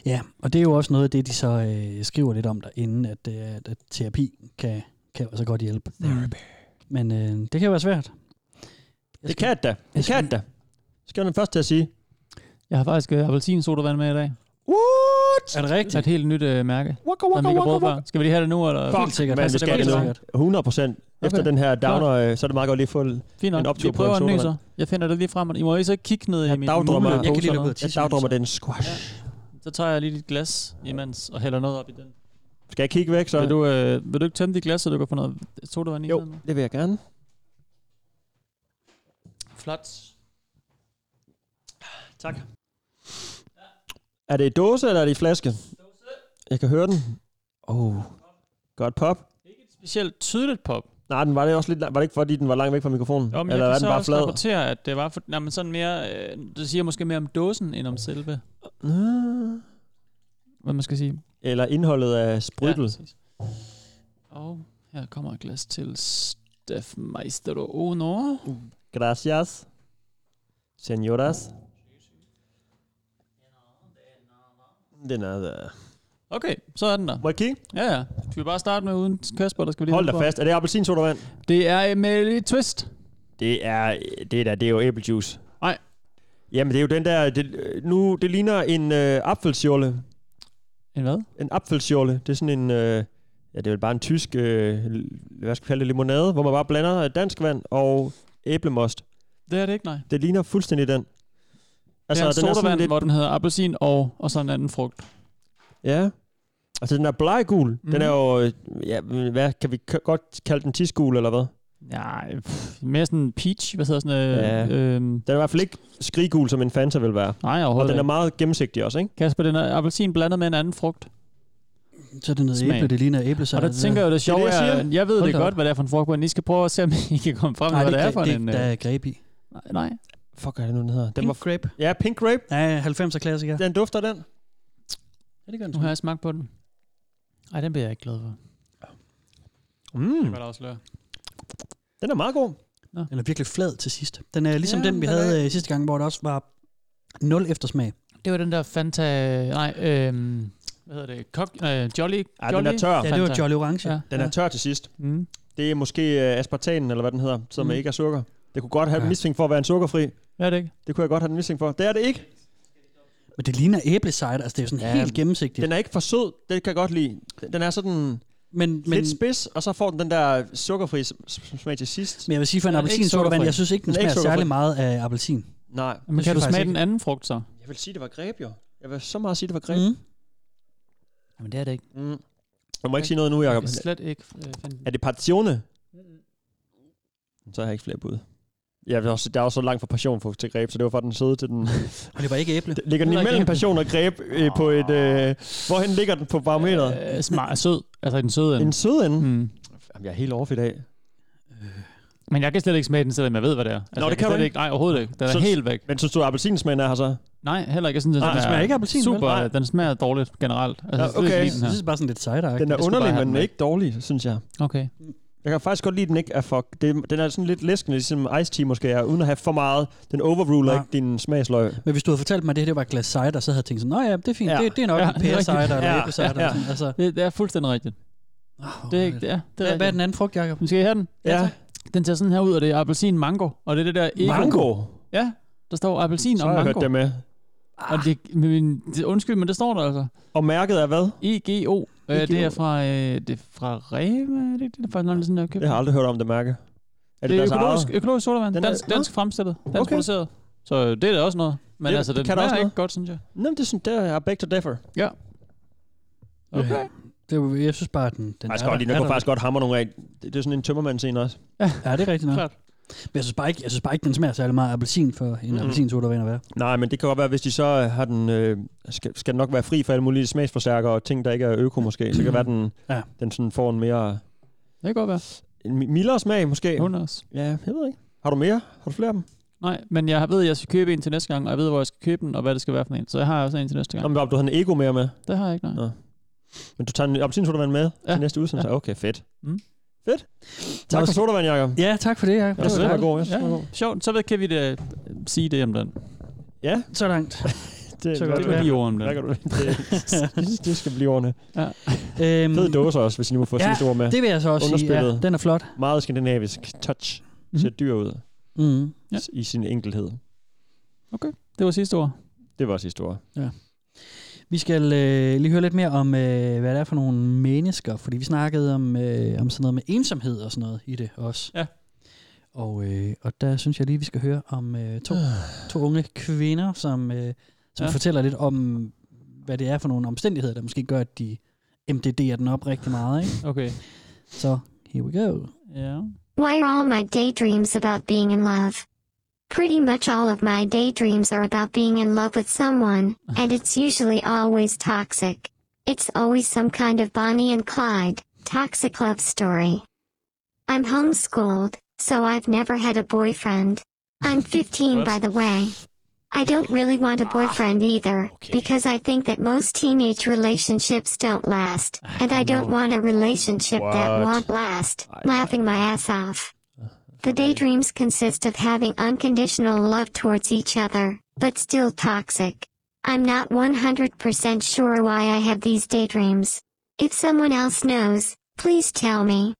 Ja, og det er jo også noget af det, de så øh, skriver lidt om derinde, at, øh, at, at terapi kan, kan også godt hjælpe. Therapy. Men øh, det kan jo være svært. Det kan det da. Det kan det da. Skal jeg den første til at sige? Jeg har faktisk øh, appelsinsodavand med i dag. What? Er det rigtigt? Et helt nyt øh, mærke. Waka, som vi ikke har brugt før. Skal vi lige have Altså, det nu? Eller? Fuck, sikkert. Man, det skal det nu. 100 procent. Efter Okay. den her Klart. downer, øh, så er det meget godt lige at få Fint en nok. Vi optur på en prøver en ny så. sodavand. Jeg finder det lige frem. I må ikke så kigge ned i min dagdrømmer. mulige Jeg kan pose lige eller løbe ud af noget. Jeg dagdrømmer den squash. Så tager jeg lige dit glas imens og hælder noget op i den. Skal jeg kigge væk så? Vil du, øh, vil du ikke tømme dit glas, så du kan få noget sodavand i? Jo, det vil jeg gerne. Flot. Tak. Er det i dåse, eller er det i flaske? Jeg kan høre den. Oh, godt pop. Specielt tydeligt pop. Nej, den var det også lidt, var det ikke fordi, den var langt væk fra mikrofonen? Jo, men eller jeg er den kan så bare også flad? rapportere, at det var for, nej, men sådan mere, øh, det siger måske mere om dåsen, end om selve. Hvad man skal sige? Eller indholdet af spritel. Og her kommer et glas til Steff Maestro Uno. Gracias. Senoras. Det er noget. Okay, så er den der. Må jeg kigge? Ja, ja. Skal vi bare starte med uden Kasper, der skal vi lige Hold hælde da på? fast. Er det appelsinsodavand? Det er med lidt twist. Det er, det er, da, det er jo æblejuice. Nej. Jamen, det er jo den der... Det, nu, det ligner en øh, apfelsjolle. En hvad? En apfelsjolle. Det er sådan en... Øh, ja, det er vel bare en tysk... Øh, l- hvad skal vi kalde det? Limonade, hvor man bare blander øh, dansk vand og æblemost. Det er det ikke, nej. Det ligner fuldstændig den. Altså, det er en sådan sodavand, lidt- hvor den hedder appelsin og, og så en anden frugt. Ja. Altså, den er bleggul. Mm. Den Mhm. er jo... øh, Ja, hvad, kan vi k- godt kalde den tisgul, eller hvad? Nej, pff, mere sådan peach, hvad hedder sådan øh, Ja. øh, Den er i hvert fald ikke skriggul, som en Fanta vil være. Nej, overhovedet Og den er ikke. meget gennemsigtig også, ikke? Kasper, den er appelsin blandet med en anden frugt. Så er det noget Smag. æble, det ligner æblesejr. Og der tænker jeg jo, det sjove er, jeg, jeg ved Hold det da op. godt, hvad det er for en frugt, men I skal prøve at se, om I kan komme frem Nej, med, hvad det det er for det, en... der øh, er greb i. Nej. Fuck, hvad er det nu, den hedder? Den Pink grape. Ja, pink grape. Ja, 90'er klassiker. Den dufter den. Ja, det gør den. Nu har jeg smagt på den. Nej, den bliver jeg ikke glad for. Mm. Godt afsløre. Den er meget god. Nå. Den er virkelig flad til sidst. Den er ligesom Ja, ja, den, vi den havde øh, sidste gang, hvor der også var nul eftersmag. Det var den der Fanta... Nej, øhm, hvad hedder det? Kok, øh, Jolly? Ja, Jolly? den er tør. Ja, det var Jolly Orange. Ja. Den er tør til sidst. Mm. Det er måske øh, aspartanen, eller hvad den hedder, som Mm. mm. ikke er sukker. Det kunne godt have ja. Ja. en mistænkt for at være en sukkerfri. Ja, det ikke. Det kunne jeg godt have den mistænkt for. Det er det ikke. Men det ligner æblesejr, altså det er jo sådan Ja, Mm. ja, helt gennemsigtigt. Den er ikke for sød. Det kan jeg godt lide. Den er sådan men, lidt spids, og så får den den der sukkerfri s- s- smag til sidst. Men jeg vil sige for en Den er ikke appelsinsodavand, sukkerfri. jeg synes ikke, den er smager særlig sukkerfri. meget af appelsin. Nej. Men Det kan synes du jeg faktisk smage ikke. den anden frugt så? Jeg vil sige, det var greb, jo. Jeg vil så meget sige, det var greb. Mm. Jamen, det er det ikke. Mm. Jeg må ikke sige noget nu, Jeg Jacob. kan slet ikke... Øh, finde Er det passione? Så har jeg ikke flere bud. Ja, det er også, der er også så langt fra passion for, til greb, så det var fra den søde til den... Og det var ikke æble. Ligger den Heller ikke imellem æble. passion og greb øh, på et... Øh, hvorhen ligger den på barometeret? Øh, smart, sød. Altså i den søde ende. En sød ende? Mm. Altså, Jamen, jeg er helt off i dag. Men jeg kan slet ikke smage den, selvom jeg ved, hvad det er. Altså, Nå, jeg det kan slet du ikke. ikke. Nej, overhovedet ikke. Den er Så- helt væk. Men synes du, at appelsinsmagen er her så? Nej, heller ikke. Jeg synes, den, Nej, smager, den smager ikke appelsin, vel? Super, Nej. den smager dårligt generelt. Altså, Ja, jeg kan slet ikke okay. lide den her. Jeg synes bare sådan lidt sejt Den er underlig, men den er ikke dårlig, synes jeg. Okay. Jeg kan faktisk godt lide, at den ikke er for... Det, den er sådan lidt læskende, ligesom Ice Tea måske er, uden at have for meget. Den overruler Nej. ikke din Øh, smagsløg. Men hvis du havde fortalt mig, at det her det var et glas cider, så havde jeg tænkt sådan, nå ja, det er fint, ja. det, det er nok ja, en pæresejder eller ja. æblesejder. Ja. Sådan, altså. det, det er fuldstændig rigtigt. Oh, det er ikke det. Er, det er Hvad, hvad er den anden frugt, Jacob? Skal I have den? Ja. tak. Den ser sådan her ud, og det er appelsin mango. Og det er det der ego. Mango? Ja, der står appelsin Så og har mango. jeg hørt det med. Og det, men, det, undskyld, men det står der altså. Og mærket er hvad? E EGO. Øh, det er fra, øh, det er fra Rema, er det, ikke det Det er faktisk nok sådan, jeg har købt. Jeg har aldrig hørt om det mærke. Er det, det deres er økologisk, eget? økologisk sodavand. Den Den er- dansk, dansk fremstillet. Dansk Okay. okay. produceret. Så øh, det er da også noget. Men Det- det, altså, det det, kan det da også er ikke noget. godt, synes jeg. Nå, men det er sådan, der er back to differ. Ja. Okay. Altså, Det, var- jeg synes bare, at den, den Den jeg skal godt lide, den kunne faktisk godt hammer nogle af. Det, det er sådan en tømmermandsscene også. Ja, det er rigtigt nok. Klart. Men jeg synes bare ikke, jeg synes bare ikke den smager særlig meget af appelsin for en mm. appelsinsoda at være. Nej, men det kan godt være, hvis de så øh, har den, øh, skal, skal den nok være fri for alle mulige smagsforstærkere og ting, der ikke er øko måske. Så kan det være, den, Ja. ja. den sådan får en mere... Det kan godt være. En mi- mildere smag måske. Who knows? Ja, jeg ved ikke. Har du mere? Har du flere af dem? Nej, men jeg ved, at jeg skal købe en til næste gang, og jeg ved, hvor jeg skal købe den, og hvad det skal være for en. Så jeg har også en til næste gang. Jamen, du har en ego mere med. Det har jeg ikke, nej. Nå. Men du tager en appelsinsodavand med ja. til næste udsendelse? Ja. Okay, fedt. Mm. Fedt. Tak for sodavand, Jacob. Ja, tak for det, Jacob. Jeg synes, det var god. Jeg synes, det var god. Sjovt, så ved- kan vi da øh, sige det om den. Ja. Så langt. Det, Så kan det blive ordene. Der kan du- Det, det skal blive ordene. Ja. Øhm, Fed dåse også, hvis I nu må få ja, sidste ord med. det vil jeg så også sige. Underspillet. Ja, den er flot. Meget skandinavisk touch. Mm-hmm. Ser dyr ud. Mhm. Ja. I sin enkelhed. Okay, det var sidste ord. Det var sidste ord. Ja. Vi skal øh, lige høre lidt mere om, øh, hvad det er for nogle mennesker, fordi vi snakkede om, øh, om sådan noget med ensomhed og sådan noget i det også. Ja. Og, øh, og der synes jeg lige, vi skal høre om øh, to, to unge kvinder, som, øh, som Ja. ja. fortæller lidt om, hvad det er for nogle omstændigheder, der måske gør, at de MDD'er den op rigtig meget. Ikke? Okay. Så here we go. Ja. Why are all my daydreams about being in love? Pretty much all of my daydreams are about being in love with someone, and it's usually always toxic. It's always some kind of Bonnie and Clyde, toxic love story. I'm homeschooled, so I've never had a boyfriend. I'm 15 by the way. I don't really want a boyfriend either, because I think that most teenage relationships don't last, and I don't want a relationship that What? won't last, laughing my ass off. The daydreams consist of having unconditional love towards each other, but still toxic. I'm not 100% sure why I have these daydreams. If someone else knows, please tell me.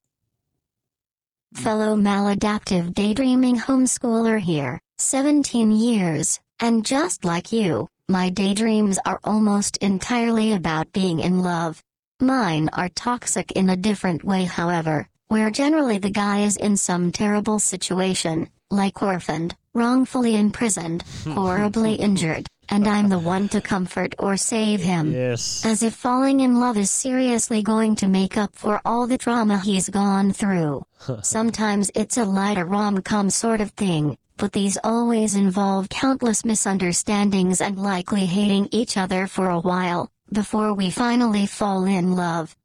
Fellow maladaptive daydreaming homeschooler here, 17 years, and just like you, my daydreams are almost entirely about being in love. Mine are toxic in a different way, however, where generally the guy is in some terrible situation, like orphaned, wrongfully imprisoned, horribly injured, and I'm the one to comfort or save him. Yes. As if falling in love is seriously going to make up for all the trauma he's gone through. Sometimes it's a lighter rom com sort of thing, but these always involve countless misunderstandings and likely hating each other for a while, before we finally fall in love.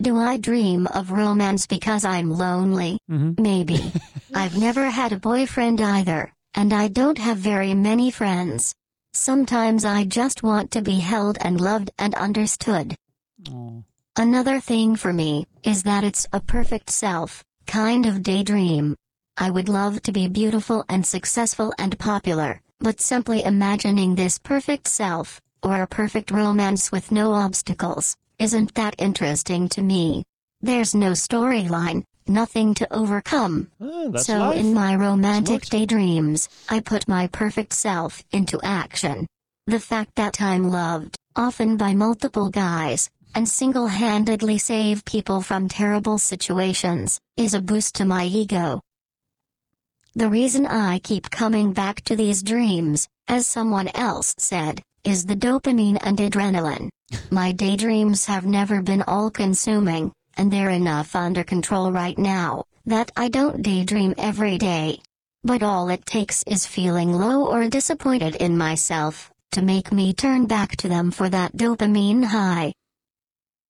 Do I dream of romance because I'm lonely? Maybe. I've never had a boyfriend either, and I don't have very many friends. Sometimes I just want to be held and loved and understood. Another thing for me is that it's a perfect self kind of daydream. I would love to be beautiful and successful and popular, but simply imagining this perfect self, or a perfect romance with no obstacles, isn't that interesting to me. There's no storyline, nothing to overcome. Ah, that's so, life. in my romantic daydreams, I put my perfect self into action. The fact that I'm loved, often by multiple guys, and single handedly save people from terrible situations, is a boost to my ego. The reason I keep coming back to these dreams, as someone else said, is the dopamine and adrenaline. My daydreams have never been all consuming, and they're enough under control right now that I don't daydream every day. But all it takes is feeling low or disappointed in myself to make me turn back to them for that dopamine high.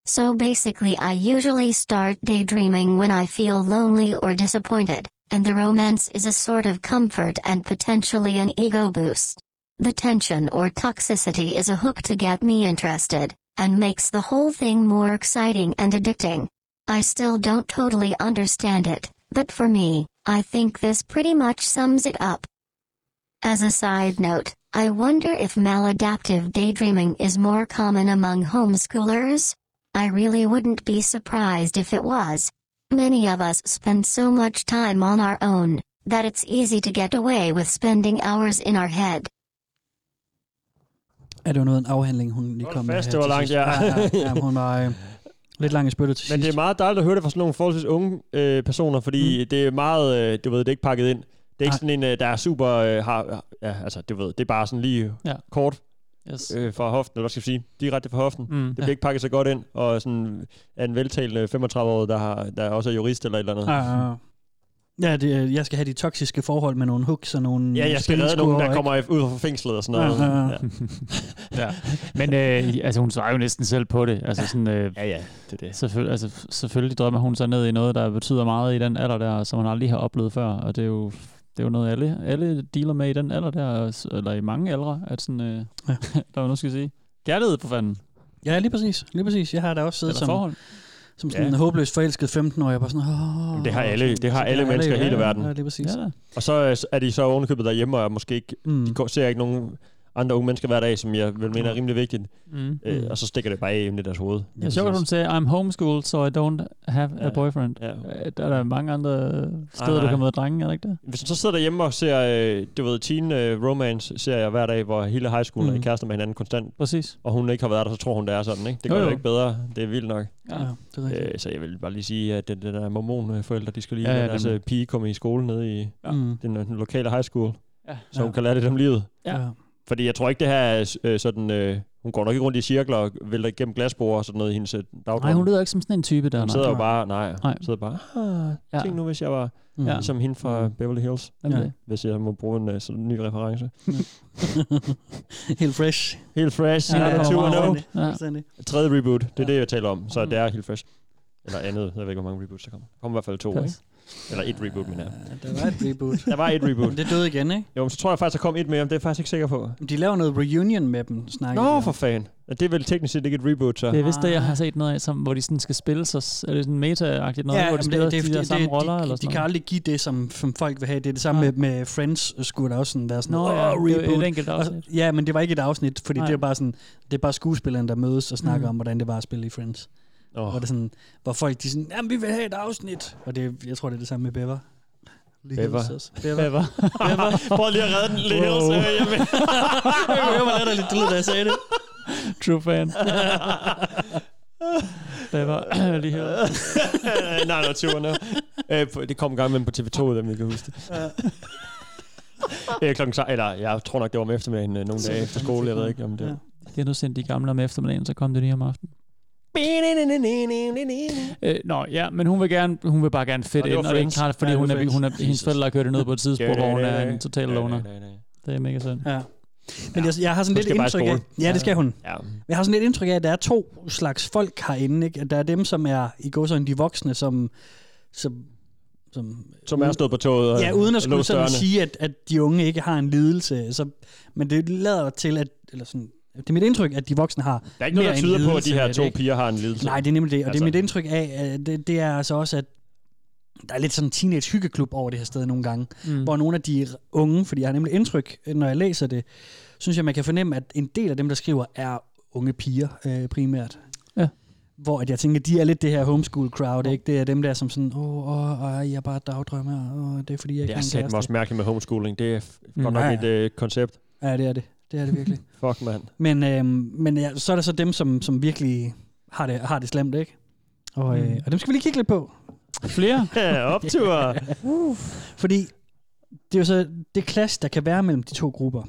So basically, I usually start daydreaming when I feel lonely or disappointed, and the romance is a sort of comfort and potentially an ego boost. The tension or toxicity is a hook to get me interested, and makes the whole thing more exciting and addicting. I still don't totally understand it, but for me, I think this pretty much sums it up. As a side note, I wonder if maladaptive daydreaming is more common among homeschoolers? I really wouldn't be surprised if it was. Many of us spend so much time on our own that it's easy to get away with spending hours in our head. Er det jo noget af en afhandling, hun lige kom med fast, her det var til langt, sidst. ja. ja, ja, ja men hun var øh, lidt lang i spyttet til Men det er meget dejligt at høre det fra sådan nogle forholdsvis unge øh, personer, fordi mm. det er meget, øh, du ved, det er ikke pakket ind. Det er ikke sådan en, øh, der er super, øh, har, ja, altså, du ved, det er bare sådan lige Ja. ja. kort Yes. øh, fra hoften, eller hvad skal jeg sige, direkte fra hoften. Mm, Mm, det bliver ja. ja. ikke pakket så godt ind, Ah, og sådan er en veltalende 35-årig, der, har, der også er jurist eller et eller andet. Ja, ja, ja. Ah, Ja, det, er- jeg skal have de toksiske forhold med nogle hooks og nogle Ja, jeg skal redde nogen, spilleskruer, der ikke? kommer i- ud fra fængslet og Ah, sådan noget. Ja. Ja. ja. Men øh, altså, hun svarer jo næsten selv på det. Altså, sådan, øh, ja, ja, det er det. Selvfølgelig, altså, f- selvfølgelig drømmer hun sig ned i noget, der betyder meget i den alder der, som hun aldrig har oplevet før. Og det er jo, det er jo noget, alle, alle dealer med i den alder der, og s- eller i mange aldre, at sådan, øh, ja. der var nu skal jeg sige. Kærlighed for fanden. Ja, lige præcis. Lige præcis. Jeg har da også siddet Eller som, forhold. som sådan en Ja. håbløst forelsket 15 år. Jeg var sådan, Åh, Jamen, det har alle, det har Så alle mennesker i ja, hele ja, verden. Ja, lige præcis. Ja, Og så øh, er de så ovenikøbet derhjemme, og er måske ikke, Mm. mm. de går- ser ikke nogen andre unge mennesker hver dag, som jeg vil mene er rimelig vigtigt. Mm. Mm. Øh, og så stikker det bare af i deres hoved. Det er sjovt, at hun sagde, I'm homeschooled, so I don't have a Ja. boyfriend. Øh, Ja. Der er der mange andre steder, du nej. kan møde drenge, er det ikke det? Hvis man så sidder derhjemme og ser, øh, du ved, teen øh, romance ser jeg hver dag, hvor hele high school mm. er i Mm. kærester med hinanden konstant. Præcis. Og hun ikke har været der, så tror hun, det er sådan, ikke? Det Jo, gør jo, jo. jo. ikke bedre. Det er vildt nok. Ja, det er øh, så jeg vil bare lige sige, at det, det der mormonforældre, de skal lige Ja, ja, ja, ja, deres nemlig. øh, pige komme i skole nede i Ja. ja. Mm. den, den lokale high school. Ja. Ja. Så hun Ja. kan lære det om livet. Ja. Ja. Fordi jeg tror ikke, det her er øh, sådan... Øh, hun går nok ikke rundt i cirkler og vælter igennem glasbord og sådan noget i hendes øh, dagdrøm. Nej, hun lyder ikke som sådan en type der. Hun nej. sidder jo bare, nej, nej. sidder bare, ah, Ja. ja. tænk nu, hvis jeg var Mm. mm. ligesom hende fra Beverly Hills. Jamen det. Hvis jeg må bruge en øh, sådan en ny reference. Helt fresh. Helt fresh. Ja, Ja, ja, ja, ja. ja, Fuldstændig, ja. fuldstændig. øh, Tredje reboot, det er det, jeg taler om. Mm. Så det er helt fresh. Eller andet, jeg ved ikke, hvor mange reboots der kommer. Der kommer i hvert fald to, Pas. ikke? Eller et reboot, men her. Der var et reboot. Der var et reboot. Men det døde igen, ikke? Jo, men så tror jeg faktisk, der kom et mere, men det er jeg faktisk ikke sikker på. De laver noget reunion med dem, snakker Nå, for fanden. Det er vel teknisk set ikke et reboot, så. Det er vist det, jeg har set noget af, som, hvor de sådan skal spille sig, eller sådan meta-agtigt noget, Ja, ja, hvor jamen, de spiller det- det er de fordi, der det- samme det- roller de- eller de sådan kan aldrig give det, som, som folk vil have. Det er det samme med, med Friends, øh, skulle der også sådan være sådan, Nå, Nå, ja, ja, det er jo reboot. et enkelt Og- afsnit. ja, men det var ikke et afsnit, fordi Nej. det er bare sådan, det er bare skuespilleren, der mødes og snakker Mm. mm. om, hvordan det var at spille i Friends. Oh. Hvor, det sådan, hvor folk de er sådan, jamen vi vil have et afsnit. Og det, jeg tror, det er det samme med Bever. Lee Bever. Hills også. Bever. Prøv lige at redde den, Lee Hills, øh, jeg ved- jeg kunne høre, hvor latterligt det lød, da jeg sagde det. True fan. det var lige her. Øh, Nej, nej, 20'erne. Øh, på- det kom en gang med på TV2, dem jeg kan huske det. Øh, klokken så, eller jeg tror nok, det var om eftermiddagen øh, nogle Så dage det efter fandme skole, jeg fik ved man. ikke om det. Ja. De har nu sendt de gamle om eftermiddagen, så kom det lige om aftenen. Øh, nå, ja, men hun vil, gerne, hun vil bare gerne Og fedt det ind, var og det er ikke Friends. klart, fordi Ja, det hun var er, hun er, hendes Jesus. forældre har kørt hende ned på et tidspunkt, hvor hun er en total Ja, ja, loner. ja, ja, ja. Det er mega synd. Ja. Men jeg, jeg har sådan Hun lidt skal bare i indtryk af... skole. Ja, det skal hun. Ja. Jeg har sådan lidt indtryk af, at der er to slags folk herinde. Ikke? At Der er dem, som er i går sådan de voksne, som... som som, Som er stået på toget og- Ja, uden og at skulle låst sådan dørene. sige, at, at de unge ikke har en lidelse. Så, men det lader til, at... Eller sådan, det er mit indtryk, at de voksne har Der er ikke noget, mere der en tyder på, at de lidelse her med det, to ikke? piger har en lidelse. Nej, det er nemlig det. Og altså. det Altså. er mit indtryk af, at det, det er altså også, at der er lidt sådan en teenage hyggeklub over det her sted nogle gange, Mm. mm. hvor nogle af de unge, fordi jeg har nemlig indtryk, når jeg læser det, synes jeg, man kan fornemme, at en del af dem, der skriver, er unge piger øh, primært. Ja. Hvor at jeg tænker, de er lidt det her homeschool crowd, ikke? Det er dem der, som sådan, åh, åh, åh jeg er bare dagdrømmer, åh, det er fordi, jeg Det ikke er har en satme kæreste." også mærkeligt med homeschooling. Det er f- Mm. godt nok Ja, et øh, koncept. Ja, det er det. Det er det virkelig. Fuck, mand. Men, øh, men ja, så er der så dem, som, som virkelig har det, har det slemt, ikke? Og, øh, Mm. og dem skal vi lige kigge lidt på. Flere? Ja, opture. Fordi det er jo så det clash, der kan være mellem de to grupper.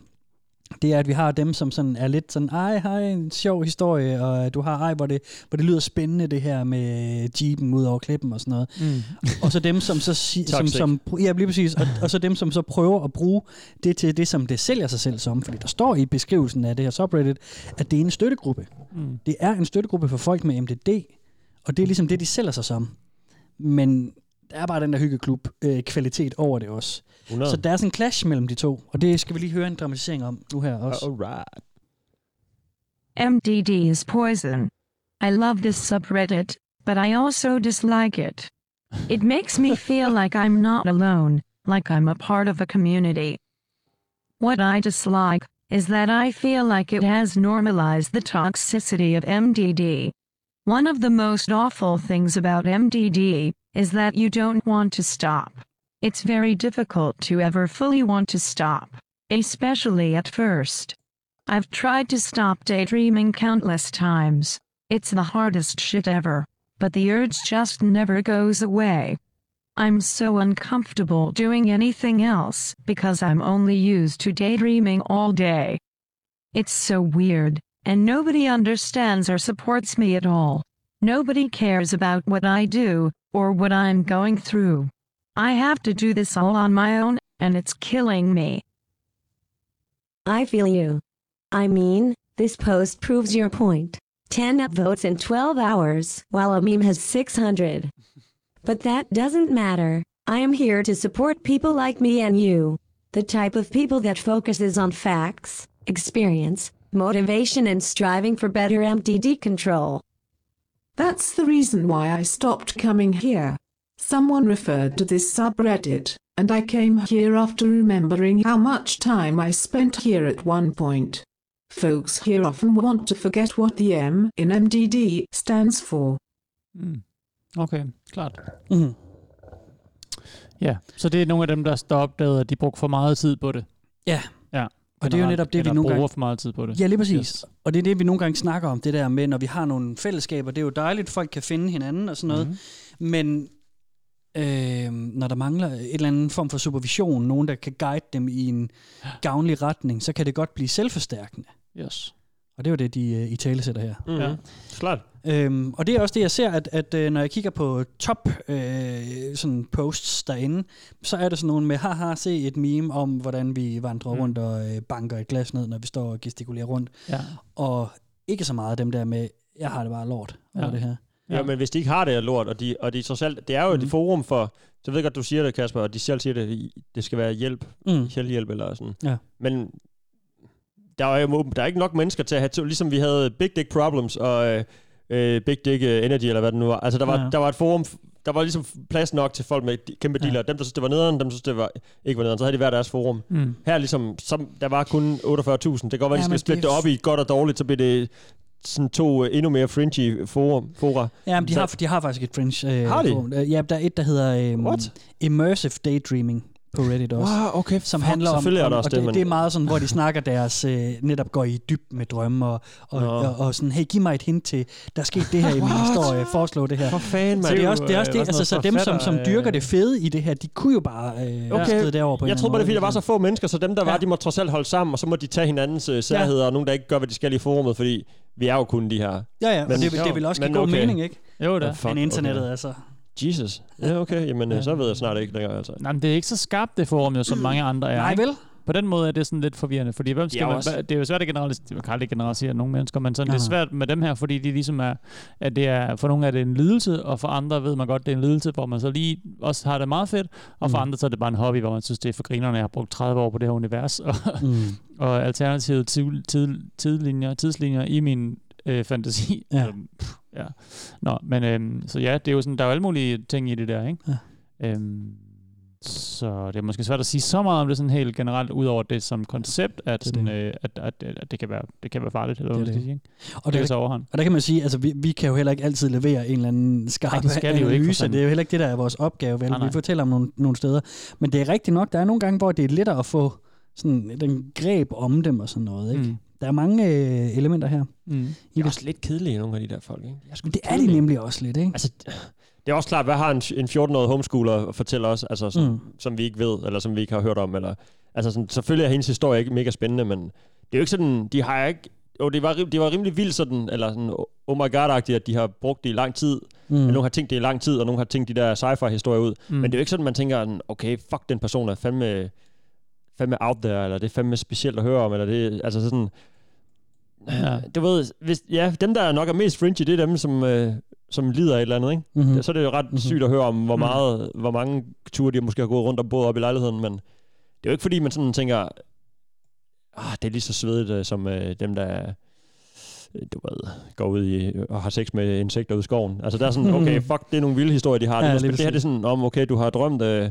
Det er, at vi har dem, som sådan er lidt sådan, ej, hej, en sjov historie, og du har, ej, hvor det, hvor det lyder spændende, det her med jeepen ud over klippen og sådan noget. Mm. Og så dem, som så si- som, Toxic. som, ja, lige præcis, og, og, så dem, som så prøver at bruge det til det, som det sælger sig selv som, fordi der står i beskrivelsen af det her subreddit, at det er en støttegruppe. Mm. Det er en støttegruppe for folk med MDD, og det er ligesom det, de sælger sig som. Men der er bare den der hyggeklub øh, kvalitet over det også. 100. Så der er sådan en clash mellem de to, og det skal vi lige høre en dramatisering om nu her også. Alright. MDD is poison. I love this subreddit, but I also dislike it. It makes me feel like I'm not alone, like I'm a part of a community. What I dislike is that I feel like it has normalized the toxicity of MDD. One of the most awful things about MDD is that you don't want to stop. It's very difficult to ever fully want to stop, especially at first. I've tried to stop daydreaming countless times. It's the hardest shit ever, but the urge just never goes away. I'm so uncomfortable doing anything else because I'm only used to daydreaming all day. It's so weird, and nobody understands or supports me at all. Nobody cares about what I do, or what I'm going through. I have to do this all on my own, and it's killing me. I feel you. I mean, this post proves your point. 10 upvotes in 12 hours, while a meme has 600. But that doesn't matter. I am here to support people like me and you. The type of people that focuses on facts, experience, motivation, and striving for better MDD control. That's the reason why I stopped coming here. Someone referred to this subreddit, and I came here after remembering how much time I spent here at one point. Folks here often want to forget what the M in MDD stands for. Okay, klart. Mm. Ja, så det er nogle af dem, der, der opdagede, at de brugte for meget tid på det. Ja. ja. Og det er jo Generelt- netop det, vi eller nogle bruger gange... for meget tid på det. Ja, lige præcis. Yes. Og det er det, vi nogle gange snakker om, det der med, når vi har nogle fællesskaber, det er jo dejligt, folk kan finde hinanden og sådan noget, Mhm. mm-hmm. men øh, når der mangler et eller anden form for supervision, nogen, der kan guide dem i en gavnlig retning, så kan det godt blive selvforstærkende. Yes. Og det er jo det, de øh, i tale sætter her. Mhm. Ja, klart. Øhm, og det er også det, jeg ser, at, at øh, når jeg kigger på top øh, sådan posts derinde, så er der sådan nogle med, haha, se et meme om, hvordan vi vandrer mm. rundt og øh, banker et glas ned, når vi står og gestikulerer rundt. Ja. Og ikke så meget dem der med, jeg har det bare lort over det her. Ja. ja, men hvis de ikke har det er lort, og de, og de trods alt, det er jo Mhm. mm. et forum for, så ved jeg godt, du siger det, Kasper, og de selv siger det, i- det skal være hjælp, Mm. mm. selvhjælp eller sådan. Ja. Men der er, jo, der er ikke nok mennesker til at have, to, ligesom vi havde Big Dick Problems og øh, øh, Big Dick øh, Energy, eller hvad det nu var. Altså, der var, Ja. ja. der var et forum, f- der var ligesom plads nok til folk med de- kæmpe dealer. Ja. Dem, der synes, det var nederen, dem, der synes, det var, ikke var nederen, så havde de hver deres forum. Mm. Her ligesom, som, der var kun 48.000. Det kan godt være, Ja, ja, de men skal det splitte det er- op i godt og dårligt, så bliver det sådan to øh, endnu mere fringy forum, fora. Ja, men de Så- har, de har faktisk et fringe. Øh, Har de? forum. Øh, Ja, der er et, der hedder øh, Immersive Daydreaming på Reddit også. Wow, okay. Som Fuck, handler om, selvfølgelig er der om- også og det, det, men- det er meget sådan, hvor de snakker deres, øh, netop går i dyb med drømme, og, og, Nå. og, og, sådan, hey, giv mig et hint til, der er sket det her i min What? historie, foreslå det her. For fanden, så mand. det er også det, er også Det det er jo, øh, altså, så hvad sådan dem, noget som, som forfatter, øh, dyrker det fede i det her, de kunne jo bare øh, okay. sidde derover på en jeg troede bare, det var, fordi der var så få mennesker, så dem, der var, Ja. de må trods alt holde sammen, og så må de tage hinandens uh, særheder, og nogen, der ikke gør, hvad de skal i forummet, fordi vi er jo kun de her. Ja, ja, og det vil- det vil også give god mening, ikke? Jo, da. Men internettet er så- Jesus. altså. Ja, okay. Jamen, øh, så ved jeg snart ikke længere, altså. Nej, men det er ikke så skarpt det forum, jo, som mange andre er. Nej, ikke? Mm. vel? På den måde er det sådan lidt forvirrende, fordi hvem skal Ja, man, også. hva- det er jo svært at generalisere, man kan aldrig generalisere nogle mennesker, men sådan, Nej, det er nej. svært med dem her, fordi de ligesom er, at det er, for nogle er det en lidelse, og for andre ved man godt, det er en lidelse, hvor man så lige også har det meget fedt, og for Mm. andre så er det bare en hobby, hvor man synes, det er for grinerne, jeg har brugt 30 år på det her univers, og, Mm. og alternative tid, tid, tidlinjer, tidslinjer i min øh, fantasi. Ja. Øhm, pff, ja. Nå, men øhm, så ja, det er jo sådan, der er jo alle mulige ting i det der, ikke? Ja. Øhm, så det er måske svært at sige så meget om det sådan helt generelt, udover det som koncept, at, sådan, øh, at, at, at, det, kan være, det kan være farligt, eller Det er hvad man skal det. sige. Ikke? Og Og der- det er så overhånd. Og der kan man sige, altså vi, vi kan jo heller ikke altid levere en eller anden Nej, skarp det skal vi jo ikke, for analyse. fanden. Det er jo heller ikke det, der er vores opgave. Vel? Nej, Vi nej. fortæller om nogle, nogle steder. Men det er rigtigt nok, der er nogle gange, hvor det er lettere at få sådan den greb om dem og sådan noget. Ikke? Mm. Mm. Der er mange øh, elementer her. Mm. De er også lidt kedelige, nogle af de der folk, ikke? Jeg Det er de nemlig også lidt, ikke? Altså, Det er også klart, hvad har en, en 14-årig homeschooler fortæller os, altså, som, Mm. mm. som vi ikke ved, eller som vi ikke har hørt om. Eller, altså, sådan, selvfølgelig er hendes historie ikke mega spændende, men det er jo ikke sådan, de har ikke... Jo, det var, rim- det var rimelig vildt sådan, eller sådan, oh my god at de har brugt det i lang tid. Mm. Mm. Nogle har tænkt det i lang tid, og nogle har tænkt de der sci-fi-historier ud. Mm. Mm. Men det er jo ikke sådan, man tænker, sådan, okay, fuck, den person er fandme, fandme out there, eller det er fandme specielt at høre om, eller det altså sådan... Ja. Øh, Du ved, hvis, ja, dem, der nok er mest fringy, det er dem, som, øh, som lider af et eller andet, ikke? Mhm. Mm-hmm. Så er det jo ret mm-hmm. sygt at høre om, Mhm. hvor, meget, hvor mange ture, de måske har gået rundt og boet op i lejligheden, men det er jo ikke, fordi man sådan tænker, ah, det er lige så svedigt, øh, som øh, dem, der øh, du ved, går ud i, og har sex med insekter ude i skoven. Altså der er sådan, okay, Mhm. fuck, det er nogle vilde historier, de har. Ja, Ja, det, lige det, det her det er præcis. sådan, om, okay, du har drømt, øh,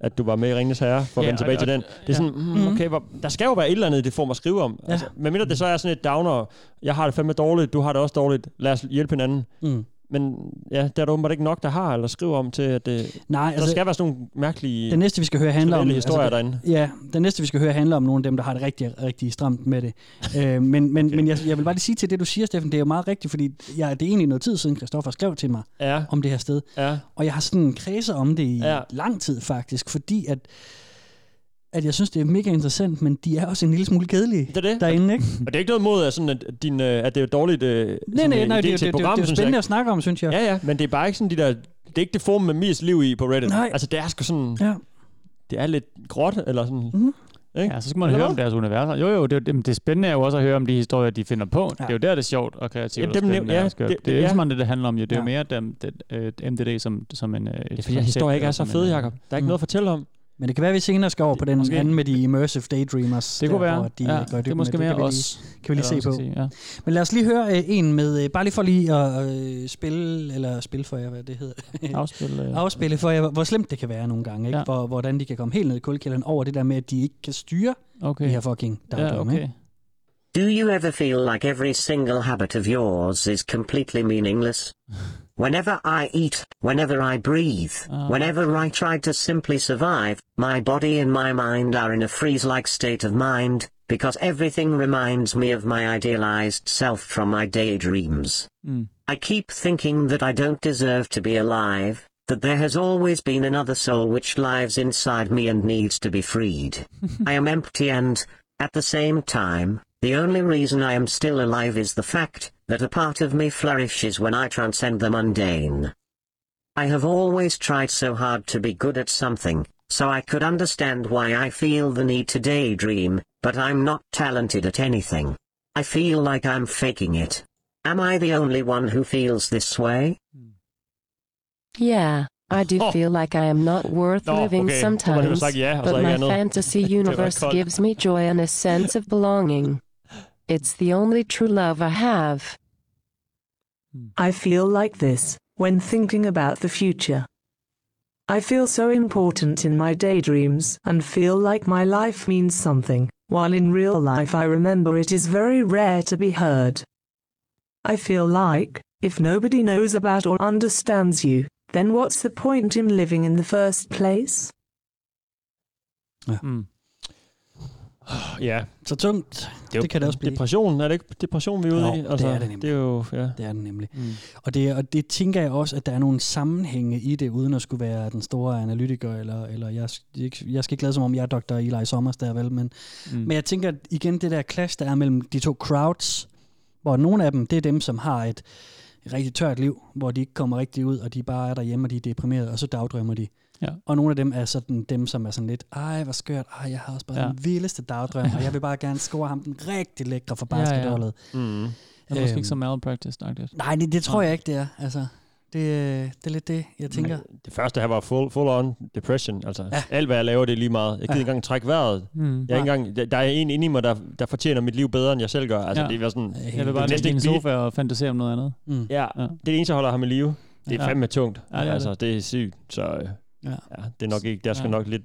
at du var med i Ringens Herre, for at Ja, vende tilbage og- til og- den. Det er sådan, ja. mm, Mm-hmm. okay, hvor, der skal jo være et eller andet i det form at skrive om. Ja. Altså, medmindre det så er sådan et downer, jeg har det fandme dårligt, du har det også dårligt, lad os hjælpe hinanden. Mm. Men ja, der er der åbenbart ikke nok, der har eller skriver om til, at det, Nej, der altså- skal være sådan nogle mærkelige Det næste, vi skal høre, handler om... trivielle historier altså, derinde. Ja, det næste, vi skal høre, handler om nogle af dem, der har det rigtig, rigtig stramt med det. øh, men men, men jeg, jeg vil bare lige sige til det, du siger, Steffen, det er jo meget rigtigt, fordi jeg, det er egentlig noget tid siden, Christoffer skrev til mig ja. om det her sted. Ja. Og jeg har sådan kredset om det i ja. Ja. lang tid faktisk, fordi at at jeg synes, det er mega interessant, men de er også en lille smule kedelige det er det. derinde, ikke? Og det er ikke noget mod, at, sådan, at, din, øh, at det er dårligt øh, Nej, sådan, nej, øh, nej, idé det, er jo- til det, et det, det, program, det er jo synes jeg spændende ikke. at snakke om, synes jeg. Ja, ja, men det er bare ikke sådan de der det er ikke det forum med mest liv i på Reddit. Nej. Altså, det er sgu sådan... Ja. Det er lidt gråt, eller sådan... Mm-hmm. Ikke? Ja, så skal man høre om deres universer. Jo, jo, det, er jo- jamen, det spændende er jo også at høre om de historier, de finder på. Ja. Det er jo der, det er sjovt og kreativt Ja, ja, dem og nævn- spændende. ja, og skørt. det- det, det, er ja. ikke så meget det, det handler om. Jo. Det er jo Ja. mere dem, det, øh, MDD som, som en... Øh, det er fordi, at historier ikke er så fede, Jacob. Der er ikke noget at fortælle om. Mm. Men det kan være, at vi senere skal over på den Måske. anden med de Immersive Daydreamers. Det kunne der, være. hvor De Ja, ja, det er går i dybden måske med. mere det kan vi os, Lige, kan vi lige eller se hvad på. man skal sige, ja. Men lad os lige høre øh, en med, øh, bare lige for lige at øh, spille, eller spille for jer, hvad det hedder. Afspille, øh. Afspille for jer, hvor slemt det kan være nogle gange. Ikke? Ja. Hvor, hvordan de kan komme helt ned i kuldekælderen over det der med, at de ikke kan styre okay. de her fucking dagdrømme. Ikke? Do you ever feel like every single habit of yours is completely meaningless? Whenever I eat, whenever I breathe, Ah. whenever I try to simply survive, my body and my mind are in a freeze like state of mind, because everything reminds me of my idealized self from my daydreams. Mm. I keep thinking that I don't deserve to be alive, that there has always been another soul which lives inside me and needs to be freed. I am empty and, at the same time, the only reason I am still alive is the fact that a part of me flourishes when I transcend the mundane. I have always tried so hard to be good at something, so I could understand why I feel the need to daydream, but I'm not talented at anything. I feel like I'm faking it. Am I the only one who feels this way? Yeah, I do feel like I am not worth Nå, living okay. Det var det, sometimes, du sagde ja, og så but ikke my andet. fantasy Det var universe koldt. gives me joy and a sense of belonging. It's the only true love I have. I feel like this when thinking about the future. I feel so important in my daydreams and feel like my life means something, while in real life I remember it is very rare to be heard. I feel like, if nobody knows about or understands you, then what's the point in living in the first place? Ja. Mm. Ja. Så tungt. Det, det kan det også blive. Depression, er det ikke depression, vi er ude Jo, i? Altså, det er det nemlig. Det er jo, ja. Det er det nemlig. Mm. Og, det, og det tænker jeg også, at der er nogle sammenhænge i det, uden at skulle være den store analytiker, eller, eller jeg, ikke- jeg skal ikke lade som om, jeg er Dr. Eli Sommers der, vel? Men, Mm. mm. men jeg tænker at igen, det der clash, der er mellem de to crowds, hvor nogle af dem, det er dem, som har et rigtig tørt liv, hvor de ikke kommer rigtig ud, og de bare er derhjemme, og de er deprimerede, og så dagdrømmer de. Ja. Og nogle af dem er sådan dem, som er sådan lidt, ej, hvor skørt, ej, jeg har også bare Ja. ja. den vildeste dagdrøm, og jeg vil bare gerne score ham den rigtig lækre for basketballet. Ja, ja. Mm. Det er måske Øhm, ikke så malpractice-agtigt. Nej, det, det tror jeg ikke, det er. Altså, det, det er lidt det, jeg tænker. Det første her var full, full on depression. Altså, ja. alt hvad jeg laver, det er lige meget. Jeg gider Ja. ikke engang trække vejret. Mm. Jeg er ikke engang, der, der er en inde i mig, der, der fortjener mit liv bedre, end jeg selv gør. Altså, ja. det er sådan, jeg vil bare næsten ligge i en ikke blive- sofa og fantasere om noget andet. Mm. Ja, det er det eneste, der holder ham i live. Det er Ja. fandme tungt. Ja, det er altså, det. er sygt. Så øh, Ja. ja. ja. det er nok ikke, der skal Ja. ja. nok lidt,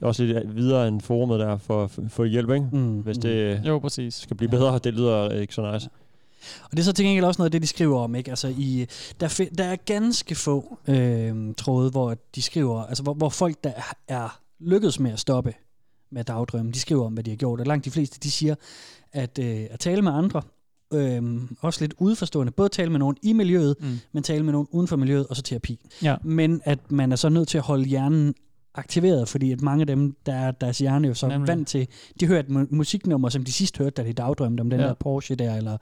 også lidt videre end forumet der for at få hjælp, ikke? Mm. Hvis det jo, præcis. skal blive bedre, det lyder øh, ikke så nice. Og det er så til gengæld også noget af det, de skriver om. Ikke? Altså, i, der, fi- der er ganske få øh, tråde, hvor de skriver, altså, hvor, hvor folk, der er lykkedes med at stoppe med dagdrømme, de skriver om, hvad de har gjort. Og langt de fleste, de siger, at, øh, at tale med andre, øh, også lidt udeforstående, både tale med nogen i miljøet, Mm. mm. men tale med nogen uden for miljøet, og så terapi. Ja. Men at man er så nødt til at holde hjernen aktiveret, fordi at mange af dem, der er deres hjerne jo så Nemlig. Nemlig. vant til, de hører et mu- musiknummer, som de sidst hørte, da de dagdrømte om den Ja. ja. der Porsche der, eller,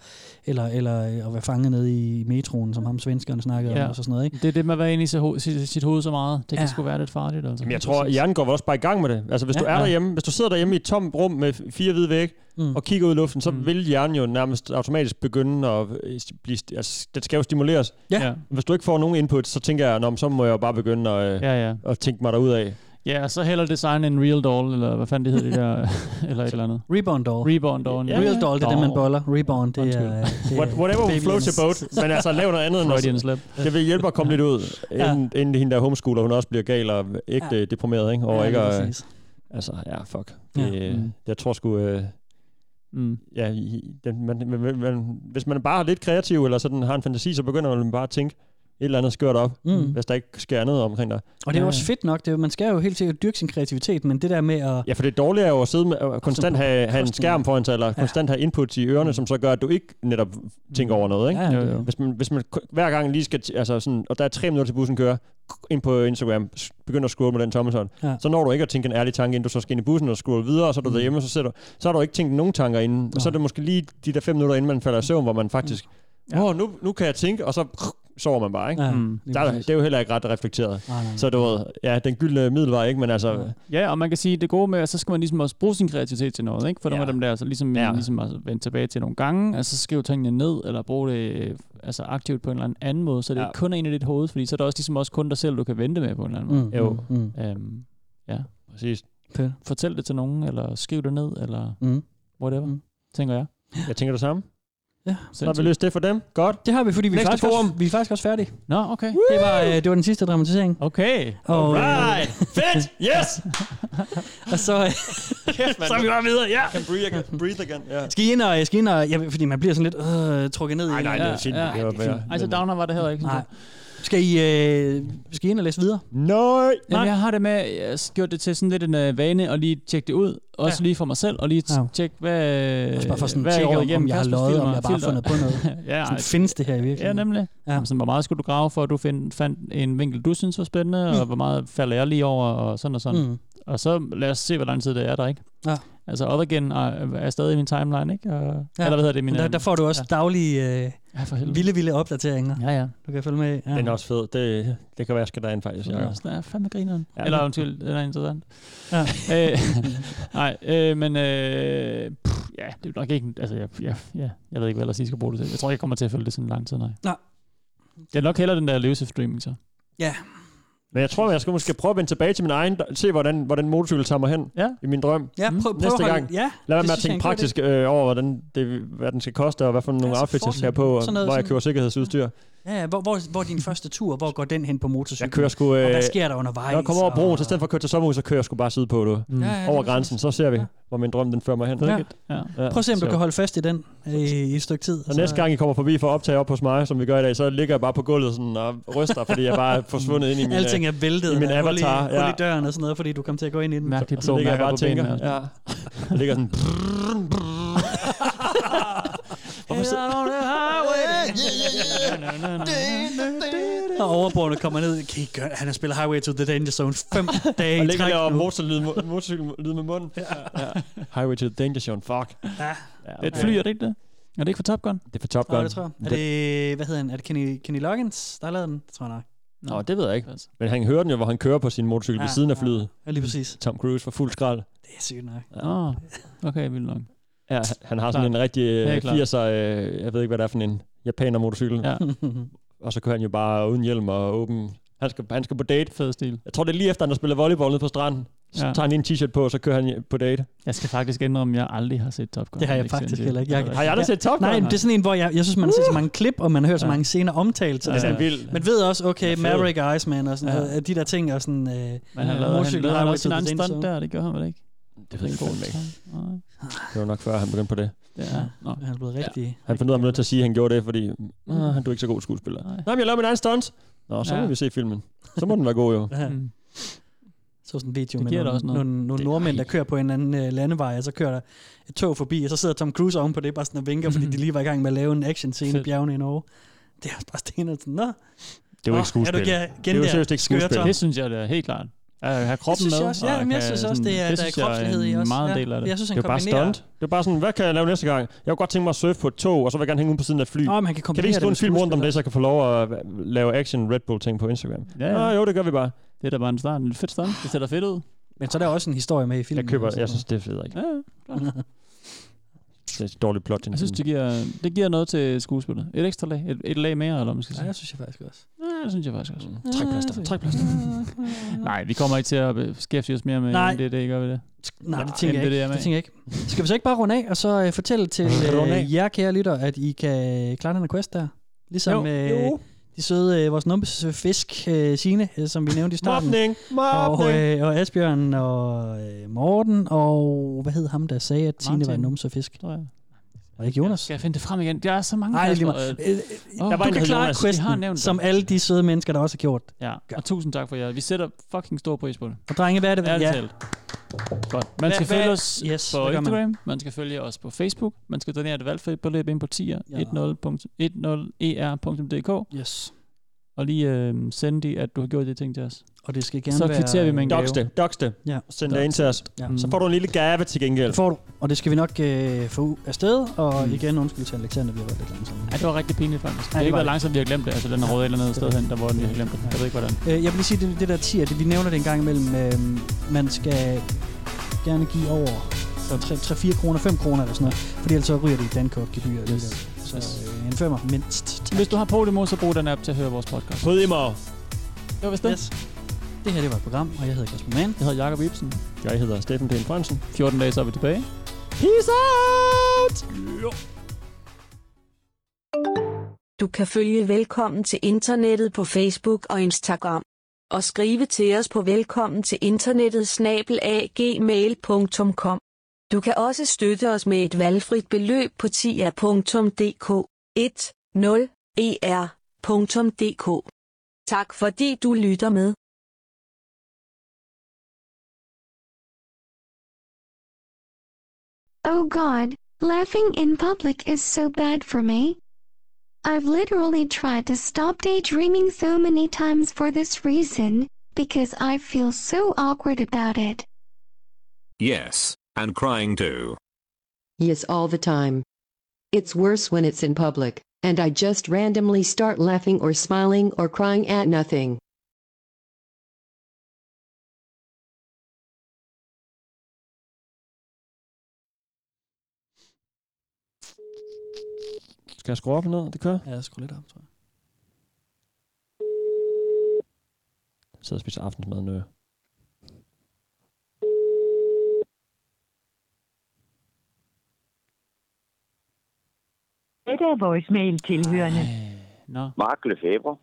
eller, eller øh, at være fanget nede i metroen, som ham svenskeren snakkede ja. om, og så sådan noget. Ikke? Det er det, man er inde i sit hoved, sit, sit hoved så meget. Det kan ja. sgu være lidt farligt. Altså. Jamen, jeg tror, at hjernen går vel også bare i gang med det. Altså, hvis Ja. ja, du er Ja. derhjemme, hvis du sidder derhjemme i et tomt rum med f- fire hvide vægge, mm. og kigger ud i luften, så mm. vil hjernen jo nærmest automatisk begynde at øh, blive... st- Altså, den skal jo stimuleres. Ja. Hvis du ikke får nogen input, så tænker jeg, "Nå, men så må jeg jo bare begynde at, ja, ja. at tænke mig derud af. Ja, og så heller design en real doll, eller hvad fanden det hedder, det der, eller et eller andet. Reborn doll. Reborn doll. Ja. Real doll, det er det, man boller. Reborn, det Undskyld. er... Det What, whatever will babyens- float your boat. Men altså, lav noget andet end Freudian slip. Det vil hjælpe at komme lidt ud, Ja. inden, inden hende der homeschooler, hun også bliver gal og ægte Ja. ja. deprimeret, ikke? Og Ja, ikke lige at- præcis. Altså, ja, fuck. Ja. Det, ja. Mm. Jeg tror sgu... Øh, Mm. Ja, i- i- den, man, man, man, man, hvis man bare er lidt kreativ, eller sådan har en fantasi, så begynder man bare at tænke et eller andet skørt op, Mm. mm. hvis der ikke sker andet omkring dig. Og det er jo også fedt nok, det er, jo- man skal jo helt sikkert dyrke sin kreativitet, men det der med at... Ja, for det dårlige er jo at sidde med, at konstant have, have en Kosten. skærm foran sig, eller konstant have input i ørerne, som så gør, at du ikke netop tænker over noget. Ikke? Mm. Ja, ja, Jo, jo. Hvis, man, hvis man k- hver gang lige skal, t- altså sådan, og der er tre minutter til bussen kører, k- ind på Instagram, s- begynder at scrolle med den tommelton, Ja. Mm. ja. så når du ikke at tænke en ærlig tanke, inden du så skal ind i bussen og scrolle videre, og så er du derhjemme, og så, sidder, så har du ikke tænkt nogen tanker Mm. inden, og så er det måske lige de der fem minutter, inden man falder i søvn, hvor man faktisk, åh, nu, nu kan jeg tænke, og så sover man bare, ikke? Ja, Mm. lige der, er- præcis. det er jo heller ikke ret reflekteret. Nej, nej. Så du ved, ja, den gyldne middelvej, ikke? Men altså, Ja, og man kan sige, det gode med, at så skal man ligesom også bruge sin kreativitet til noget, ikke? For nogle af dem der, så ligesom, ja. ligesom at vende tilbage til nogle gange, altså skrive tingene ned, eller bruge det øh, altså aktivt på en eller anden måde, så det Ja. ja. ikke kun er en i dit hoved, fordi så er der også ligesom også kun dig selv, du kan vente med på en eller anden måde. Mm, jo. mm, Øhm, ja. Præcis. Fedt. Fortæl det til nogen, eller skriv det ned, eller mm. whatever, mm. tænker jeg. Jeg tænker det samme. Ja, så har vi løst det for dem. Godt. Det har vi, fordi vi, er Næste faktisk forum. også, vi er faktisk også færdige. Nå, okay. Det var, øh, det var den sidste dramatisering. Okay. Og, øh, Alright. Fedt. Yes. og så, øh, Kæft, så er vi bare videre. Ja. I can breathe again. Breathe again. Ja. skal I ind og, skal I ind og ja, fordi man bliver sådan lidt øh, trukket ned. i- Ej, nej, det er fint. Det var bedre. Ej, så downer var det heller ikke. Nej. Skal I, øh, skal I ind og læse videre? Nej. Jamen, jeg har det med, jeg har gjort det til sådan lidt en øh, vane, og lige tjekke det ud, også lige for mig selv, og lige t- tjekke, hvad, Også bare for sådan hvad at jeg tjekke, går om, om igennem. jeg har Kaspers løjet, om filmer, jeg bare har filter. fundet på noget. ja, sådan, findes det her i virkeligheden? Ja, nemlig. Ja. Jamen, sådan, hvor meget skulle du grave for, at du find, fandt en vinkel, du synes var spændende, mm. og Mm. hvor meget falder jeg lige over, og sådan og sådan. Mm. Mm. Og så lad os se, hvor lang tid det er der, ikke? Ja. Altså, Othergen er, er stadig i min timeline, ikke? Og, ja. Eller hvad hedder det? Min, øh, der, der får du også ja. daglige, øh, helvede. vilde, vilde opdateringer. Ja, ja. Du kan følge med. i. Ja. Den er også fed. Det, det kan være, jeg skal derind faktisk. Ja. Ja. Det er fandme grineren. Ja. Ja. Eller undskyld, den er interessant. Ja. Øh, nej, øh, men øh, pff, ja, det er nok ikke... Altså, jeg, jeg, ja, jeg ved ikke, hvad ellers I skal bruge det til. Jeg tror ikke, jeg kommer til at følge det sådan lang tid, nej. Nej. Det er nok hellere den der elusive streaming, så. Ja. Men jeg tror, jeg skal måske prøve at vende tilbage til min egen, se hvordan, hvordan motorcykel tager mig hen ja. i min drøm. Ja, prøv- prøv at Næste holde- gang. ja, Lad det være med at synes jeg er en tænke god praktisk øh, over, hvordan det, hvad den skal koste, og hvad for nogle Ja, så outfits, jeg skal have forskning. på, og Sådan noget, hvor jeg sådan- køber sikkerhedsudstyr. Ja, ja, hvor, hvor, hvor er din første tur? Hvor går den hen på motorcyklen? Jeg kører sgu... og Øh, hvad sker der undervejs? Når jeg kommer over broen, så i stedet for at køre til sommerhus, så kører jeg sgu bare sydpå, du. Mm. Ja, ja, lige over præcis. grænsen, så ser vi, hvor min drøm den fører mig hen. Ja. Prøv at se, om du kan holde fast i den øh, i et stykke tid. Og næste gang, I kommer forbi for at optage op hos mig, som vi gør i dag, så ligger jeg bare på gulvet sådan og ryster, fordi jeg bare er forsvundet ind i min, øh, Alting er væltet. i min der er hul avatar. Hul i, døren og sådan noget, fordi du kom til at gå ind i den. Mærkeligt Så ligger jeg bare og tænker, Ja. ja. Jeg ligger sådan... Hvorfor så- Og overborgerne kommer ned. Kan I gøre? Han har spillet Highway to the Danger Zone fem dage Og i ligger træk der og nu. motorlyd, motorcykel med munden. Ja. Highway to the danger zone, fuck. Ja. Det er et fly, er det ikke det? Er det ikke for Top Gun? Det er for Top Nå, Gun. det tror jeg. Er det, hvad hedder han? Er det Kenny, Kenny Loggins, der har lavet den? Det tror jeg nok. Nå, det ved jeg ikke. Men han hører den jo, hvor han kører på sin motorcykel ved Ja, siden af flyet. Ja, lige præcis. Tom Cruise for fuld skrald. Det er sygt nok. Åh, okay, vildt nok. Ja, han har sådan Klart. en rigtig øh, Det er klart. 80'er, øh, jeg ved ikke, hvad det er for en japaner motorcykel. Ja. og så kører han jo bare uden hjelm og åben. Han skal, han skal på date. Fed stil. Jeg tror, det er lige efter, han har spillet volleyball nede på stranden. Så Ja. tager han lige en t-shirt på, og så kører han på date. Jeg skal faktisk indrømme, at jeg aldrig har set Top Gun. Det har er jeg ikke faktisk sindssygt. heller ikke. Jeg, Har jeg aldrig Ja. set Top Gun? Uh! Nej, det er sådan en, hvor jeg, jeg synes, man har set så mange klip, og man hører så Ja. mange scener omtalt. Så Ja, det den er sådan, vild. Man ved også, okay, Den er fed. Maverick og Iceman og sådan Ja. noget, at de der ting, og sådan... Øh, Men Men han lavede, han lavede også sin egen stunt der, det gjorde han vel ikke? Det ved jeg Den fandme gode stunt. Nej. Det var nok før, han begyndte på det. Ja, nå. Han er blevet rigtig... Han fandt ud af, at han var nødt til at sige, at han gjorde det, fordi ah, han er ikke så god skuespiller. Nej, men jeg laver min egen stunt. Nå, så ja. må Ja. vi se filmen. Så må den være god, jo. Ja. Hmm. Så sådan en video Det med giver da nogle, også noget. nogle, nogle nordmænd, der kører på en eller anden øh, landevej, og så kører der et tog forbi, og så sidder Tom Cruise ovenpå det, bare sådan og vinker, fordi de lige var i gang med at lave en action scene i Fedt. bjergene i Norge. Det er også bare stenet sådan, nå. Det er jo ikke skuespil. Er du igen, Det er jo der, seriøst ikke skøre skuespil. Tom? Det synes jeg, det er helt klart. At have kroppen synes jeg med. også, ja, og men jeg kan synes også, sådan- det er- der er synes jeg kropslighed i en også. meget Ja, del af det. jeg synes, han det er jo bare kombinerer- stunt. Det er bare sådan, hvad kan jeg lave næste gang? Jeg kunne godt tænke mig at surfe på et tog, og så vil jeg gerne hænge ud på siden af et fly. Nå, men han kan kan vi kombinere ikke det skrive en med film rundt om skuespil det, så jeg kan få lov at lave action Red Bull-ting på Instagram? Ja, Nå, ja. jo, det gør vi bare. Det er da bare en start. En fedt start. Det ser da fedt ud. Men så er der også en historie med i filmen. Jeg køber, altså. jeg synes, det er fedt, ikke? Ja, ja. Det er et dårligt plot. til en Jeg synes, film. det giver, det giver noget til skuespillet. Et ekstra lag. Et, et lag mere, eller hvad man skal sige. Ja, jeg synes jeg faktisk også. Ja, det synes jeg faktisk Mm. også. Trækplaster, trækplaster. Nej, vi kommer ikke til at beskæftige os mere med Nej. det, det gør vi det. Nej, det tænker, jeg MDDMA. ikke. det tænker jeg ikke. Skal vi så ikke bare runde af, og så øh, fortælle til Runde af. øh, jer, kære lytter, at I kan klare den her quest der? Ligesom Jo. øh, Jo. de søde, øh, vores numbesfisk, øh, Signe, øh, som vi nævnte i starten. Mobning! Og, Mobning! øh, og Asbjørn og øh, Morten, og hvad hed ham, der sagde, at Signe Martin. var en numsefisk? Tror jeg. Og ikke Jonas? Skal jeg finde det frem igen? Der er så mange. Nej, det er lige Kasper. meget. Øh, Åh, du kan klare Jonas. Vi har questen, nævnt som som alle de søde mennesker, der også har gjort. Ja, og tusind tak for jer. Vi sætter fucking stor pris på det. Og drenge, hvad er det? Ærligt Ja. talt. Godt. Man skal Hvad- følge hvad- os Yes, yes, på det gør man. Instagram, man. man skal følge os på Facebook, man skal donere et e valgfrit beløb ind på tier Ja. 10.10er.dk. Yes. og lige øh, sende det, at du har gjort det ting til os. Og det skal gerne Så være- kvitterer vi med en gave. Dox det, dox det. Ja. Send det ind til os. Ja. Så får du en lille gave til gengæld. Det får du, og det skal vi nok øh, få u- afsted. Og mm. igen, undskyld til Alexander, vi har været lidt langsomme. Ja, det var rigtig pinligt faktisk. Det Ja, er det ikke var været det. langsomt, vi har glemt det. Altså, den er rådet et eller andet sted hen, der hvor den, vi har glemt det. Jeg ved ikke, hvordan. Øh, jeg vil lige sige, det, det der tier, det, vi nævner det en gang imellem, øh, man skal gerne give over 3-4 kroner, 5 kroner eller sådan noget, fordi ellers så ryger det i dankortgebyr. Yes. Så øh, en femmer mindst. Hvis du har Podimo, så brug den app til at høre vores podcast. Podimo. Det var vist det. Yes. Det her det var et program, og jeg hedder Kasper Mann. Jeg hedder Jakob Ibsen. Jeg hedder Steffen Pien Fransen. 14 dage, så er vi tilbage. Peace out! Du kan følge Velkommen til Internettet på Facebook og Instagram. Og skrive til os på velkommen til internettet snabelagmail.com. Du kan også støtte os med et valgfrit beløb på tia.dk E 10er.dk. Tak fordi du lytter med. Oh god, laughing in public is so bad for me. I've literally tried to stop daydreaming so many times for this reason, because I feel so awkward about it. Yes, and crying too. Yes, all the time. It's worse when it's in public, and I just randomly start laughing or smiling or crying at nothing. Skal jeg skrue op og ned? Det kører. Ja, skru lidt op, tror jeg. Jeg sidder og spiser aftensmad nu. Dette er voicemail tilhørende. Nå. Mark Lefebvre.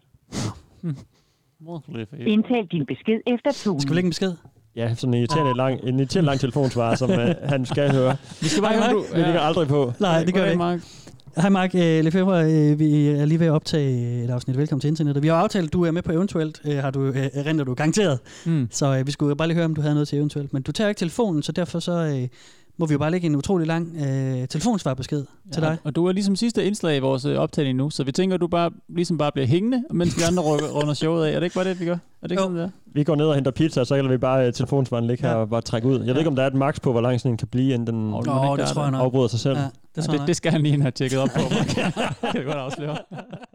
Indtal din besked efter tonen. Skal vi lægge en besked? Ja, sådan en irriterende lang, en irriterende lang telefonsvarer, som øh, han skal høre. Ah. Vi skal bare Hej, høre, Mark. du- Vi ligger Ja. aldrig på. Nej, det gør vi ikke. Hej Mark øh, Lefebvre, øh, vi er lige ved at optage et afsnit. Velkommen til internettet. Vi har jo aftalt, at du er med på eventuelt, øh, har du, øh, render du garanteret. Mm. Så øh, vi skulle jo bare lige høre, om du havde noget til eventuelt. Men du tager ikke telefonen, så derfor så øh, må vi jo bare lægge en utrolig lang øh, telefonsvarbesked ja. til dig. Og, og du er ligesom sidste indslag i vores øh, optagning nu, så vi tænker, at du bare, ligesom bare bliver hængende, mens vi andre runder runder showet af. Er det ikke bare det, vi gør? Er det ikke sådan, det er? Vi går ned og henter pizza, og så kan vi bare øh, telefonsvaren ligge her og bare trække ud. Jeg ved ikke, om der er et max på, hvor lang sådan en kan blive, inden den Nå, det tror jeg nok. afbryder sig selv. Ja, det, det, det skal han lige have tjekket op på. det kan jeg godt afsløre.